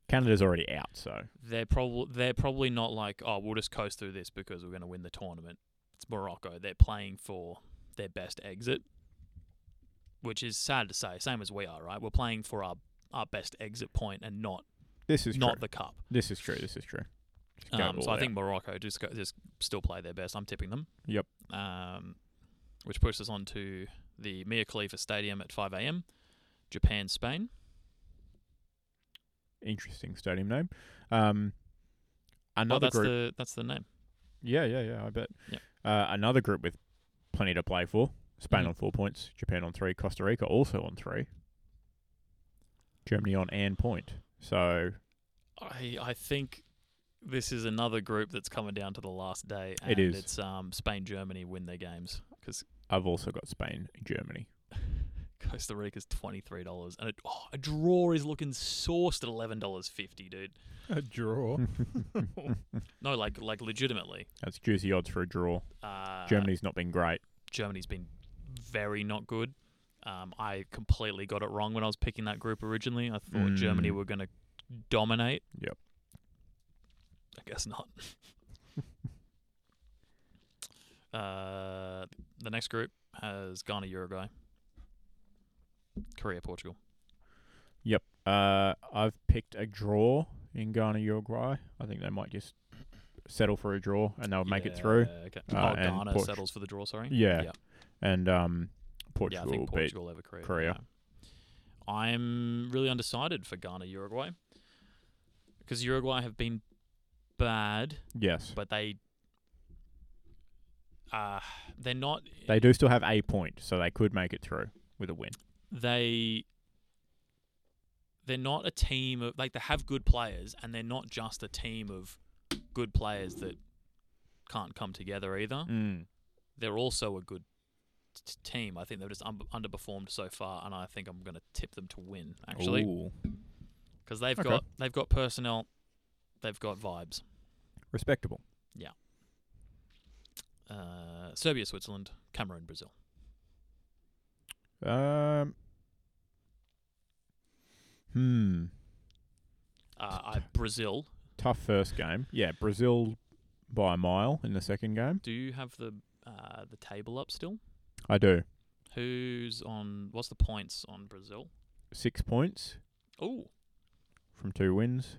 S2: Canada's already out, so
S3: they're probably they're probably not like oh we'll just coast through this because we're going to win the tournament. It's Morocco. They're playing for their best exit. which is sad to say. Same as we are, right? We're playing for our our best exit point and not
S2: This is
S3: not
S2: true.
S3: the cup.
S2: this is true. This is true. Just go
S3: Um, so
S2: all
S3: I think Morocco just go, just still play their best. I'm tipping them.
S2: Yep.
S3: Um, which puts us on to the Mia Khalifa Stadium at 5 a.m. Japan, Spain.
S2: out. interesting stadium name. Um,
S3: Well,
S2: another
S3: Oh, that's
S2: group.
S3: the that's the name.
S2: Yeah, yeah, yeah. I bet.
S3: Yeah.
S2: Uh, another group with plenty to play for. Spain
S3: Mhm.
S2: on four points, Japan on three, Costa Rica also on three, Germany on and point. So
S3: I I think this is another group that's coming down to the last day. And
S2: It is.
S3: It's um, Spain, Germany win their games because
S2: I've also got Spain, Germany.
S3: Costa Rica's twenty three dollars and a, oh, a draw is looking sourced at eleven dollars fifty, dude.
S1: A draw.
S3: No, like like legitimately.
S2: That's juicy odds for a draw.
S3: Uh,
S2: Germany's not been great.
S3: Germany's been very not good. Um, I completely got it wrong when I was picking that group originally. I thought Germany
S2: Mm.
S3: were going to dominate.
S2: Yep.
S3: I guess not. uh, the next group has Ghana, Uruguay, Korea, Portugal.
S2: Uh, I've picked a draw in Ghana, Uruguay. I think they might just settle for a draw and they'll make it
S3: Yeah,
S2: through.
S3: Okay.
S2: Uh,
S3: oh,
S2: and
S3: Ghana
S2: Port-
S3: settles for the draw. Sorry.
S2: Yeah.
S3: Yeah.
S2: And um, Portugal,
S3: yeah, I think
S2: beat
S3: Portugal over Korea.
S2: Korea.
S3: yeah. I'm really undecided for Ghana, Uruguay, because Uruguay have been bad,
S2: Yes,
S3: but they uh, they're not.
S2: they do still have a point, so they could make it through with a win.
S3: They they're not a team of like they have good players, and they're not just a team of good players that can't come together either.
S2: Mm.
S3: They're also a good t- team. I think they've just un- underperformed so far, and I think I'm going to tip them to win. Actually,
S2: Ooh.
S3: because they've
S2: Okay.
S3: got they've got personnel, they've got vibes.
S2: respectable.
S3: Uh, Serbia, Switzerland, Cameroon, Brazil.
S2: Um, hmm,
S3: Uh, I, Brazil.
S2: tough first game. Yeah, Brazil by a mile in the second game.
S3: Do you have the uh, the table up still?
S2: I do
S3: Who's on? What's the points on Brazil?
S2: six points
S3: Oh,
S2: from two wins.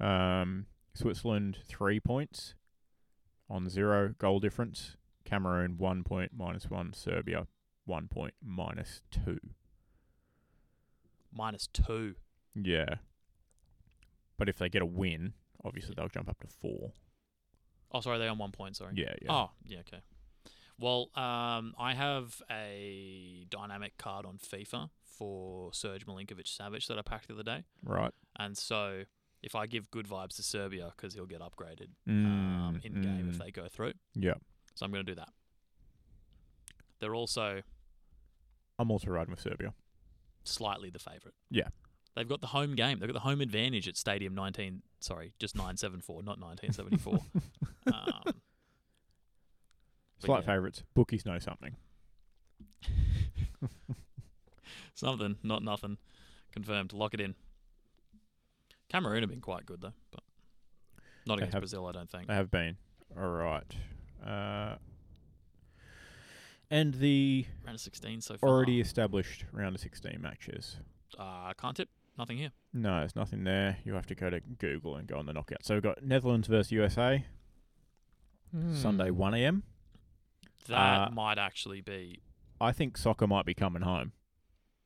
S2: Um, Switzerland three points on zero goal difference. Cameroon one point minus one. Serbia one point minus two.
S3: minus two.
S2: Yeah, but if they get a win, obviously they'll jump up to four.
S3: Oh, sorry, they're on one point. Sorry.
S2: Yeah, yeah.
S3: Oh, yeah. Okay. Well, um, I have a dynamic card on FIFA for Serge Milinkovic Savic that I packed the other day,
S2: Right.
S3: and so if I give good vibes to Serbia because he'll get upgraded um,
S2: Mm,
S3: in game if
S2: mm.
S3: they go through.
S2: Yeah,
S3: So I'm going to do that. They're also
S2: I'm also riding with Serbia.
S3: slightly the favourite.
S2: Yeah.
S3: They've got the home game. They've got the home advantage at Stadium 19. Sorry, just 974, not 1974. um, But
S2: Slight
S3: yeah.
S2: favourites. Bookies know something.
S3: something, not nothing. Confirmed. Lock it in. Cameroon have been quite good, though, but not
S2: They
S3: against
S2: have-
S3: Brazil, I don't think.
S2: They have been. All right. Uh, and the
S3: Round of 16 so far.
S2: already established round of 16 matches.
S3: Uh, can't tip. Nothing here.
S2: No, there's nothing there. You'll have to go to Google and go on the knockout. So we've got Netherlands versus USA,
S3: Hmm.
S2: Sunday 1am.
S3: That
S2: Uh,
S3: might actually be.
S2: I think soccer might be coming home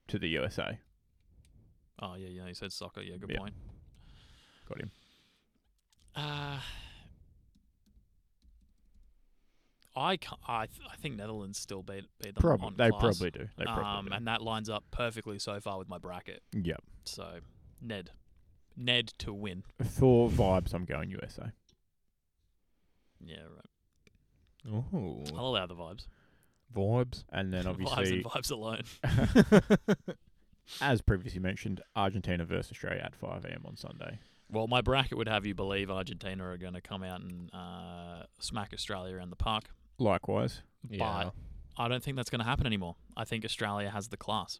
S2: to the USA.
S3: Oh, yeah, yeah. You said soccer. Yeah, good
S2: Yeah.
S3: point.
S2: Got him.
S3: Uh, I ca I, th- I think Netherlands still beat beat them
S2: Probably.
S3: on
S2: They
S3: class.
S2: probably do. They probably
S3: um,
S2: do.
S3: and that lines up perfectly so far with my bracket.
S2: yep.
S3: So, Ned, Ned to win.
S2: For vibes, I'm going USA.
S3: Yeah, right.
S1: Oh.
S3: I'll allow the vibes.
S1: Vibes.
S2: And then
S3: vibes
S2: obviously,
S3: and vibes alone.
S2: as previously mentioned, Argentina versus Australia at 5 a.m. on Sunday.
S3: Well, my bracket would have you believe Argentina are going to come out and uh, smack Australia around the park.
S2: Likewise,
S1: Yeah.
S3: I don't think that's going to happen anymore. I think Australia has the class.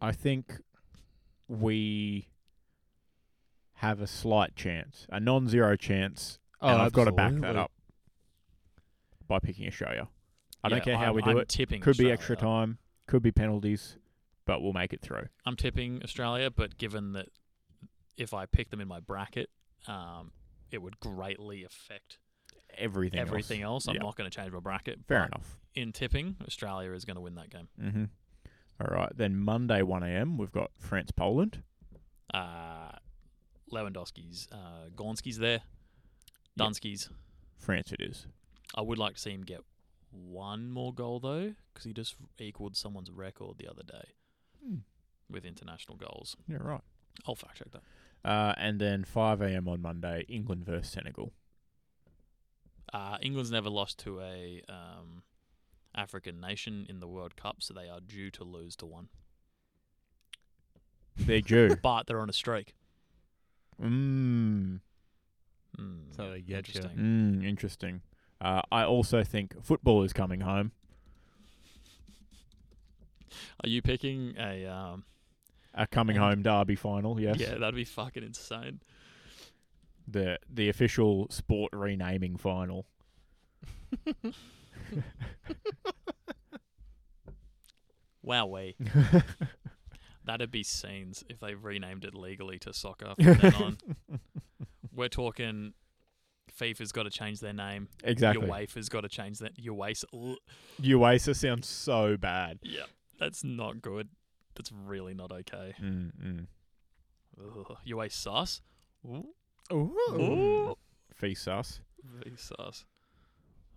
S2: I think we have a slight chance, a non-zero chance,
S1: Oh,
S2: and I've got to back that
S1: absolutely.
S2: up by picking Australia. I don't
S3: Yeah,
S2: care how
S3: I'm-
S2: we do
S3: I'm
S2: it.
S3: Tipping
S2: Could be
S3: Australia.
S2: extra time. Could be penalties, but we'll make it through.
S3: I'm tipping Australia, but given that if I pick them in my bracket, um, it would greatly affect
S2: Everything. else.
S3: everything else. I'm
S2: Yeah.
S3: not going to change my bracket.
S2: Fair
S3: but
S2: enough.
S3: In tipping, Australia is going to win that game.
S2: Mm-hmm. All right. Then Monday, 1 a.m. We've got France Poland.
S3: Uh, Lewandowski's, uh, Gonski's there,
S2: Yep.
S3: Dunsky's.
S2: France it is.
S3: I would like to see him get one more goal though, because he just equaled someone's record the other day
S2: Hmm.
S3: with international goals.
S2: Yeah, right.
S3: I'll fact check that.
S2: Uh, and then 5 a.m. on Monday, England versus Senegal.
S3: Uh, England's never lost to a um, African nation in the World Cup, so they are due to lose to one.
S2: They're due.
S3: But they're on a streak.
S2: Mmm.
S3: Hmm,
S4: So they get you.
S3: interesting.
S2: Mm, interesting. Uh, I also think football is coming home.
S3: Are you picking a? Um,
S2: A coming home derby final, yes.
S3: Yeah, that'd be fucking insane.
S2: The the official sport renaming final.
S3: Wow, we. That'd be scenes if they renamed it legally to soccer from then on. We're talking. FIFA's got to change their name.
S2: Exactly.
S3: Your has got to change that. Your waist.
S2: UEFA sounds so bad.
S3: Yeah, that's not good. That's really not okay.
S2: Mm, mm.
S3: Ugh. Your waist sus.
S2: mm. Ooh. Feast us.
S3: Very sus.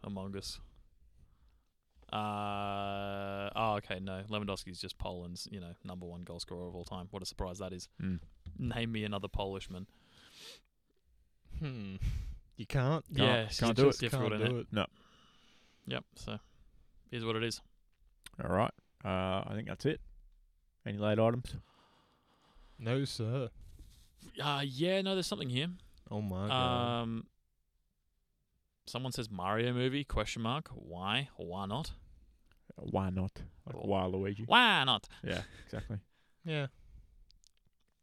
S3: Among Us. Uh, oh, okay, no. Lewandowski's just Poland's, you know, number one goal scorer of all time. What a surprise that is.
S2: Mm.
S3: Name me another Polishman.
S1: Hmm. You can't.
S3: yeah,
S2: Can't-
S3: it's
S2: can't
S3: just
S2: do it.
S3: difficult,
S1: can't
S3: innit?
S1: do it.
S3: Yep, so is what it is.
S2: All right. Uh, I think that's it. Any late items?
S1: No, sir.
S3: Uh, yeah, no, there's something here.
S1: Oh my god.
S3: Um, someone says Mario movie, question mark. Why? Why not?
S2: Why not? Like,
S3: Oh.
S2: why Luigi?
S3: Why not?
S2: Yeah, exactly.
S1: Yeah.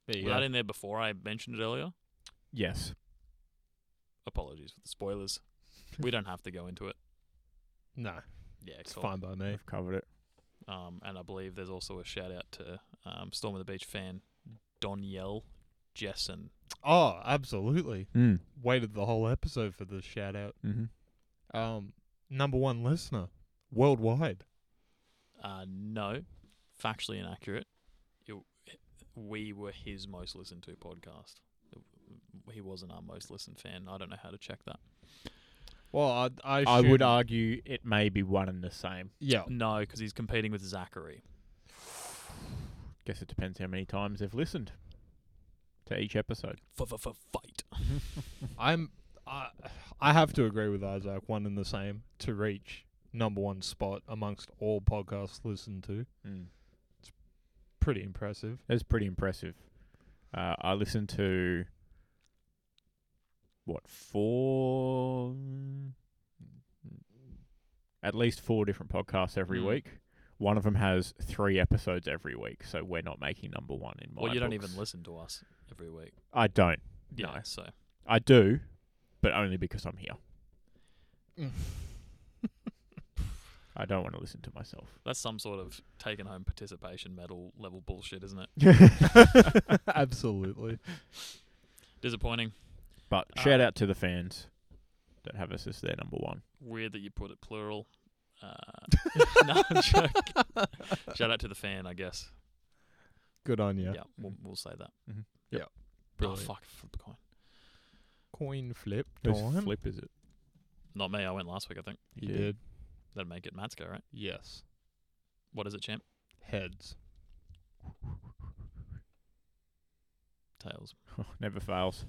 S1: There you
S3: Was that
S1: go.
S3: in there before I mentioned it earlier?
S2: Yes.
S3: Apologies for the spoilers. we don't have to go into it.
S1: No,
S3: Yeah,
S1: it's
S3: cool.
S1: fine by me.
S2: We've covered it.
S3: Um, and I believe there's also a shout out to um, Storm of the Beach fan Donielle Jessen.
S1: Oh, absolutely.
S2: Mm.
S1: Waited the whole episode for this shout out.
S2: Mm-hmm.
S1: Um, number one listener worldwide.
S3: Uh, no, factually inaccurate. It, we were his most listened to podcast. He wasn't our most listened fan. I don't know how to check that.
S1: Well, I I,
S2: I would
S1: assume-
S2: argue it may be one and the same.
S1: yeah.
S3: No, because he's competing with Zachary.
S2: Guess it depends how many times they've listened to each episode. Hmm.
S3: F-f-f-fight.
S1: I'm I I have to agree with Isaac. One and the same to reach number one spot amongst all podcasts listened to.
S2: Mm.
S1: Pretty impressive.
S2: That's pretty impressive. Uh, I listened to what four, mm, at least four different podcasts every
S3: Mm.
S2: week. One of them has three episodes every week, so we're not making number one in my.
S3: Well, you don't even
S2: books.
S3: listen to us every week.
S2: I don't.
S3: Yeah,
S2: No.
S3: so
S2: I do, but only because I'm here. I don't want to listen to myself.
S3: that's some sort of taken home participation medal level bullshit, isn't it?
S1: Absolutely.
S3: Disappointing.
S2: But
S3: Uh,
S2: shout out to the fans that have us as their number one.
S3: Weird that you put it plural. Uh, no, I'm joking. Shout out to the fan, I guess.
S1: Good on
S3: Yeah,
S1: you.
S3: we'll, we'll say that.
S2: Mhm.
S1: Yep.
S3: Oh,
S1: Brilliant.
S3: fuck, flip a coin.
S1: Coin flip
S2: Whose
S1: time.
S2: flip is it?
S3: Not me. I went last week, I think.
S1: You did.
S3: That'd make it Matsko, right?
S1: Yes.
S3: What is it, champ?
S1: Heads.
S3: Tails.
S2: Oh, Never fails.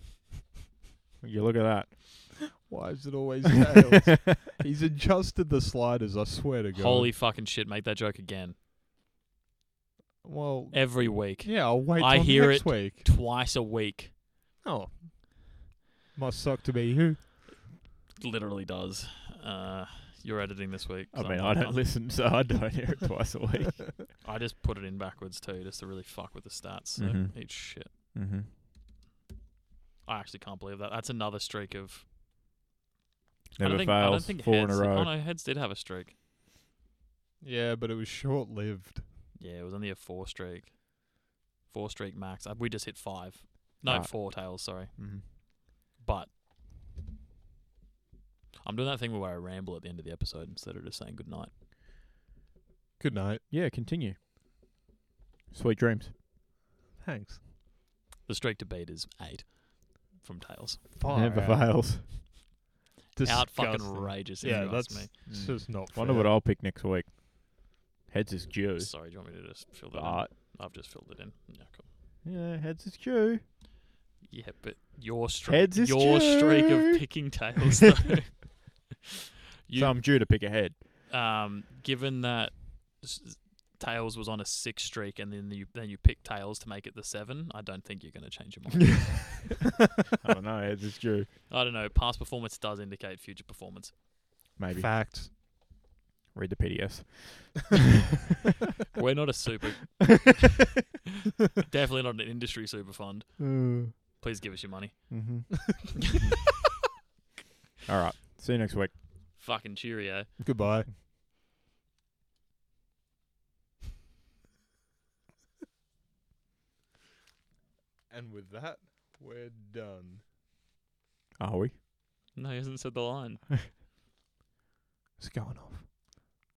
S2: You look at that.
S1: Why is it always tails? He's adjusted the sliders. I swear to God.
S3: Holy fucking shit, make that joke again.
S1: Well.
S3: Every week.
S1: Yeah, I'll wait.
S3: I
S1: till
S3: hear
S1: next
S3: it.
S1: week.
S3: Twice a week.
S1: Oh. Must suck to be you.
S3: Literally does. Uh, you're editing this week.
S2: I
S3: 'cause
S2: mean,
S3: I'm
S2: I
S3: not
S2: don't
S3: done.
S2: listen, so I don't hear it twice a week.
S3: I just put it in backwards too, just to really fuck with the stats. So
S2: Mhm.
S3: eat shit.
S2: mm-hmm.
S3: I actually can't believe that. That's another streak of I
S2: Never
S3: don't think, I
S2: fails.
S3: don't think
S2: Four in
S3: heads
S2: a
S3: did-
S2: row.
S3: Oh no, heads did have a streak.
S1: Yeah, but it was short lived.
S3: Yeah, it was only a four streak. Four streak max. Uh, We just hit five. No,
S2: Right.
S3: four tails, sorry.
S2: Mm-hmm.
S3: But I'm doing that thing where I ramble at the end of the episode instead of just saying goodnight.
S1: Good night.
S2: Yeah, continue. Sweet dreams.
S1: Thanks.
S3: The streak to beat is eight from tails.
S1: Far
S2: Never
S1: out.
S2: fails.
S3: Out fucking
S1: Disgusting.
S3: outrageous. if
S1: Yeah,
S3: you ask
S1: that's
S3: me.
S1: it's just not. Fair.
S2: Wonder what I'll pick next week. Heads is due.
S3: Sorry, do you want me to just fill that
S2: But
S3: in? I've just filled it in. Yeah, cool.
S2: yeah, heads is due.
S3: Yeah, but your streak,
S2: Heads is
S3: your streak
S2: true.
S3: of picking tails. Though. you,
S2: So I'm due to pick a head.
S3: um, given that s- tails was on a six streak, and then you then you pick tails to make it the seven. I don't think you're going to change your mind.
S2: I don't know. Heads is due.
S3: I don't know. Past performance does indicate future performance.
S2: Maybe
S1: Facts.
S2: read the PDS.
S3: We're not a super, definitely not an industry super fund.
S2: mm-hmm.
S3: Please give us your money.
S1: Mm-hmm.
S2: All right. See you next week.
S3: Fucking cheerio.
S1: Goodbye. and with that, we're done.
S2: Are we?
S3: No, he hasn't said the line.
S1: It's going off.